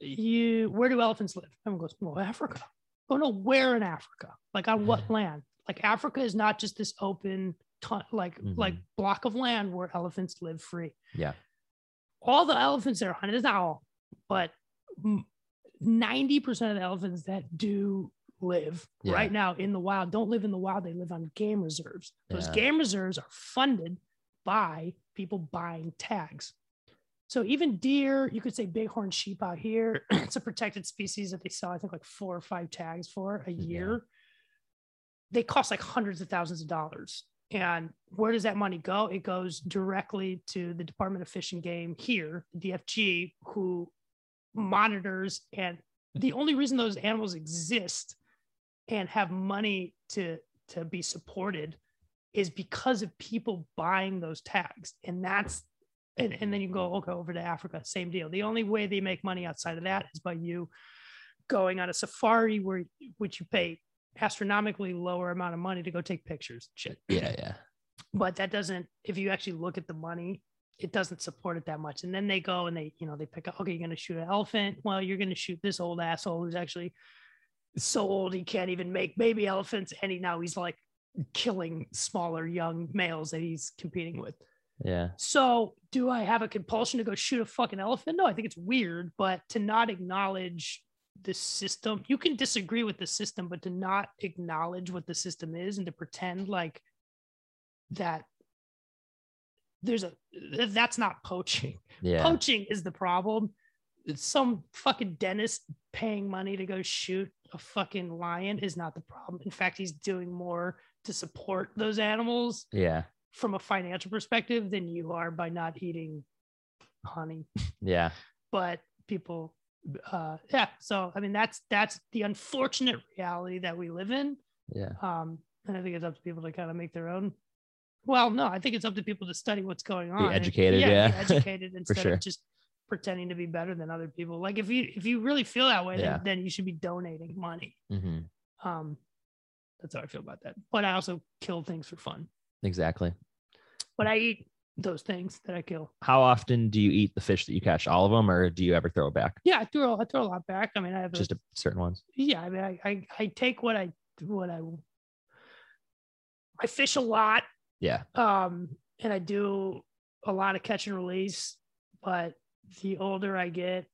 Speaker 3: You where do elephants live? Everyone goes, well, Africa. Oh no, where in Africa? Like on
Speaker 1: Hmm.
Speaker 3: what land? Like Africa is not just this open ton, like like block of land where elephants live free
Speaker 1: Mm-hmm. Yeah.
Speaker 3: all the elephants that are hunted is not all, but ninety percent of the elephants that do live
Speaker 1: Yeah.
Speaker 3: right now in the wild don't live in the wild. They live on game reserves. Those
Speaker 1: Yeah.
Speaker 3: game reserves are funded by people buying tags. So even deer, you could say bighorn sheep out here, it's a protected species that they sell, I think, like four or five tags for a
Speaker 1: Yeah.
Speaker 3: year. They cost like hundreds of thousands of dollars. And where does that money go? It goes directly to the Department of Fish and Game here, DFG, who monitors. And the only reason those animals exist and have money to to be supported is because of people buying those tags. And that's and, and then you go okay over to Africa, same deal. The only way they make money outside of that is by you going on a safari where which you pay astronomically lower amount of money to go take pictures. Shit
Speaker 1: Yeah, yeah.
Speaker 3: but that doesn't if you actually look at the money it doesn't support it that much and then they go and they you know they pick up okay you're going to shoot an elephant well you're going to shoot this old asshole who's actually so old he can't even make baby elephants and he now he's like killing smaller young males that he's competing with
Speaker 1: Yeah.
Speaker 3: so, do I have a compulsion to go shoot a fucking elephant? No, I think it's weird, but to not acknowledge the system, you can disagree with the system, but to not acknowledge what the system is and to pretend like that there's a th- that's not poaching.
Speaker 1: Yeah.
Speaker 3: Poaching is the problem. It's Some fucking dentist paying money to go shoot a fucking lion is not the problem. In fact, he's doing more to support those animals
Speaker 1: Yeah.
Speaker 3: from a financial perspective than you are by not eating honey
Speaker 1: Yeah.
Speaker 3: but people uh yeah so i mean that's that's the unfortunate reality that we live in
Speaker 1: Yeah.
Speaker 3: um and i think it's up to people to kind of make their own well no i think it's up to people to study what's going on and-
Speaker 1: educated,
Speaker 3: be
Speaker 1: yeah.
Speaker 3: educated instead
Speaker 1: sure.
Speaker 3: of just pretending to be better than other people like if you if you really feel that way
Speaker 1: Yeah.
Speaker 3: then, then you should be donating money
Speaker 1: hmm
Speaker 3: um that's how i feel about that but i also kill things for fun
Speaker 1: Exactly.
Speaker 3: but i eat those things that i kill
Speaker 1: How often do you eat the fish that you catch? All of them, or do you ever throw it back?
Speaker 3: Yeah, I throw I throw a lot back. I mean, I have
Speaker 1: Just
Speaker 3: a,
Speaker 1: a certain ones.
Speaker 3: yeah. I mean, I, I I take what I what I I fish a lot,
Speaker 1: Yeah.
Speaker 3: um, and I do a lot of catch and release. But the older I get,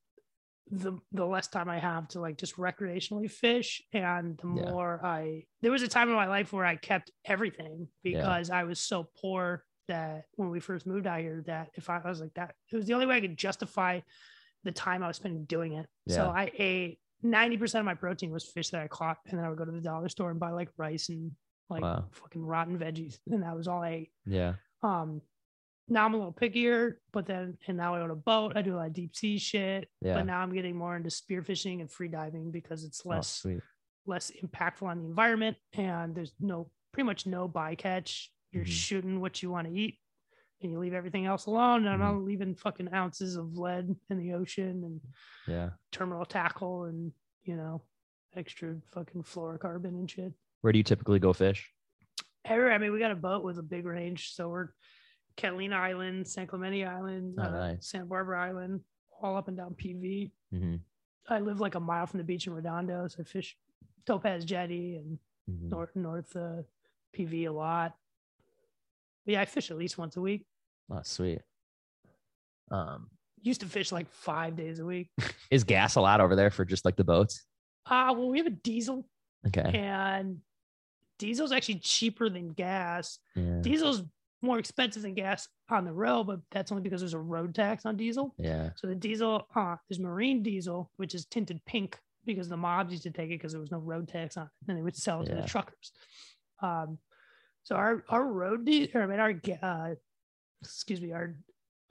Speaker 3: the the less time I have to like just recreationally fish, and the
Speaker 1: Yeah.
Speaker 3: more I. There was a time in my life where I kept everything
Speaker 1: Yeah.
Speaker 3: because I was so poor that when we first moved out here, that if I, I was like that, it was the only way I could justify the time I was spending doing it. So
Speaker 1: Yeah.
Speaker 3: I ate ninety percent of my protein was fish that I caught, and then I would go to the dollar store and buy like rice and like
Speaker 1: Wow.
Speaker 3: fucking rotten veggies, and that was all I ate.
Speaker 1: Yeah.
Speaker 3: Um, now I'm a little pickier, but then and now I own a boat. I do a lot of deep sea shit,
Speaker 1: Yeah.
Speaker 3: but now I'm getting more into spearfishing and free diving because it's
Speaker 1: Oh,
Speaker 3: less
Speaker 1: sweet.
Speaker 3: less impactful on the environment, and there's no pretty much no bycatch. You're
Speaker 1: Mhm.
Speaker 3: shooting what you want to eat, and you leave everything else alone. And
Speaker 1: Mm-hmm.
Speaker 3: I'm not leaving fucking ounces of lead in the ocean and
Speaker 1: Yeah.
Speaker 3: terminal tackle and you know extra fucking fluorocarbon and shit.
Speaker 1: Where do you typically go fish?
Speaker 3: Everywhere. I mean, we got a boat with a big range, so we're Catalina Island, San Clemente Island,
Speaker 1: Oh,
Speaker 3: uh,
Speaker 1: nice.
Speaker 3: Santa Barbara Island, all up and down PV.
Speaker 1: Mm-hmm.
Speaker 3: I live like a mile from the beach in Redondo, so I fish Topaz Jetty and
Speaker 1: Mm-hmm.
Speaker 3: north north uh, PV a lot. But yeah, I fish at least once a week.
Speaker 1: Oh, sweet. Um,
Speaker 3: Used to fish like five days a week.
Speaker 1: is gas a lot over there for just like the boats?
Speaker 3: Ah, well, we have a diesel,
Speaker 1: Okay.
Speaker 3: and diesel's actually cheaper than gas.
Speaker 1: Yeah.
Speaker 3: diesel's more expensive than gas on the road, but that's only because there's a road tax on diesel.
Speaker 1: Yeah.
Speaker 3: So the diesel, uh, there's marine diesel, which is tinted pink because the mobs used to take it because there was no road tax on it, and they would sell it to
Speaker 1: Yeah.
Speaker 3: the truckers. Um, so our our road diesel, I mean our ga- uh, excuse me, our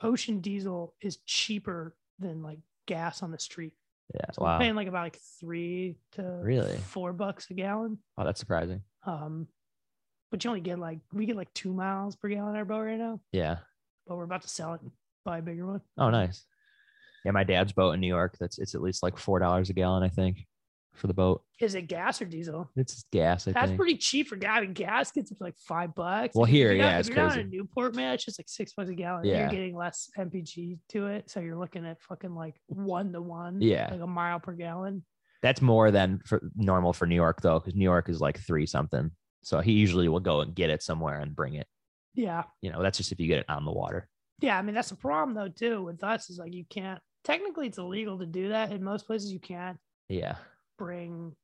Speaker 3: ocean diesel is cheaper than like gas on the street.
Speaker 1: Yeah.
Speaker 3: So we're
Speaker 1: Wow.
Speaker 3: paying like about like three to
Speaker 1: Really?
Speaker 3: four bucks a gallon.
Speaker 1: Oh, that's surprising.
Speaker 3: Um, but you only get like we get like two miles per gallon on our boat right now,
Speaker 1: Yeah.
Speaker 3: but we're about to sell it and buy a bigger one.
Speaker 1: Oh, nice. Yeah, my dad's boat in New York. That's it's at least like four dollars a gallon, I think, for the boat.
Speaker 3: Is it gas or diesel?
Speaker 1: It's gas, I
Speaker 3: That's
Speaker 1: think.
Speaker 3: pretty cheap for gas. I mean, gas gets up to like five bucks.
Speaker 1: Well,
Speaker 3: If you're
Speaker 1: here,
Speaker 3: down-
Speaker 1: yeah, it's
Speaker 3: if you're down
Speaker 1: crazy.
Speaker 3: in Newport, man, it's just like six bucks a gallon.
Speaker 1: Yeah.
Speaker 3: You're getting less MPG to it, so you're looking at fucking like one to one.
Speaker 1: Yeah.
Speaker 3: like a mile per gallon.
Speaker 1: That's more than for normal for New York though, because New York is like three something. So he usually will go and get it somewhere and bring it.
Speaker 3: Yeah,
Speaker 1: You know, that's just if you get it on the water.
Speaker 3: yeah. I mean, that's the problem though too with us is like you can't. Technically, it's illegal to do that in most places. You can't
Speaker 1: Yeah.
Speaker 3: bring.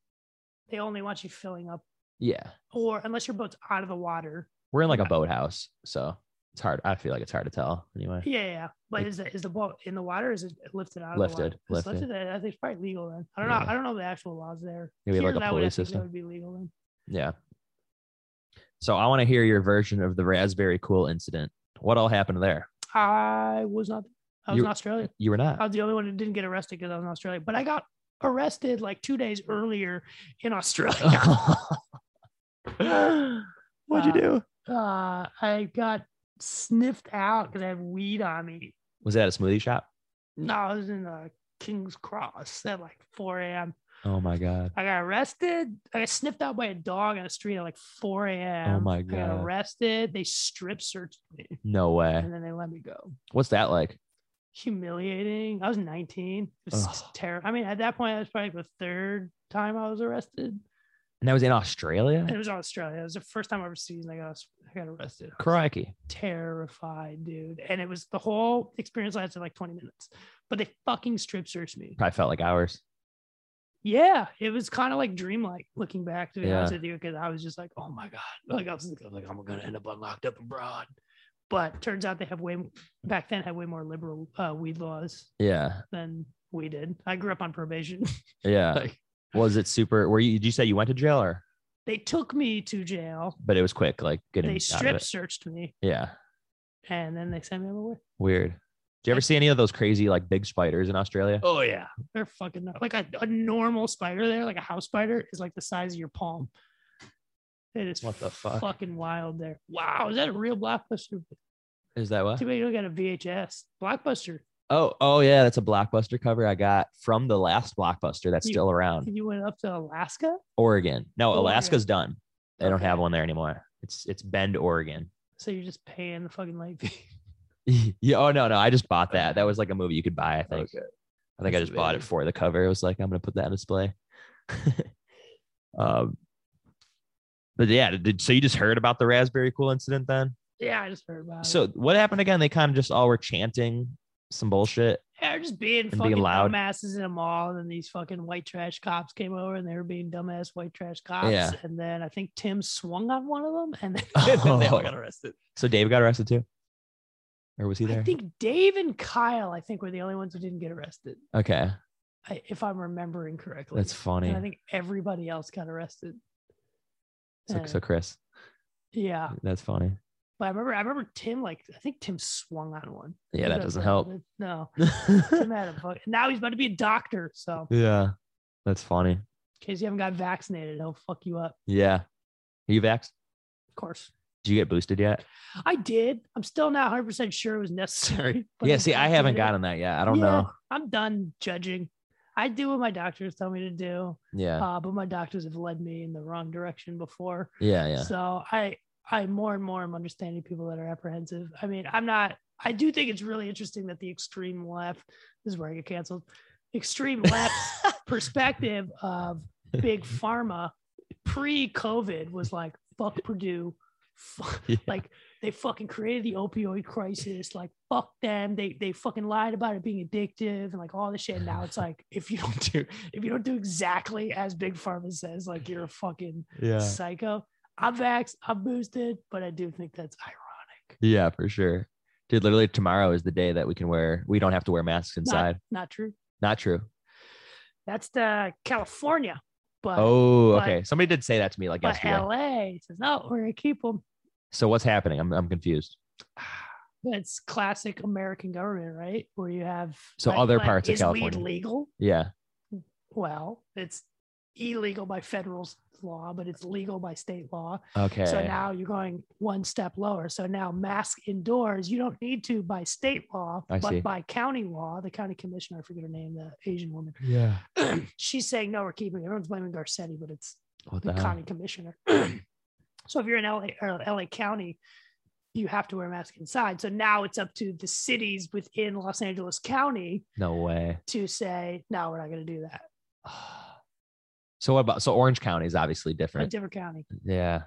Speaker 3: They only want you filling up,
Speaker 1: Yeah.
Speaker 3: or unless your boat's out of the water,
Speaker 1: We're in like a
Speaker 3: Okay.
Speaker 1: boathouse. So It's hard. I feel like it's hard to tell anyway.
Speaker 3: Yeah, yeah, yeah. But
Speaker 1: Like-
Speaker 3: is it is the ball in the water? Or is it lifted out? of the
Speaker 1: Lifted,
Speaker 3: water? It's
Speaker 1: lifted.
Speaker 3: lifted. I think it's probably legal then. I don't know.
Speaker 1: Yeah.
Speaker 3: I don't know the actual laws there.
Speaker 1: Maybe like a
Speaker 3: that would,
Speaker 1: pulley
Speaker 3: I think that
Speaker 1: system.
Speaker 3: would be legal then.
Speaker 1: Yeah. So I want to hear your version of the Raspberry Cool incident. What all happened there?
Speaker 3: I was not. I was
Speaker 1: You-
Speaker 3: in Australia.
Speaker 1: You were
Speaker 3: I
Speaker 1: not.
Speaker 3: was the only one who didn't get arrested because I was in Australia. But I got arrested like two days earlier in Australia.
Speaker 1: What'd you
Speaker 3: Uh,
Speaker 1: do?
Speaker 3: uh, I got sniffed out because I had weed on me.
Speaker 1: Was that a smoothie shop?
Speaker 3: No, I was in uh, King's Cross at like 4 a.m.
Speaker 1: Oh my god.
Speaker 3: I got arrested. I got sniffed out by a dog on the street at like 4 a.m.
Speaker 1: Oh my
Speaker 3: I
Speaker 1: God.
Speaker 3: got arrested. They strip searched me
Speaker 1: No way.
Speaker 3: and then they let me go.
Speaker 1: What's that like?
Speaker 3: Humiliating. I was 19. It was
Speaker 1: Ugh.
Speaker 3: terrible. I mean, at that point, that was probably the third time I was arrested.
Speaker 1: And that was in
Speaker 3: And it
Speaker 1: Australia.
Speaker 3: was Australia. It was the first time overseas. And I got I got arrested. I was
Speaker 1: Crikey.
Speaker 3: terrified, dude. And it was the whole experience lasted like 20 minutes. But they fucking strip searched me.
Speaker 1: Probably felt like hours.
Speaker 3: Yeah, it was kind of like dreamlike looking back to be honest
Speaker 1: Yeah.
Speaker 3: with you, because I was just like, oh my god, like I was thinking, like I'm gonna end up unlocked up abroad. But turns out they have way back then had way more liberal uh, weed laws
Speaker 1: Yeah.
Speaker 3: than we did. I grew up on probation.
Speaker 1: Yeah.
Speaker 3: like
Speaker 1: Was it super? Were you? Did you say you went to jail or?
Speaker 3: they took me to jail.
Speaker 1: But it was quick, like getting
Speaker 3: They
Speaker 1: out of
Speaker 3: strip
Speaker 1: it.
Speaker 3: searched me
Speaker 1: Yeah.
Speaker 3: and then they sent me on my way.
Speaker 1: Weird. Do you ever see any of those crazy like big spiders in Australia?
Speaker 3: Oh yeah, they're fucking nuts. like a, a normal spider there, like a house spider, is like the size of your palm. It is
Speaker 1: What the fuck?
Speaker 3: fucking wild there. Wow, is that a real blockbuster?
Speaker 1: Is that what?
Speaker 3: Too bad you don't got a VHS blockbuster.
Speaker 1: Oh, oh yeah, that's a blockbuster cover I got from the last blockbuster that's
Speaker 3: You-
Speaker 1: still around.
Speaker 3: You went up to Alaska.
Speaker 1: Oregon. No,
Speaker 3: Oregon.
Speaker 1: Alaska's done. They don't
Speaker 3: Okay.
Speaker 1: have one there anymore. It's it's Bend, Oregon.
Speaker 3: So you're just paying the fucking late fee.
Speaker 1: yeah, oh no, no, I just bought that. That was like a movie you could buy, I think. I think I
Speaker 5: That's
Speaker 1: just bought it
Speaker 5: amazing.
Speaker 1: for the cover. It was like, I'm gonna put that on display. um but yeah, did, so you just heard about the Raspberry Cool incident then?
Speaker 3: Yeah, I just heard about it.
Speaker 1: So what happened again? They kind of just all were chanting some bullshit.
Speaker 3: Yeah, they're just being
Speaker 1: being
Speaker 3: fucking
Speaker 1: loud.
Speaker 3: dumbasses in a mall, and then these fucking white trash cops came over, and they were being dumbass white trash cops.
Speaker 1: Yeah.
Speaker 3: And then I think Tim swung on one of them, and then
Speaker 5: they all
Speaker 1: Oh.
Speaker 5: got arrested.
Speaker 1: So Dave got arrested too? Or was he there?
Speaker 3: I think Dave and Kyle, I think, were the only ones who didn't get arrested,
Speaker 1: okay.
Speaker 3: I, if I'm remembering correctly.
Speaker 1: That's funny.
Speaker 3: And I think everybody else got arrested.
Speaker 1: So,
Speaker 3: Uh,
Speaker 1: so Chris,
Speaker 3: yeah,
Speaker 1: that's funny.
Speaker 3: but I remember, I remember Tim like I think Tim swung on one.
Speaker 1: Yeah,
Speaker 3: He
Speaker 1: that
Speaker 3: got
Speaker 1: doesn't
Speaker 3: fucking-
Speaker 1: help.
Speaker 3: No, Tim had a fuck. Now he's about to be a doctor, so
Speaker 1: yeah, that's funny.
Speaker 3: in case you haven't got vaccinated, he'll fuck you up.
Speaker 1: Yeah, are you vaxxed?
Speaker 3: Of course,
Speaker 1: Did you get boosted yet?
Speaker 3: I did. I'm still not 100 percent sure it was necessary. but
Speaker 1: yeah, see, I
Speaker 3: did
Speaker 1: haven't
Speaker 3: it.
Speaker 1: gotten that yet. I don't
Speaker 3: Yeah,
Speaker 1: know.
Speaker 3: I'm done judging. I do what my doctors tell me to do.
Speaker 1: Yeah,
Speaker 3: uh, but my doctors have led me in the wrong direction before.
Speaker 1: yeah, yeah.
Speaker 3: So I, I more and more am understanding people that are apprehensive. I mean, I'm not. I do think it's really interesting that the extreme left this is where I get canceled. Extreme left perspective of big pharma pre-COVID was like fuck Purdue, fuck,
Speaker 1: Yeah.
Speaker 3: like they fucking created the opioid crisis. Like fuck them. They they fucking lied about it being addictive and like all this shit. And now it's like if you don't do if you don't do exactly as big pharma says, like you're a fucking
Speaker 1: yeah,
Speaker 3: psycho. I'm vaxxed, I'm boosted, but I do think that's ironic.
Speaker 1: yeah, for sure. Dude, literally tomorrow is the day that we can wear. We don't have to wear masks inside.
Speaker 3: Not true.
Speaker 1: Not, true.
Speaker 3: That's the California, but,
Speaker 1: Oh,
Speaker 3: but-
Speaker 1: okay. Somebody did say that to me like
Speaker 3: but
Speaker 1: yesterday.
Speaker 3: LA says no, we're gonna keep them.
Speaker 1: so what's happening? I'm I'm confused.
Speaker 3: That's classic American government, right? Where you have
Speaker 1: So
Speaker 3: like-
Speaker 1: other
Speaker 3: like,
Speaker 1: parts of
Speaker 3: is
Speaker 1: California.
Speaker 3: weed legal?
Speaker 1: Yeah,
Speaker 3: Well, it's illegal by federal s- law, but it's legal by state law.
Speaker 1: okay.
Speaker 3: So now you're going one step lower. So now mask indoors, you don't need to by state law,
Speaker 1: I
Speaker 3: but
Speaker 1: see.
Speaker 3: by county law, the county commissioner, I forget her name, the Asian woman.
Speaker 1: yeah.
Speaker 3: she's saying no, we're keeping. it." Everyone's blaming Garcetti, but it's
Speaker 1: What
Speaker 3: the
Speaker 1: the hell?
Speaker 3: county commissioner. so if you're in LA or LA County, you have to wear a mask inside. So now it's up to the cities within Los Angeles County
Speaker 1: No way.
Speaker 3: to say, no, we're not going to do that.
Speaker 1: So what about so Orange County is obviously
Speaker 3: A
Speaker 1: different.
Speaker 3: different county.
Speaker 1: Yeah.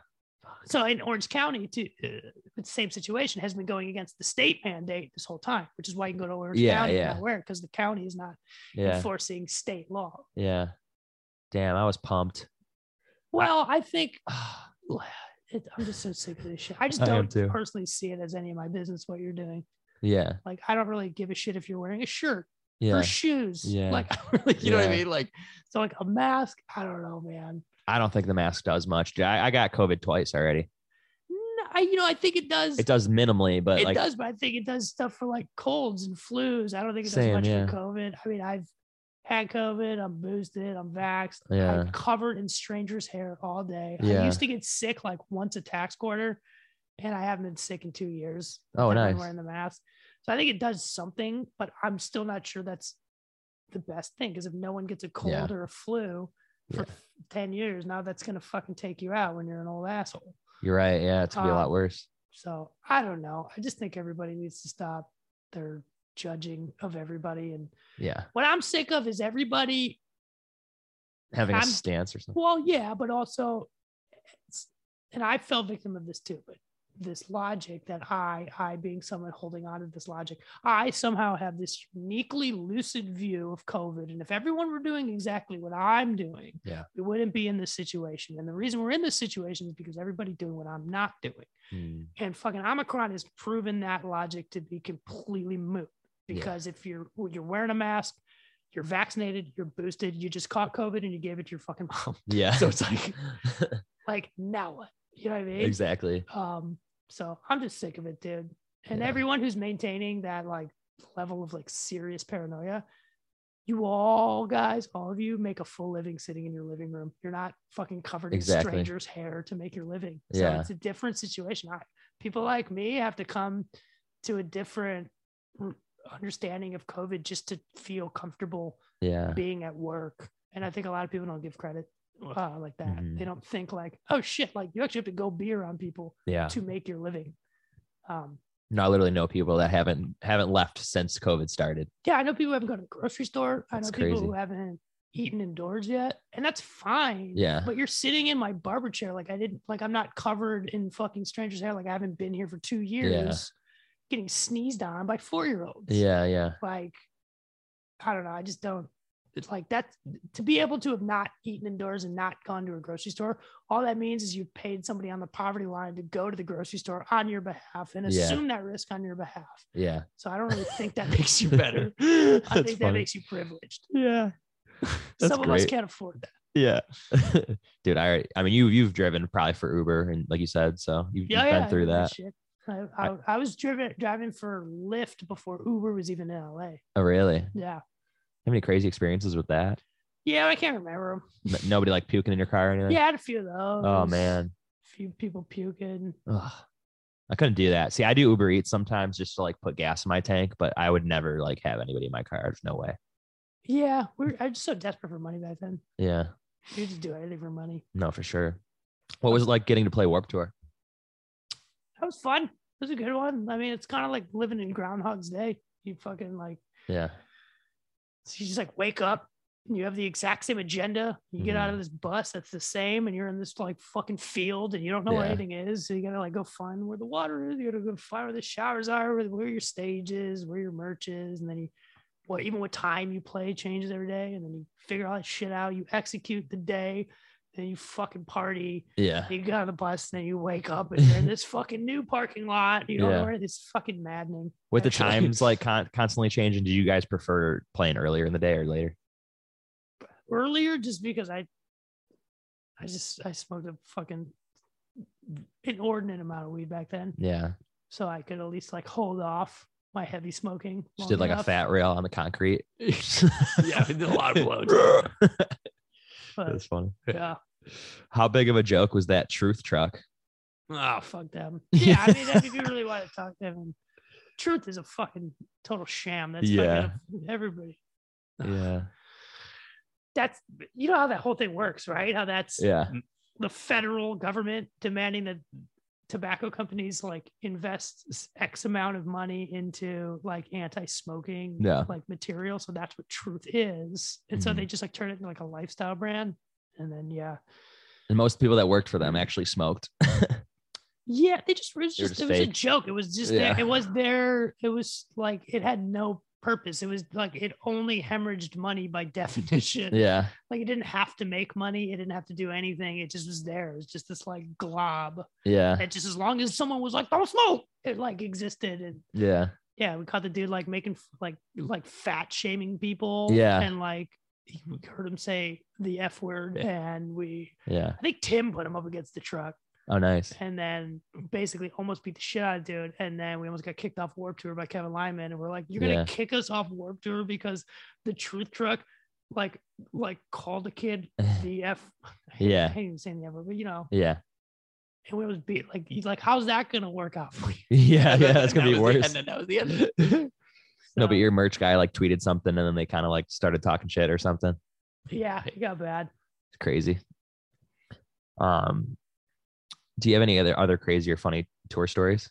Speaker 3: So in Orange County, to uh, the same situation has been going against the state mandate this whole time, which is why you can go to Orange
Speaker 1: Yeah,
Speaker 3: County and
Speaker 1: yeah.
Speaker 3: not wear because the county is not
Speaker 1: Yeah.
Speaker 3: enforcing state law.
Speaker 1: Yeah. Damn, I was pumped.
Speaker 3: Well, I think it, I'm just so sick of this shit. I just
Speaker 1: I am
Speaker 3: don't
Speaker 1: too.
Speaker 3: personally see it as any of my business what you're doing.
Speaker 1: Yeah.
Speaker 3: Like, I don't really give a shit if you're wearing a shirt
Speaker 1: Yeah.
Speaker 3: or shoes.
Speaker 1: Yeah.
Speaker 3: Like, like, you know what
Speaker 1: Yeah.
Speaker 3: I mean? Like, so like a mask. I don't know, man.
Speaker 1: I don't think the mask does much. dude. I, I got COVID twice already.
Speaker 3: No, I, you know, I think it does.
Speaker 1: It does minimally, but
Speaker 3: it
Speaker 1: like
Speaker 3: does, but I think it does stuff for like colds and flus. I don't think it does
Speaker 1: Same,
Speaker 3: much
Speaker 1: yeah.
Speaker 3: for COVID. I mean, I've had COVID. I'm boosted. I'm vaxxed.
Speaker 1: Yeah.
Speaker 3: I'm covered in strangers' hair all day.
Speaker 1: Yeah.
Speaker 3: I used to get sick like once a tax quarter, and I haven't been sick in two years.
Speaker 1: Oh,
Speaker 3: I've been
Speaker 1: nice.
Speaker 3: Wearing the mask, so I think it does something, but I'm still not sure that's the best thing because if no one gets a cold
Speaker 1: Yeah.
Speaker 3: or a flu for ten years, now that's gonna fucking take you out when you're an old asshole.
Speaker 1: you're right. Yeah, it's gonna be a lot
Speaker 3: Um,
Speaker 1: worse.
Speaker 3: So I don't know. I just think everybody needs to stop their judging of everybody. And
Speaker 1: Yeah,
Speaker 3: what I'm sick of is everybody
Speaker 1: having a
Speaker 3: I'm-
Speaker 1: stance or something.
Speaker 3: Well, yeah, but also, it's, and I fell victim of this too. But this logic that I, I being someone holding on to this logic, I somehow have this uniquely lucid view of COVID. And if everyone were doing exactly what I'm doing,
Speaker 1: Yeah.
Speaker 3: we wouldn't be in this situation. And the reason we're in this situation is because everybody doing what I'm not doing.
Speaker 1: Hmm.
Speaker 3: And fucking Omicron has proven that logic to be completely moot.
Speaker 1: Yeah.
Speaker 3: Because if you're you're wearing a mask, you're vaccinated, you're boosted, you just caught COVID and you gave it to your fucking mom.
Speaker 1: Yeah,
Speaker 3: So it's like, like now what? You know what I mean?
Speaker 1: exactly.
Speaker 3: Um, so I'm just sick of it, dude. And
Speaker 1: Yeah.
Speaker 3: everyone who's maintaining that like level of like serious paranoia, you all guys, all of you make a full living sitting in your living room. You're not fucking covered
Speaker 1: Exactly.
Speaker 3: in strangers' hair to make your living. So
Speaker 1: Yeah.
Speaker 3: it's a different situation. I, people like me have to come to a different r- understanding of COVID just to feel comfortable
Speaker 1: Yeah,
Speaker 3: being at work. And I think a lot of people don't give credit uh, like that.
Speaker 1: Mhm.
Speaker 3: They don't think like, oh shit, like you actually have to go be around people
Speaker 1: yeah.
Speaker 3: to make your living. Um,
Speaker 1: No, I literally know people that haven't haven't left since COVID started.
Speaker 3: yeah, I know people who haven't gone to the grocery store. I know
Speaker 1: That's
Speaker 3: people who
Speaker 1: crazy.
Speaker 3: haven't eaten indoors yet, and that's fine.
Speaker 1: Yeah.
Speaker 3: But you're sitting in my barber chair, like I didn't, like I'm not covered in fucking strangers' hair, like I haven't been here for two years, getting sneezed on by four year olds.
Speaker 1: Yeah, yeah,
Speaker 3: like I don't know. I just don't it's like that to be able to have not eaten indoors and not gone to a grocery store. All that means is you paid somebody on the poverty line to go to the grocery store on your behalf and
Speaker 1: Yeah.
Speaker 3: assume that risk on your behalf.
Speaker 1: yeah.
Speaker 3: So I don't really think that makes you better.
Speaker 1: That's
Speaker 3: I think that
Speaker 1: funny.
Speaker 3: makes you privileged.
Speaker 1: yeah. That's
Speaker 3: Some of us
Speaker 1: great.
Speaker 3: can't afford that.
Speaker 1: Yeah, dude. I already, I mean, you you've driven probably for Uber and like you said, so you,
Speaker 3: Yeah,
Speaker 1: you've
Speaker 3: yeah.
Speaker 1: been
Speaker 3: I
Speaker 1: through
Speaker 3: did
Speaker 1: that.
Speaker 3: shit. I, I, I was driven driving for Lyft before Uber was even in LA.
Speaker 1: Oh, really?
Speaker 3: Yeah.
Speaker 1: Have any crazy experiences with that?
Speaker 3: Yeah, I can't remember 'em.
Speaker 1: N- nobody like puking in your car or anything?
Speaker 3: Yeah, I had a few of those.
Speaker 1: Oh man.
Speaker 3: few people puking.
Speaker 1: Ugh. I couldn't do that. See, I do Uber Eats sometimes just to like put gas in my tank, but I would never like have anybody in my car. There's no way.
Speaker 3: Yeah, we were, I was just so desperate for money back then.
Speaker 1: Yeah.
Speaker 3: We just do anything for money.
Speaker 1: No, for sure. What was it like getting to play Warp Tour?
Speaker 3: That was fun. It was a good one. I mean, it's kind of like living in Groundhog's Day. You fucking like,
Speaker 1: Yeah.
Speaker 3: so you just like wake up and you have the exact same agenda. You get out of this bus that's the same, and you're in this like fucking field and you don't know where
Speaker 1: Yeah.
Speaker 3: anything is. So you gotta like go find where the water is. You gotta go find where the showers are, where, where your stage is, where your merch is, and then you. What even what time you play changes every day, and then you figure all that shit out. You execute the day, then you fucking party,
Speaker 1: Yeah.
Speaker 3: You get on the bus and then you wake up and you're in this fucking new parking lot. You don't
Speaker 1: Yeah.
Speaker 3: know where it's fucking maddening.
Speaker 1: With the
Speaker 3: actually.
Speaker 1: times like con- constantly changing, do you guys prefer playing earlier in the day or later?
Speaker 3: Earlier, just because I, I just I smoked a fucking inordinate amount of weed back then,
Speaker 1: Yeah.
Speaker 3: so I could at least like hold off my heavy smoking.
Speaker 1: Just
Speaker 3: long
Speaker 1: did like a
Speaker 3: enough.
Speaker 1: fat rail on the concrete.
Speaker 5: Yeah, we did a lot of blows.
Speaker 1: That's
Speaker 3: But,
Speaker 1: funny.
Speaker 3: yeah,
Speaker 1: How big of a joke was that truth truck?
Speaker 5: Oh,
Speaker 3: fuck them. Yeah, I mean, that if you really want to talk to them, and truth is a fucking total sham. That's
Speaker 1: Yeah.
Speaker 3: fucking everybody.
Speaker 1: Yeah.
Speaker 3: That's you know how that whole thing works, right? How that's
Speaker 1: Yeah.
Speaker 5: Mm.
Speaker 3: the federal government demanding that tobacco companies like invest s- x amount of money into like anti-smoking
Speaker 1: Yeah.
Speaker 3: like material so that's what truth is and so
Speaker 1: Mhm.
Speaker 3: they just like turn it into like a lifestyle brand and then yeah
Speaker 1: And most people that worked for them actually smoked.
Speaker 3: yeah they just it was
Speaker 1: They were
Speaker 3: just,
Speaker 1: just
Speaker 3: it was a
Speaker 1: fake.
Speaker 3: joke it was just
Speaker 1: Yeah.
Speaker 3: their, it was their it was like it had no purpose. It was like it only hemorrhaged money by definition.
Speaker 1: Yeah.
Speaker 3: Like it didn't have to make money. It didn't have to do anything. It just was there. It was just this like glob
Speaker 1: Yeah.
Speaker 3: that just as long as someone was like, don't smoke, it like existed. And
Speaker 1: Yeah.
Speaker 3: yeah, we caught the dude like making like like fat shaming people.
Speaker 1: Yeah.
Speaker 3: And like he we heard him say the F word. And we
Speaker 1: Yeah.
Speaker 3: I think Tim put him up against the truck
Speaker 1: Oh, nice.
Speaker 3: and then basically almost beat the shit out of dude. And then we almost got kicked off Warp Tour by Kevin Lyman, and we're like, "You're gonna
Speaker 1: Yeah.
Speaker 3: kick us off Warp Tour because the Truth Truck, like, like called the kid the F." I
Speaker 1: Yeah.
Speaker 3: hate even saying the F word, but you know,
Speaker 1: Yeah.
Speaker 3: and we was beat like, he's like, "How's that gonna work out for you?"
Speaker 1: Yeah.
Speaker 5: And
Speaker 1: Yeah.
Speaker 5: then-
Speaker 1: That's
Speaker 5: and
Speaker 1: gonna be
Speaker 5: that was the
Speaker 1: worse.
Speaker 5: end, and that was the end.
Speaker 1: No, but
Speaker 3: So,
Speaker 1: your merch guy like tweeted something, and then they kind of like started talking shit or something.
Speaker 3: yeah, it got bad.
Speaker 1: It's crazy. Um, do you have any other other crazy or funny tour stories?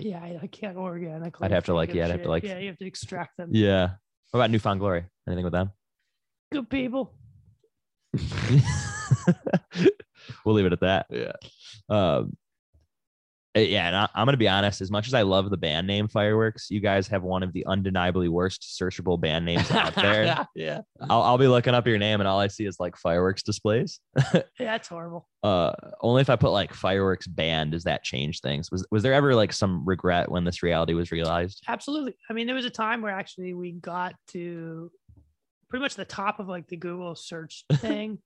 Speaker 3: Yeah, I, I can't organically.
Speaker 1: I'd have to,
Speaker 3: think
Speaker 1: like,
Speaker 3: of
Speaker 1: yeah, I'd have to,
Speaker 3: shit.
Speaker 1: like-
Speaker 3: yeah, you have to extract them.
Speaker 1: Yeah. What about Newfound Glory? Anything with them?
Speaker 3: Good people.
Speaker 1: we'll leave it at that.
Speaker 5: Yeah.
Speaker 1: Um, eh, yeah, and I, I'm gonna be honest. As much as I love the band name Fireworks, you guys have one of the undeniably worst searchable band names out there.
Speaker 5: yeah.
Speaker 1: I'll, I'll be looking up your name, and all I see is like fireworks displays.
Speaker 3: Yeah, that's horrible.
Speaker 1: Uh, only if I put like fireworks band does that change things. Was was there ever like some regret when this reality was realized?
Speaker 3: absolutely. I mean, there was a time where actually we got to pretty much the top of like the Google search thing,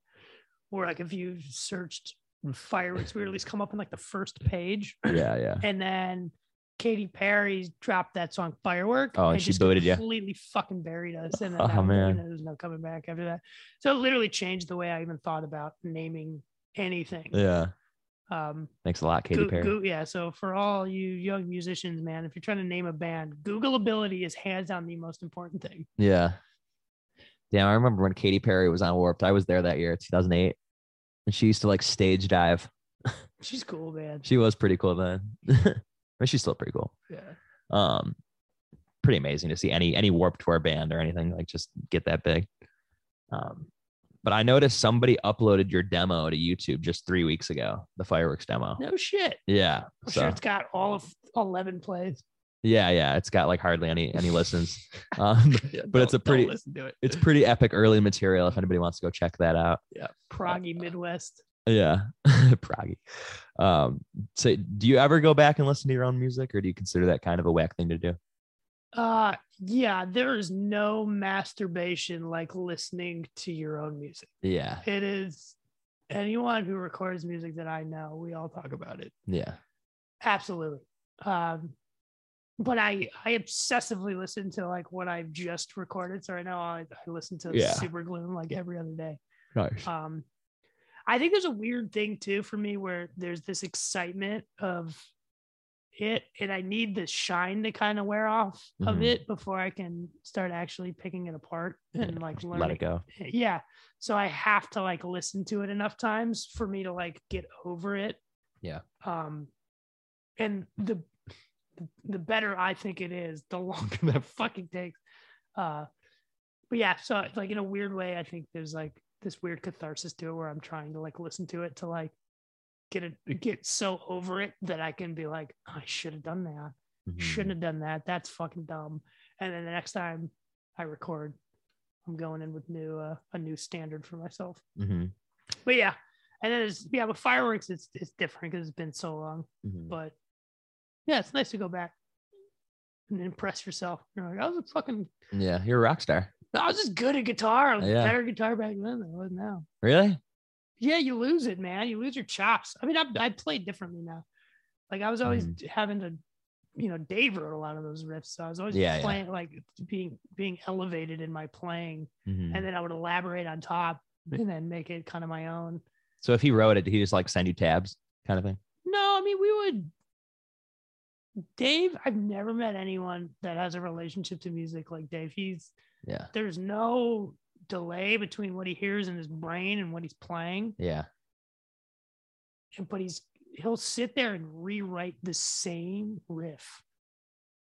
Speaker 3: where like if you searched fireworks, we would at least come up in like the first page.
Speaker 1: Yeah, yeah.
Speaker 3: And then Katy Perry dropped that song Firework.
Speaker 1: Oh, and she
Speaker 3: just
Speaker 1: booted ya.
Speaker 3: completely fucking buried us. And then
Speaker 1: Oh,
Speaker 3: that was it,
Speaker 1: man.
Speaker 3: and there was no coming back after that. So it literally changed the way I even thought about naming anything.
Speaker 1: Yeah.
Speaker 3: Um,
Speaker 1: Thanks a lot, Katy
Speaker 3: Goo-
Speaker 1: Perry.
Speaker 3: goo- yeah. So for all you young musicians, man, if you're trying to name a band, Google ability is hands down the most important thing.
Speaker 1: Yeah. Damn, I remember when Katy Perry was on Warped. I was there that year, 2008. And she used to like stage dive.
Speaker 3: She's cool, man.
Speaker 1: She was pretty cool then. but she's still pretty cool.
Speaker 3: Yeah.
Speaker 1: Um, pretty amazing to see any any Warped Tour band or anything like just get that big. Um, but I noticed somebody uploaded your demo to YouTube just three weeks ago, the fireworks demo.
Speaker 3: No Oh, shit.
Speaker 1: Yeah.
Speaker 3: I'm
Speaker 1: So
Speaker 3: sure it's got all of eleven plays.
Speaker 1: yeah, yeah. It's got like hardly any any listens. Um,
Speaker 5: Yeah,
Speaker 1: But it's
Speaker 5: don't-
Speaker 1: a pretty-
Speaker 5: Don't listen to it.
Speaker 1: it's pretty epic early material if anybody wants to go check that out.
Speaker 3: Proggy Midwest.
Speaker 1: Yeah, proggy. Um, so, do you ever go back and listen to your own music, or do you consider that kind of a whack thing to do?
Speaker 3: Uh yeah, there is no masturbation like listening to your own music.
Speaker 1: Yeah,
Speaker 3: It is anyone who records music that I know, we all talk about it.
Speaker 1: yeah,
Speaker 3: Absolutely. Um, but I I obsessively listen to like what I've just recorded. So right now I, I listen to
Speaker 1: Yeah.
Speaker 3: Super Gloom like every other day.
Speaker 1: nice.
Speaker 3: Um, I think there's a weird thing too for me where there's this excitement of it, and I need the shine to kind of wear off of
Speaker 1: Mhm.
Speaker 3: it before I can start actually picking it apart and
Speaker 1: Yeah,
Speaker 3: like learning
Speaker 1: Let it go.
Speaker 3: yeah so i have to like listen to it enough times for me to like get over it
Speaker 1: Yeah.
Speaker 3: um and the the better i think it is the longer that fucking takes uh but yeah so like in a weird way i think there's like this weird catharsis to it where i'm trying to like listen to it to like get it get so over it that i can be like "Oh, i should have done that
Speaker 1: Mm-hmm.
Speaker 3: shouldn't have done that. That's fucking dumb. And then the next time I record, I'm going in with new uh, a new standard for myself.
Speaker 1: hmm
Speaker 3: But yeah, and then it's yeah, with fireworks, it's it's different because it's been so long.
Speaker 1: Mm.
Speaker 3: But yeah, it's nice to go back and impress yourself. You're like, I was a fucking,
Speaker 1: Mm-hmm. Yeah, you're a rock star.
Speaker 3: I was just good at guitar. I was
Speaker 1: Yeah.
Speaker 3: better at guitar back then than I was now.
Speaker 1: Really?
Speaker 3: Yeah, you lose it, man. You lose your chops. I mean, I I played differently now. Like I was always
Speaker 1: Mm.
Speaker 3: having to, you know, Dave wrote a lot of those riffs, so I was always
Speaker 1: Yeah, yeah.
Speaker 3: playing like being being elevated in my playing,
Speaker 1: Mhm.
Speaker 3: and then I would elaborate on top and then make it kind of my own.
Speaker 1: So, if he wrote it, did he just like send you tabs, kind of thing?
Speaker 3: No, I mean we would. Dave, I've never met anyone that has a relationship to music like Dave. He's
Speaker 1: Yeah,
Speaker 3: there's no delay between what he hears in his brain and what he's playing.
Speaker 1: yeah,
Speaker 3: and- but he's he'll sit there and rewrite the same riff.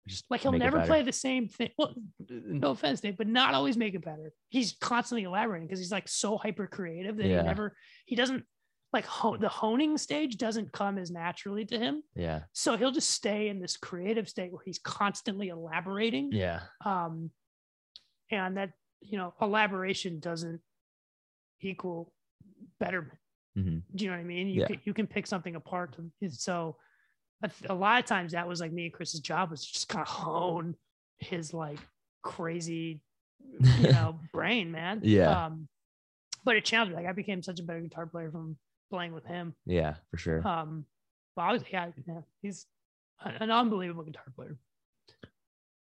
Speaker 1: Just
Speaker 3: Like he'll
Speaker 1: make it
Speaker 3: never
Speaker 1: better.
Speaker 3: play the same thing. Well, no offense, Dave, but not always make it better. He's constantly elaborating because he's like so hyper creative that
Speaker 1: Yeah.
Speaker 3: he never he doesn't like ho- the honing stage doesn't come as naturally to him.
Speaker 1: yeah,
Speaker 3: So he'll just stay in this creative state where he's constantly elaborating
Speaker 1: yeah.
Speaker 3: um and that you know elaboration doesn't equal betterment.
Speaker 1: Mhm.
Speaker 3: Do you know what I mean? You
Speaker 1: Yeah.
Speaker 3: can, you can pick something apart. to- and So a, th- a lot of times that was like me and Chris's job was to just kind of hone his like crazy you know brain, man.
Speaker 1: Yeah.
Speaker 3: Um, but it challenged me. Like I became such a better guitar player from playing with him.
Speaker 1: yeah, for sure.
Speaker 3: Um, but I was, yeah, yeah, he's a- an unbelievable guitar player.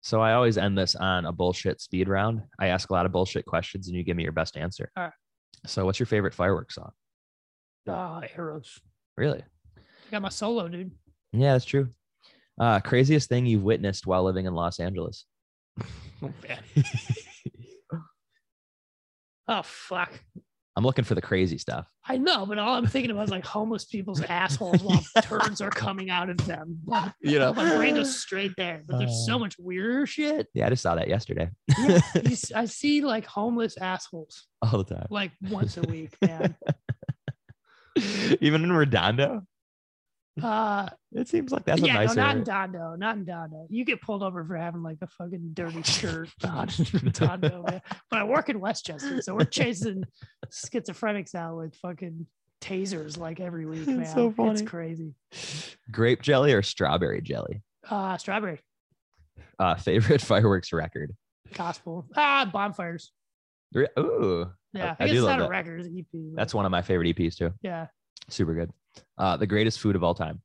Speaker 1: So I always end this on a bullshit speed round. I ask a lot of bullshit questions and you give me your best answer.
Speaker 3: All right.
Speaker 1: So what's your favorite fireworks song?
Speaker 3: Ah, arrows.
Speaker 1: Really?
Speaker 3: I got my solo, dude.
Speaker 1: Yeah, that's true. Uh, craziest thing you've witnessed while living in Los Angeles?
Speaker 3: Oh fuck.
Speaker 1: I'm looking for the crazy stuff.
Speaker 3: I know, but all I'm thinking about is like homeless people's assholes while turds are coming out of them. Like,
Speaker 1: You Uh.
Speaker 3: My brain goes straight there, but there's so much weirder shit.
Speaker 1: Yeah, I just saw that yesterday
Speaker 3: You s- I see like homeless assholes
Speaker 1: all the time.
Speaker 3: like once a week, man.
Speaker 1: Even in Redondo,
Speaker 3: Uh,
Speaker 1: it seems like that's a
Speaker 3: yeah,
Speaker 1: nicer.
Speaker 3: no, not in Dondo, not in Dondo. You get pulled over for having like a fucking dirty shirt on in Dondo, man. But I work in Westchester, so we're chasing schizophrenics out with fucking tasers like every week, man.
Speaker 1: It's so funny.
Speaker 3: It's crazy.
Speaker 1: Grape jelly or strawberry jelly?
Speaker 3: Uh, strawberry
Speaker 1: Uh, favorite fireworks record?
Speaker 3: gospel. Ah, bonfires.
Speaker 1: Re- Ooh,
Speaker 3: Yeah,
Speaker 1: I
Speaker 3: I, guess
Speaker 1: do
Speaker 3: it's
Speaker 1: love
Speaker 3: not
Speaker 1: that.
Speaker 3: a record. It's an EP. but-
Speaker 1: that's one of my favorite EPs too.
Speaker 3: yeah,
Speaker 1: Super good. Uh, the greatest food of all time.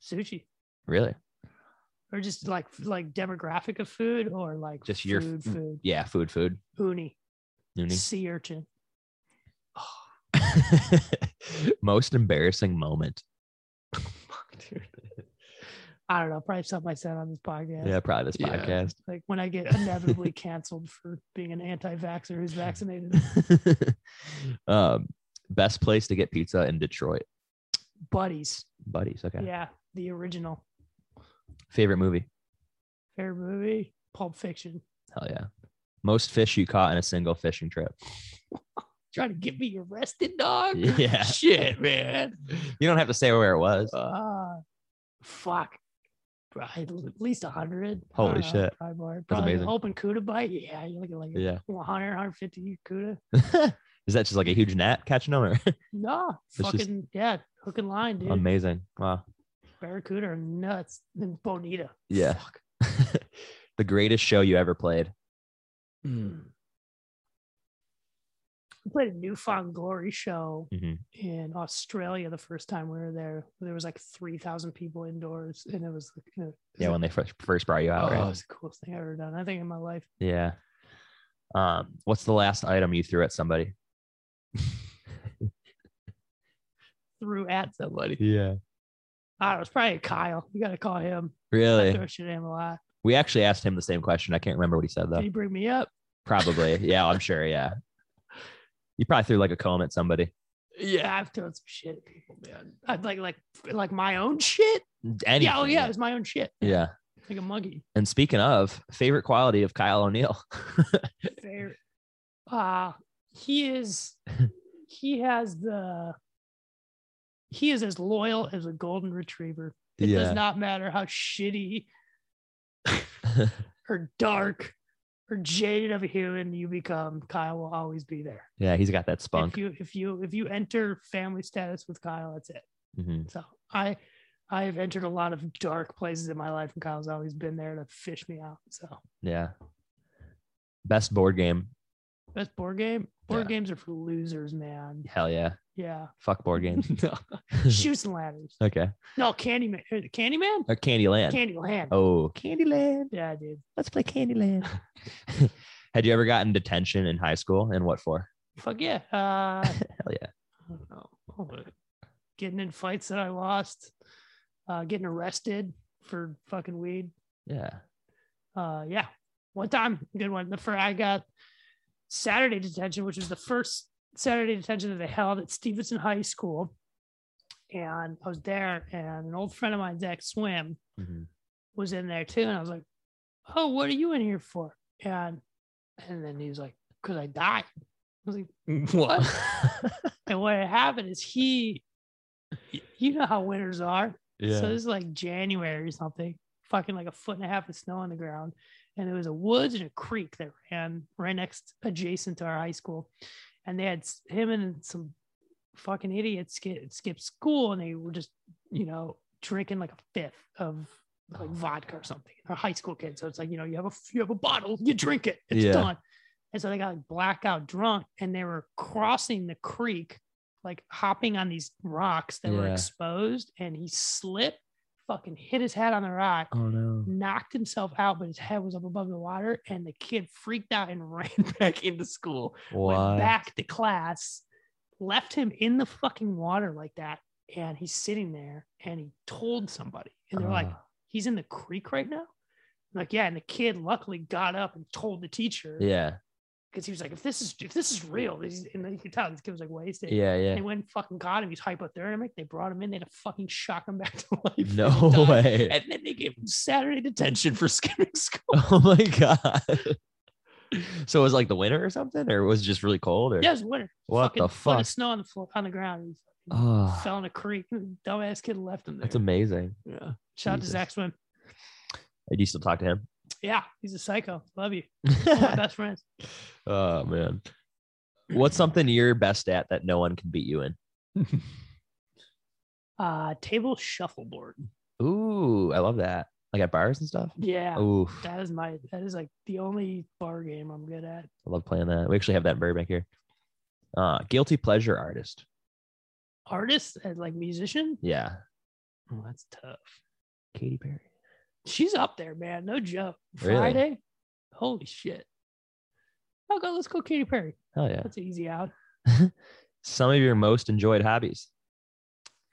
Speaker 3: sushi
Speaker 1: Really?
Speaker 3: or just like like demographic of food or like
Speaker 1: Just
Speaker 3: food,
Speaker 1: your f-
Speaker 3: food
Speaker 1: Yeah, food, food.
Speaker 3: uni
Speaker 1: Noonie.
Speaker 3: sea urchin.
Speaker 1: Most embarrassing moment.
Speaker 3: I don't know, probably something I said on this podcast.
Speaker 1: Yeah, probably this
Speaker 4: Yeah.
Speaker 1: podcast.
Speaker 3: Like when I get inevitably canceled for being an anti-vaxxer who's vaccinated,
Speaker 1: um, best place to get pizza in Detroit.
Speaker 3: buddies.
Speaker 1: Buddies. Okay.
Speaker 3: Yeah. the original
Speaker 1: Favorite movie.
Speaker 3: fair movie, Pulp Fiction.
Speaker 1: Hell yeah. Most fish you caught in a single fishing trip.
Speaker 3: Trying to get me arrested, dog.
Speaker 1: Yeah.
Speaker 3: Shit, man.
Speaker 1: You don't have to say where it was.
Speaker 3: Uh, fuck. Probably at least 100. I
Speaker 1: Holy
Speaker 3: don't know,
Speaker 1: shit.
Speaker 3: Probably more. Probably
Speaker 1: amazing.
Speaker 3: Open CUDA bite. Yeah, you're looking like
Speaker 1: Yeah.
Speaker 3: 100, 150 CUDA.
Speaker 1: Is that just like a huge net catching them? Or?
Speaker 3: No,
Speaker 1: It's just-
Speaker 3: fucking, yeah, hook and line, dude.
Speaker 1: Amazing. Wow.
Speaker 3: Barracuda are nuts. Then Bonita.
Speaker 1: Yeah.
Speaker 3: Fuck.
Speaker 1: the greatest show you ever played.
Speaker 3: We played a Newfound Glory show
Speaker 1: Mhm.
Speaker 3: in Australia the first time we were there. There was like 3,000 people indoors, and it was, you know, it was
Speaker 1: Yeah,
Speaker 3: like,
Speaker 1: when they first first brought you out,
Speaker 3: oh, it
Speaker 1: right?
Speaker 3: was the coolest thing I've ever done. I think in my life.
Speaker 1: Yeah. Um, what's the last item you threw at somebody?
Speaker 3: Threw at somebody.
Speaker 1: Yeah.
Speaker 3: I don't know. It's probably Kyle. You got to call him. I
Speaker 1: Really?
Speaker 3: throw shit at him a lot.
Speaker 1: We actually asked him the same question. I can't remember what he said
Speaker 3: Did
Speaker 1: though.
Speaker 3: he bring me up?
Speaker 1: Probably. Yeah, I'm sure. Yeah. You probably threw like a comb at somebody.
Speaker 3: Yeah, I've thrown some shit at people, man. I've like like like my own shit.
Speaker 1: Anything.
Speaker 3: Yeah, oh yeah, it was my own shit.
Speaker 1: Yeah.
Speaker 3: Like a monkey.
Speaker 1: And speaking of favorite quality of Kyle O'Neill,
Speaker 3: Fair. Uh he is he has the he is as loyal as a golden retriever. It
Speaker 1: Yeah.
Speaker 3: does not matter how shitty or dark or jaded of a human you become, Kyle will always be there.
Speaker 1: yeah, he's got that spunk.
Speaker 3: If you if you if you enter family status with Kyle, that's it.
Speaker 1: hmm
Speaker 3: So I I have entered a lot of dark places in my life, and Kyle's always been there to fish me out. So
Speaker 1: Yeah. Best board game.
Speaker 3: best board game. Board
Speaker 1: Yeah.
Speaker 3: games are for losers, man.
Speaker 1: Hell yeah.
Speaker 3: Yeah.
Speaker 1: Fuck board games.
Speaker 3: Shoots and ladders.
Speaker 1: okay.
Speaker 3: No, Candyman. uh, Candyman?
Speaker 1: Or Candyland.
Speaker 3: Candyland.
Speaker 1: oh, Candyland.
Speaker 3: Yeah, dude.
Speaker 1: Let's play Candyland. Had you ever gotten detention in high school and what for?
Speaker 3: Fuck yeah. Uh
Speaker 1: Hell yeah.
Speaker 3: I don't know. Oh, Getting in fights that I lost. Uh getting arrested for fucking weed.
Speaker 1: Yeah.
Speaker 3: uh yeah one time good one the first i got saturday detention which was the first saturday detention that they held at stevenson high school and i was there and an old friend of mine zach swim
Speaker 1: Mhm.
Speaker 3: was in there too and i was like oh what are you in here for and and then he was like because i died i was like
Speaker 1: Mm-hmm.
Speaker 5: What?
Speaker 3: and what had happened is he you know how winters are so this is like January or something. Fucking like a foot and a half of snow on the ground. and it was a woods and a creek that ran right next adjacent to our high school and they had s- him and some fucking idiots skip, skipped school and they were just you know drinking like a fifth of like vodka or something or high school kids so it's like you know you have a you have a bottle you drink it it's
Speaker 1: Yeah.
Speaker 3: done and so they got like blackout drunk and they were crossing the creek like hopping on these rocks that were
Speaker 1: Yeah.
Speaker 3: exposed and he slipped fucking hit his head on the rock
Speaker 1: Oh no.
Speaker 3: knocked himself out, but his head was up above the water, and the kid freaked out and ran back into school. Went
Speaker 1: Why?
Speaker 3: back to class, left him in the fucking water like that, and he's sitting there, and he told somebody, and they're like,
Speaker 1: Ah.
Speaker 3: "He's in the creek right now." I'm like, yeah, and the kid luckily got up and told the teacher
Speaker 1: Yeah.
Speaker 3: because he was like, "If this is if this is real," this is, and then you could tell this kid was like wasted.
Speaker 1: Yeah.
Speaker 3: They
Speaker 1: Yeah.
Speaker 3: went and fucking got him. He's hypothermic. They brought him in. They had to fucking shock him back to life.
Speaker 1: No
Speaker 3: He died.
Speaker 1: way.
Speaker 5: And then they gave him Saturday detention for skipping school.
Speaker 1: Oh my god. So it was like the winter or something, or was it just really cold? Or
Speaker 3: Yeah, it was winter.
Speaker 1: What the
Speaker 3: Fucking foot
Speaker 1: fuck?
Speaker 3: of snow on the floor, on the ground. He
Speaker 1: Oh,
Speaker 3: fell in a creek. Dumbass kid left him there.
Speaker 1: that's amazing.
Speaker 3: yeah. Shout out to
Speaker 1: Jesus.
Speaker 3: Zach Swim.
Speaker 1: Do you still talk to him?
Speaker 3: Yeah, he's a psycho. Love you. One of my best friends.
Speaker 1: oh man. What's something you're best at that no one can beat you in?
Speaker 3: Uh, table shuffleboard.
Speaker 1: Ooh, I love that. Like at bars and stuff.
Speaker 3: Yeah.
Speaker 1: Ooh, I
Speaker 3: That is my. That is like the only bar game I'm good at.
Speaker 1: love playing that. We actually have that in Burbank here. Uh, guilty pleasure artist.
Speaker 3: Artist and like musician.
Speaker 1: Yeah,
Speaker 3: Oh, that's tough.
Speaker 1: Katy Perry.
Speaker 3: She's up there, man. No joke.
Speaker 1: Really?
Speaker 3: Friday. Holy shit. Oh go. Let's go, Katy Perry.
Speaker 1: Oh yeah.
Speaker 3: That's an easy out.
Speaker 1: Some of your most enjoyed hobbies.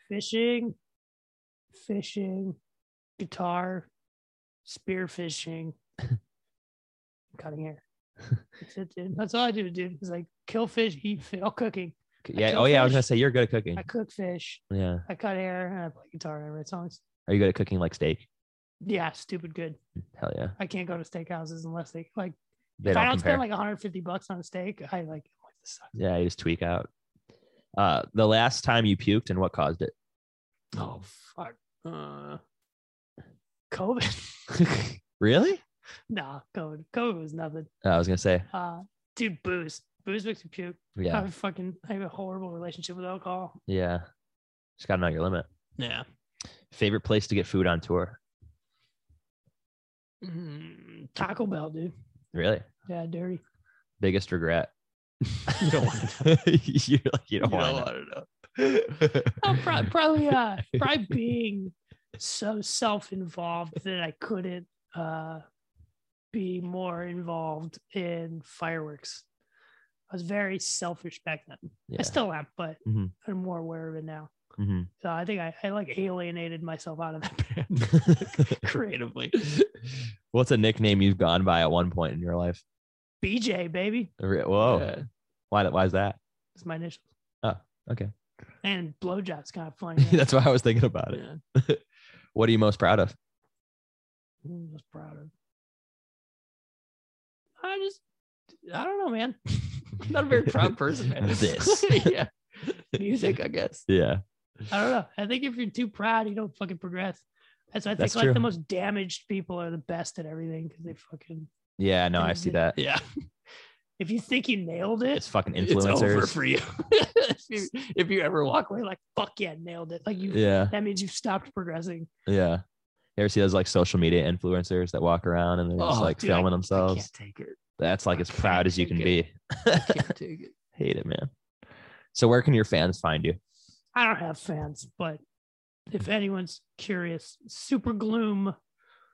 Speaker 3: fishing, fishing, guitar, spear fishing, cutting hair. That's, it, dude. That's all I do, dude. It's like kill fish, eat fish. Oh, cooking.
Speaker 1: Yeah.
Speaker 3: cook
Speaker 1: Oh yeah. I was
Speaker 3: fish.
Speaker 1: gonna say you're good at cooking.
Speaker 3: I cook fish.
Speaker 1: Yeah.
Speaker 3: I cut hair and I play guitar and I write songs.
Speaker 1: Are you good at cooking like steak?
Speaker 3: Yeah, stupid good.
Speaker 1: Hell yeah.
Speaker 3: I can't go to steakhouses unless they like.
Speaker 1: They
Speaker 3: if I
Speaker 1: don't
Speaker 3: don't
Speaker 1: compare.
Speaker 3: spend like 150 bucks on a steak, I like. I'm like, this sucks.
Speaker 1: yeah, you just tweak out. Uh, the last time you puked and what caused it?
Speaker 3: Oh fuck. Uh, COVID.
Speaker 1: really?
Speaker 3: nah, COVID. COVID was nothing.
Speaker 1: Uh, I was gonna say.
Speaker 3: Uh, dude, booze. Booze makes me puke. I
Speaker 5: Oh.
Speaker 1: Yeah.
Speaker 3: have a fucking I have a horrible relationship with alcohol.
Speaker 1: Yeah. Just gotta know your limit.
Speaker 3: Yeah.
Speaker 1: Favorite place to get food on tour?
Speaker 3: Mm, Taco Bell, dude.
Speaker 1: Really?
Speaker 3: Yeah, dirty.
Speaker 1: Biggest regret?
Speaker 5: You don't
Speaker 1: want to. You're like you don't
Speaker 5: You
Speaker 1: want
Speaker 5: don't wanna know.
Speaker 1: to.
Speaker 3: Oh, probably probably, uh, probably being so self-involved that I couldn't uh, be more involved in fireworks. I was very selfish back then.
Speaker 1: Yeah.
Speaker 3: I still am, but
Speaker 1: Mhm.
Speaker 3: I'm more aware of it now.
Speaker 1: Mhm.
Speaker 3: So I think I, I like alienated myself out of that.
Speaker 5: Creatively.
Speaker 1: What's a nickname you've gone by at one point in your life?
Speaker 3: BJ, baby,
Speaker 1: Re- Whoa.
Speaker 5: Yeah.
Speaker 1: Why? Why is that?
Speaker 3: is my initials.
Speaker 1: Oh, okay.
Speaker 3: And blowjob's kind of funny. right?
Speaker 1: That's why I was thinking about it.
Speaker 5: Yeah.
Speaker 1: What are you most proud of?
Speaker 3: I'm most proud of. I just, I don't know, man.
Speaker 5: I'm not a very proud person, man.
Speaker 1: This.
Speaker 5: yeah. Music, I guess.
Speaker 1: Yeah.
Speaker 3: I don't know. I think if you're too proud, you don't fucking progress. That's why I think
Speaker 1: That's
Speaker 3: like the
Speaker 1: true.
Speaker 3: most damaged people are the best at everything because they fucking.
Speaker 1: Yeah. No, I see
Speaker 3: Anything.
Speaker 1: that.
Speaker 5: Yeah.
Speaker 3: If you think you nailed it,
Speaker 1: It's fucking
Speaker 5: It's over
Speaker 1: influencers.
Speaker 5: for you. if, you if you ever walk
Speaker 3: walk away like fuck yeah, nailed it. Like you,
Speaker 1: Yeah.
Speaker 3: that means you've stopped progressing.
Speaker 1: Yeah. You ever see those like social media influencers that walk around and they're just
Speaker 5: Oh,
Speaker 1: like
Speaker 3: dude, I-
Speaker 1: filming
Speaker 5: I
Speaker 1: themselves?
Speaker 5: can't take it.
Speaker 1: That's like
Speaker 5: I
Speaker 1: as proud
Speaker 5: can't
Speaker 1: as you
Speaker 5: take
Speaker 1: can
Speaker 5: it.
Speaker 1: be.
Speaker 5: I can't take it.
Speaker 1: Hate it, man. So where can your fans find you?
Speaker 3: I don't have fans, but if anyone's curious, Super Gloom,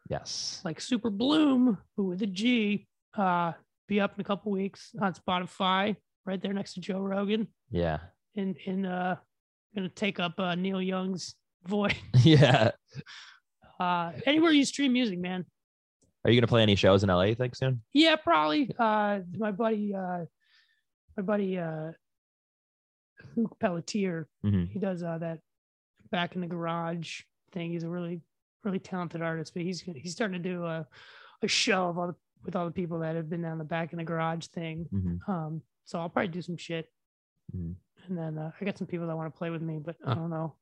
Speaker 1: Yes.
Speaker 3: like Super Bloom, but with a G, uh, be up in a couple weeks on Spotify, right there next to Joe Rogan.
Speaker 1: Yeah.
Speaker 3: and and uh gonna take up uh Neil Young's voice.
Speaker 1: Yeah.
Speaker 3: Uh anywhere you stream music, man.
Speaker 1: Are you gonna play any shows in LA? You think soon?
Speaker 3: Yeah, probably. Uh my buddy uh my buddy uh Luke Pelletier,
Speaker 1: Mhm.
Speaker 3: he does uh that back in the garage thing. He's a really really talented artist, but he's he's starting to do a a show of all the, with all the people that have been down the back in the garage thing.
Speaker 1: Mhm.
Speaker 3: Um so I'll probably do some shit.
Speaker 1: Mhm.
Speaker 3: And then uh, I got some people that want to play with me, but I
Speaker 5: Oh.
Speaker 3: don't know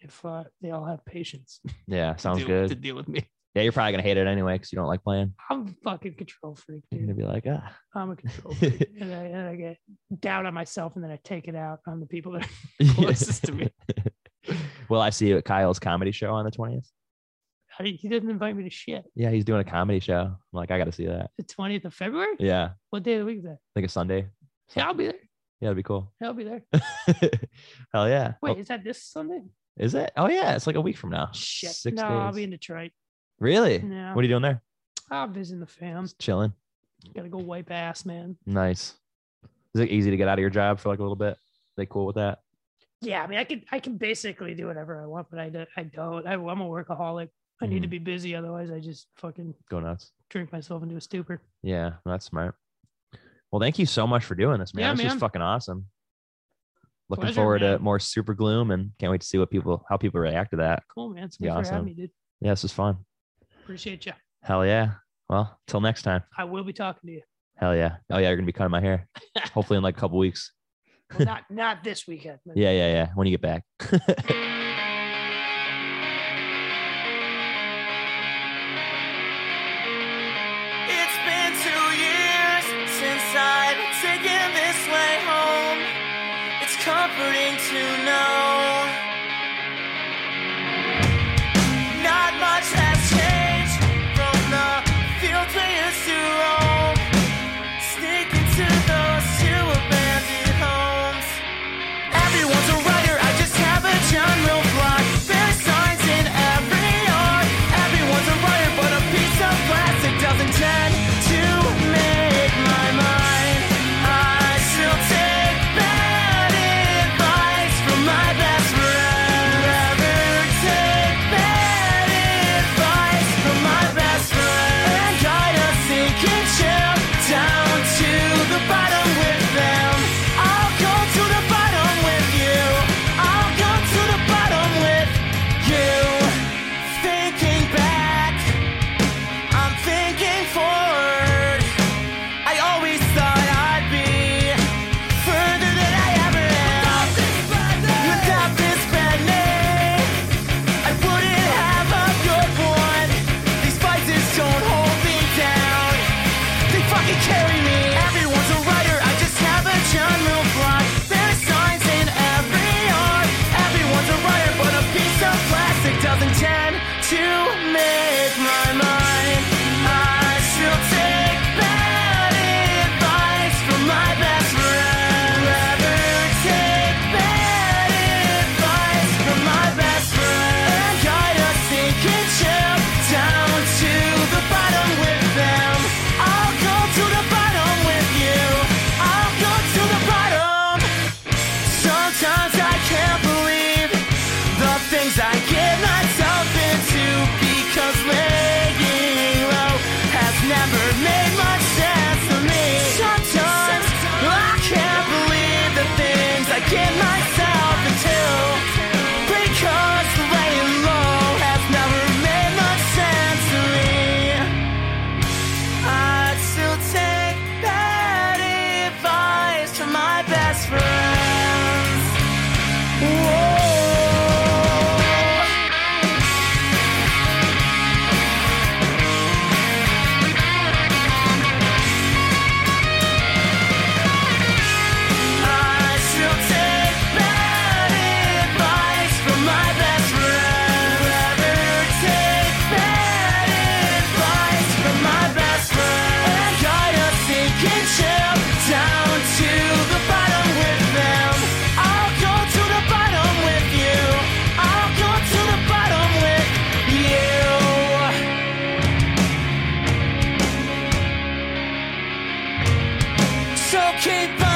Speaker 3: if uh, they all have patience.
Speaker 1: Yeah. Sounds
Speaker 5: Deal- To
Speaker 1: good.
Speaker 5: deal with me.
Speaker 1: Yeah, you're probably gonna hate it anyway because you don't like playing.
Speaker 3: I'm a fucking control freak,
Speaker 1: You're gonna
Speaker 3: dude.
Speaker 1: be like, ah,
Speaker 3: I'm a control freak. and, I, and I get down on myself and then I take it out on the people that Closest to me.
Speaker 1: Will I see you at Kyle's comedy show on the twentieth?
Speaker 3: he didn't invite me to shit.
Speaker 1: Yeah, he's doing a comedy show. I'm like, I gotta see that.
Speaker 3: The 20th of February?
Speaker 1: Yeah, I
Speaker 3: What day of the week is that?
Speaker 1: think it's Sunday.
Speaker 3: Yeah, I'll be there.
Speaker 1: Yeah, it'd be cool.
Speaker 3: I'll be there.
Speaker 1: Hell yeah.
Speaker 3: Wait,
Speaker 1: Oh,
Speaker 3: is that this Sunday?
Speaker 1: is it? Oh yeah, it's like a week from now.
Speaker 3: Shit.
Speaker 1: Six
Speaker 3: no,
Speaker 1: days.
Speaker 3: I'll be in Detroit.
Speaker 1: really?
Speaker 3: No.
Speaker 1: What are you doing there?
Speaker 3: I'll visit the fam.
Speaker 1: Just chilling.
Speaker 3: Gotta go wipe ass, man.
Speaker 1: Nice. Is it easy to get out of your job for like a little bit? they cool with that?
Speaker 3: Yeah, I mean, I could, I can basically do whatever I want, but I, do, I don't. I, I'm a workaholic. I need to
Speaker 1: Mm-hmm.
Speaker 3: be busy, otherwise I just fucking
Speaker 1: Go nuts.
Speaker 3: drink myself into a stupor.
Speaker 1: Yeah, that's smart. Well, thank you so much for doing this, man.
Speaker 3: Yeah,
Speaker 1: this was
Speaker 3: man.
Speaker 1: fucking awesome. Looking
Speaker 3: Pleasure,
Speaker 1: forward to
Speaker 3: man.
Speaker 1: more super gloom and can't wait to see what people how people react to that.
Speaker 3: Cool, man. It's
Speaker 1: Yeah,
Speaker 3: good for
Speaker 1: awesome.
Speaker 3: having me, dude.
Speaker 1: Yeah, this was fun.
Speaker 3: Appreciate you.
Speaker 1: Hell yeah. Well, till next time.
Speaker 3: I will be talking to you.
Speaker 1: Hell yeah. Oh yeah, you're gonna be cutting my hair. Hopefully in like a couple weeks.
Speaker 3: Well, not, not this weekend. but-
Speaker 1: Yeah, yeah, yeah. When you get back.
Speaker 2: It's been two years since I've taken this way home. It's comforting to know. Not much has changed from the fields we used to roam. Sneaking to those two abandoned homes. Everyone's a writer, I just have a genre block. There's signs in every art. Everyone's a writer, but a piece of plastic doesn't tend to make my mind. I still take bad advice from my best friend. Never take bad advice from my best friend. And guide a sinking ship down to the bottom with them. I'll go to the bottom with you. I'll go to the bottom with you. Thinking back, I'm thinking forward. I always thought I'd be further than I ever am. Without this bad name, I wouldn't have a good one. These vices don't hold me down. They fucking carry me. Everyone's a writer. I just have a general plot. There's signs in every art. Everyone's a writer, but a piece of plastic doesn't tend to make my mind. I still take bad advice from my best friend. Rather take bad advice from my best friend. And guide a sinking ship down to the bottom with them. I'll go to the bottom with you. I'll go to the bottom. Sometimes I can't believe the things I get myself into because laying low has never made much sense to me. Sometimes I can't believe the things I get myself into because laying low has never made much sense to me. I'd still take bad advice from my best friends. Whoa. I still take bad advice from my best friend. Rather take bad advice from my best friend and guide a sinking ship down to the bottom with them. I'll go to the bottom with you. I'll go to the bottom with you. So keep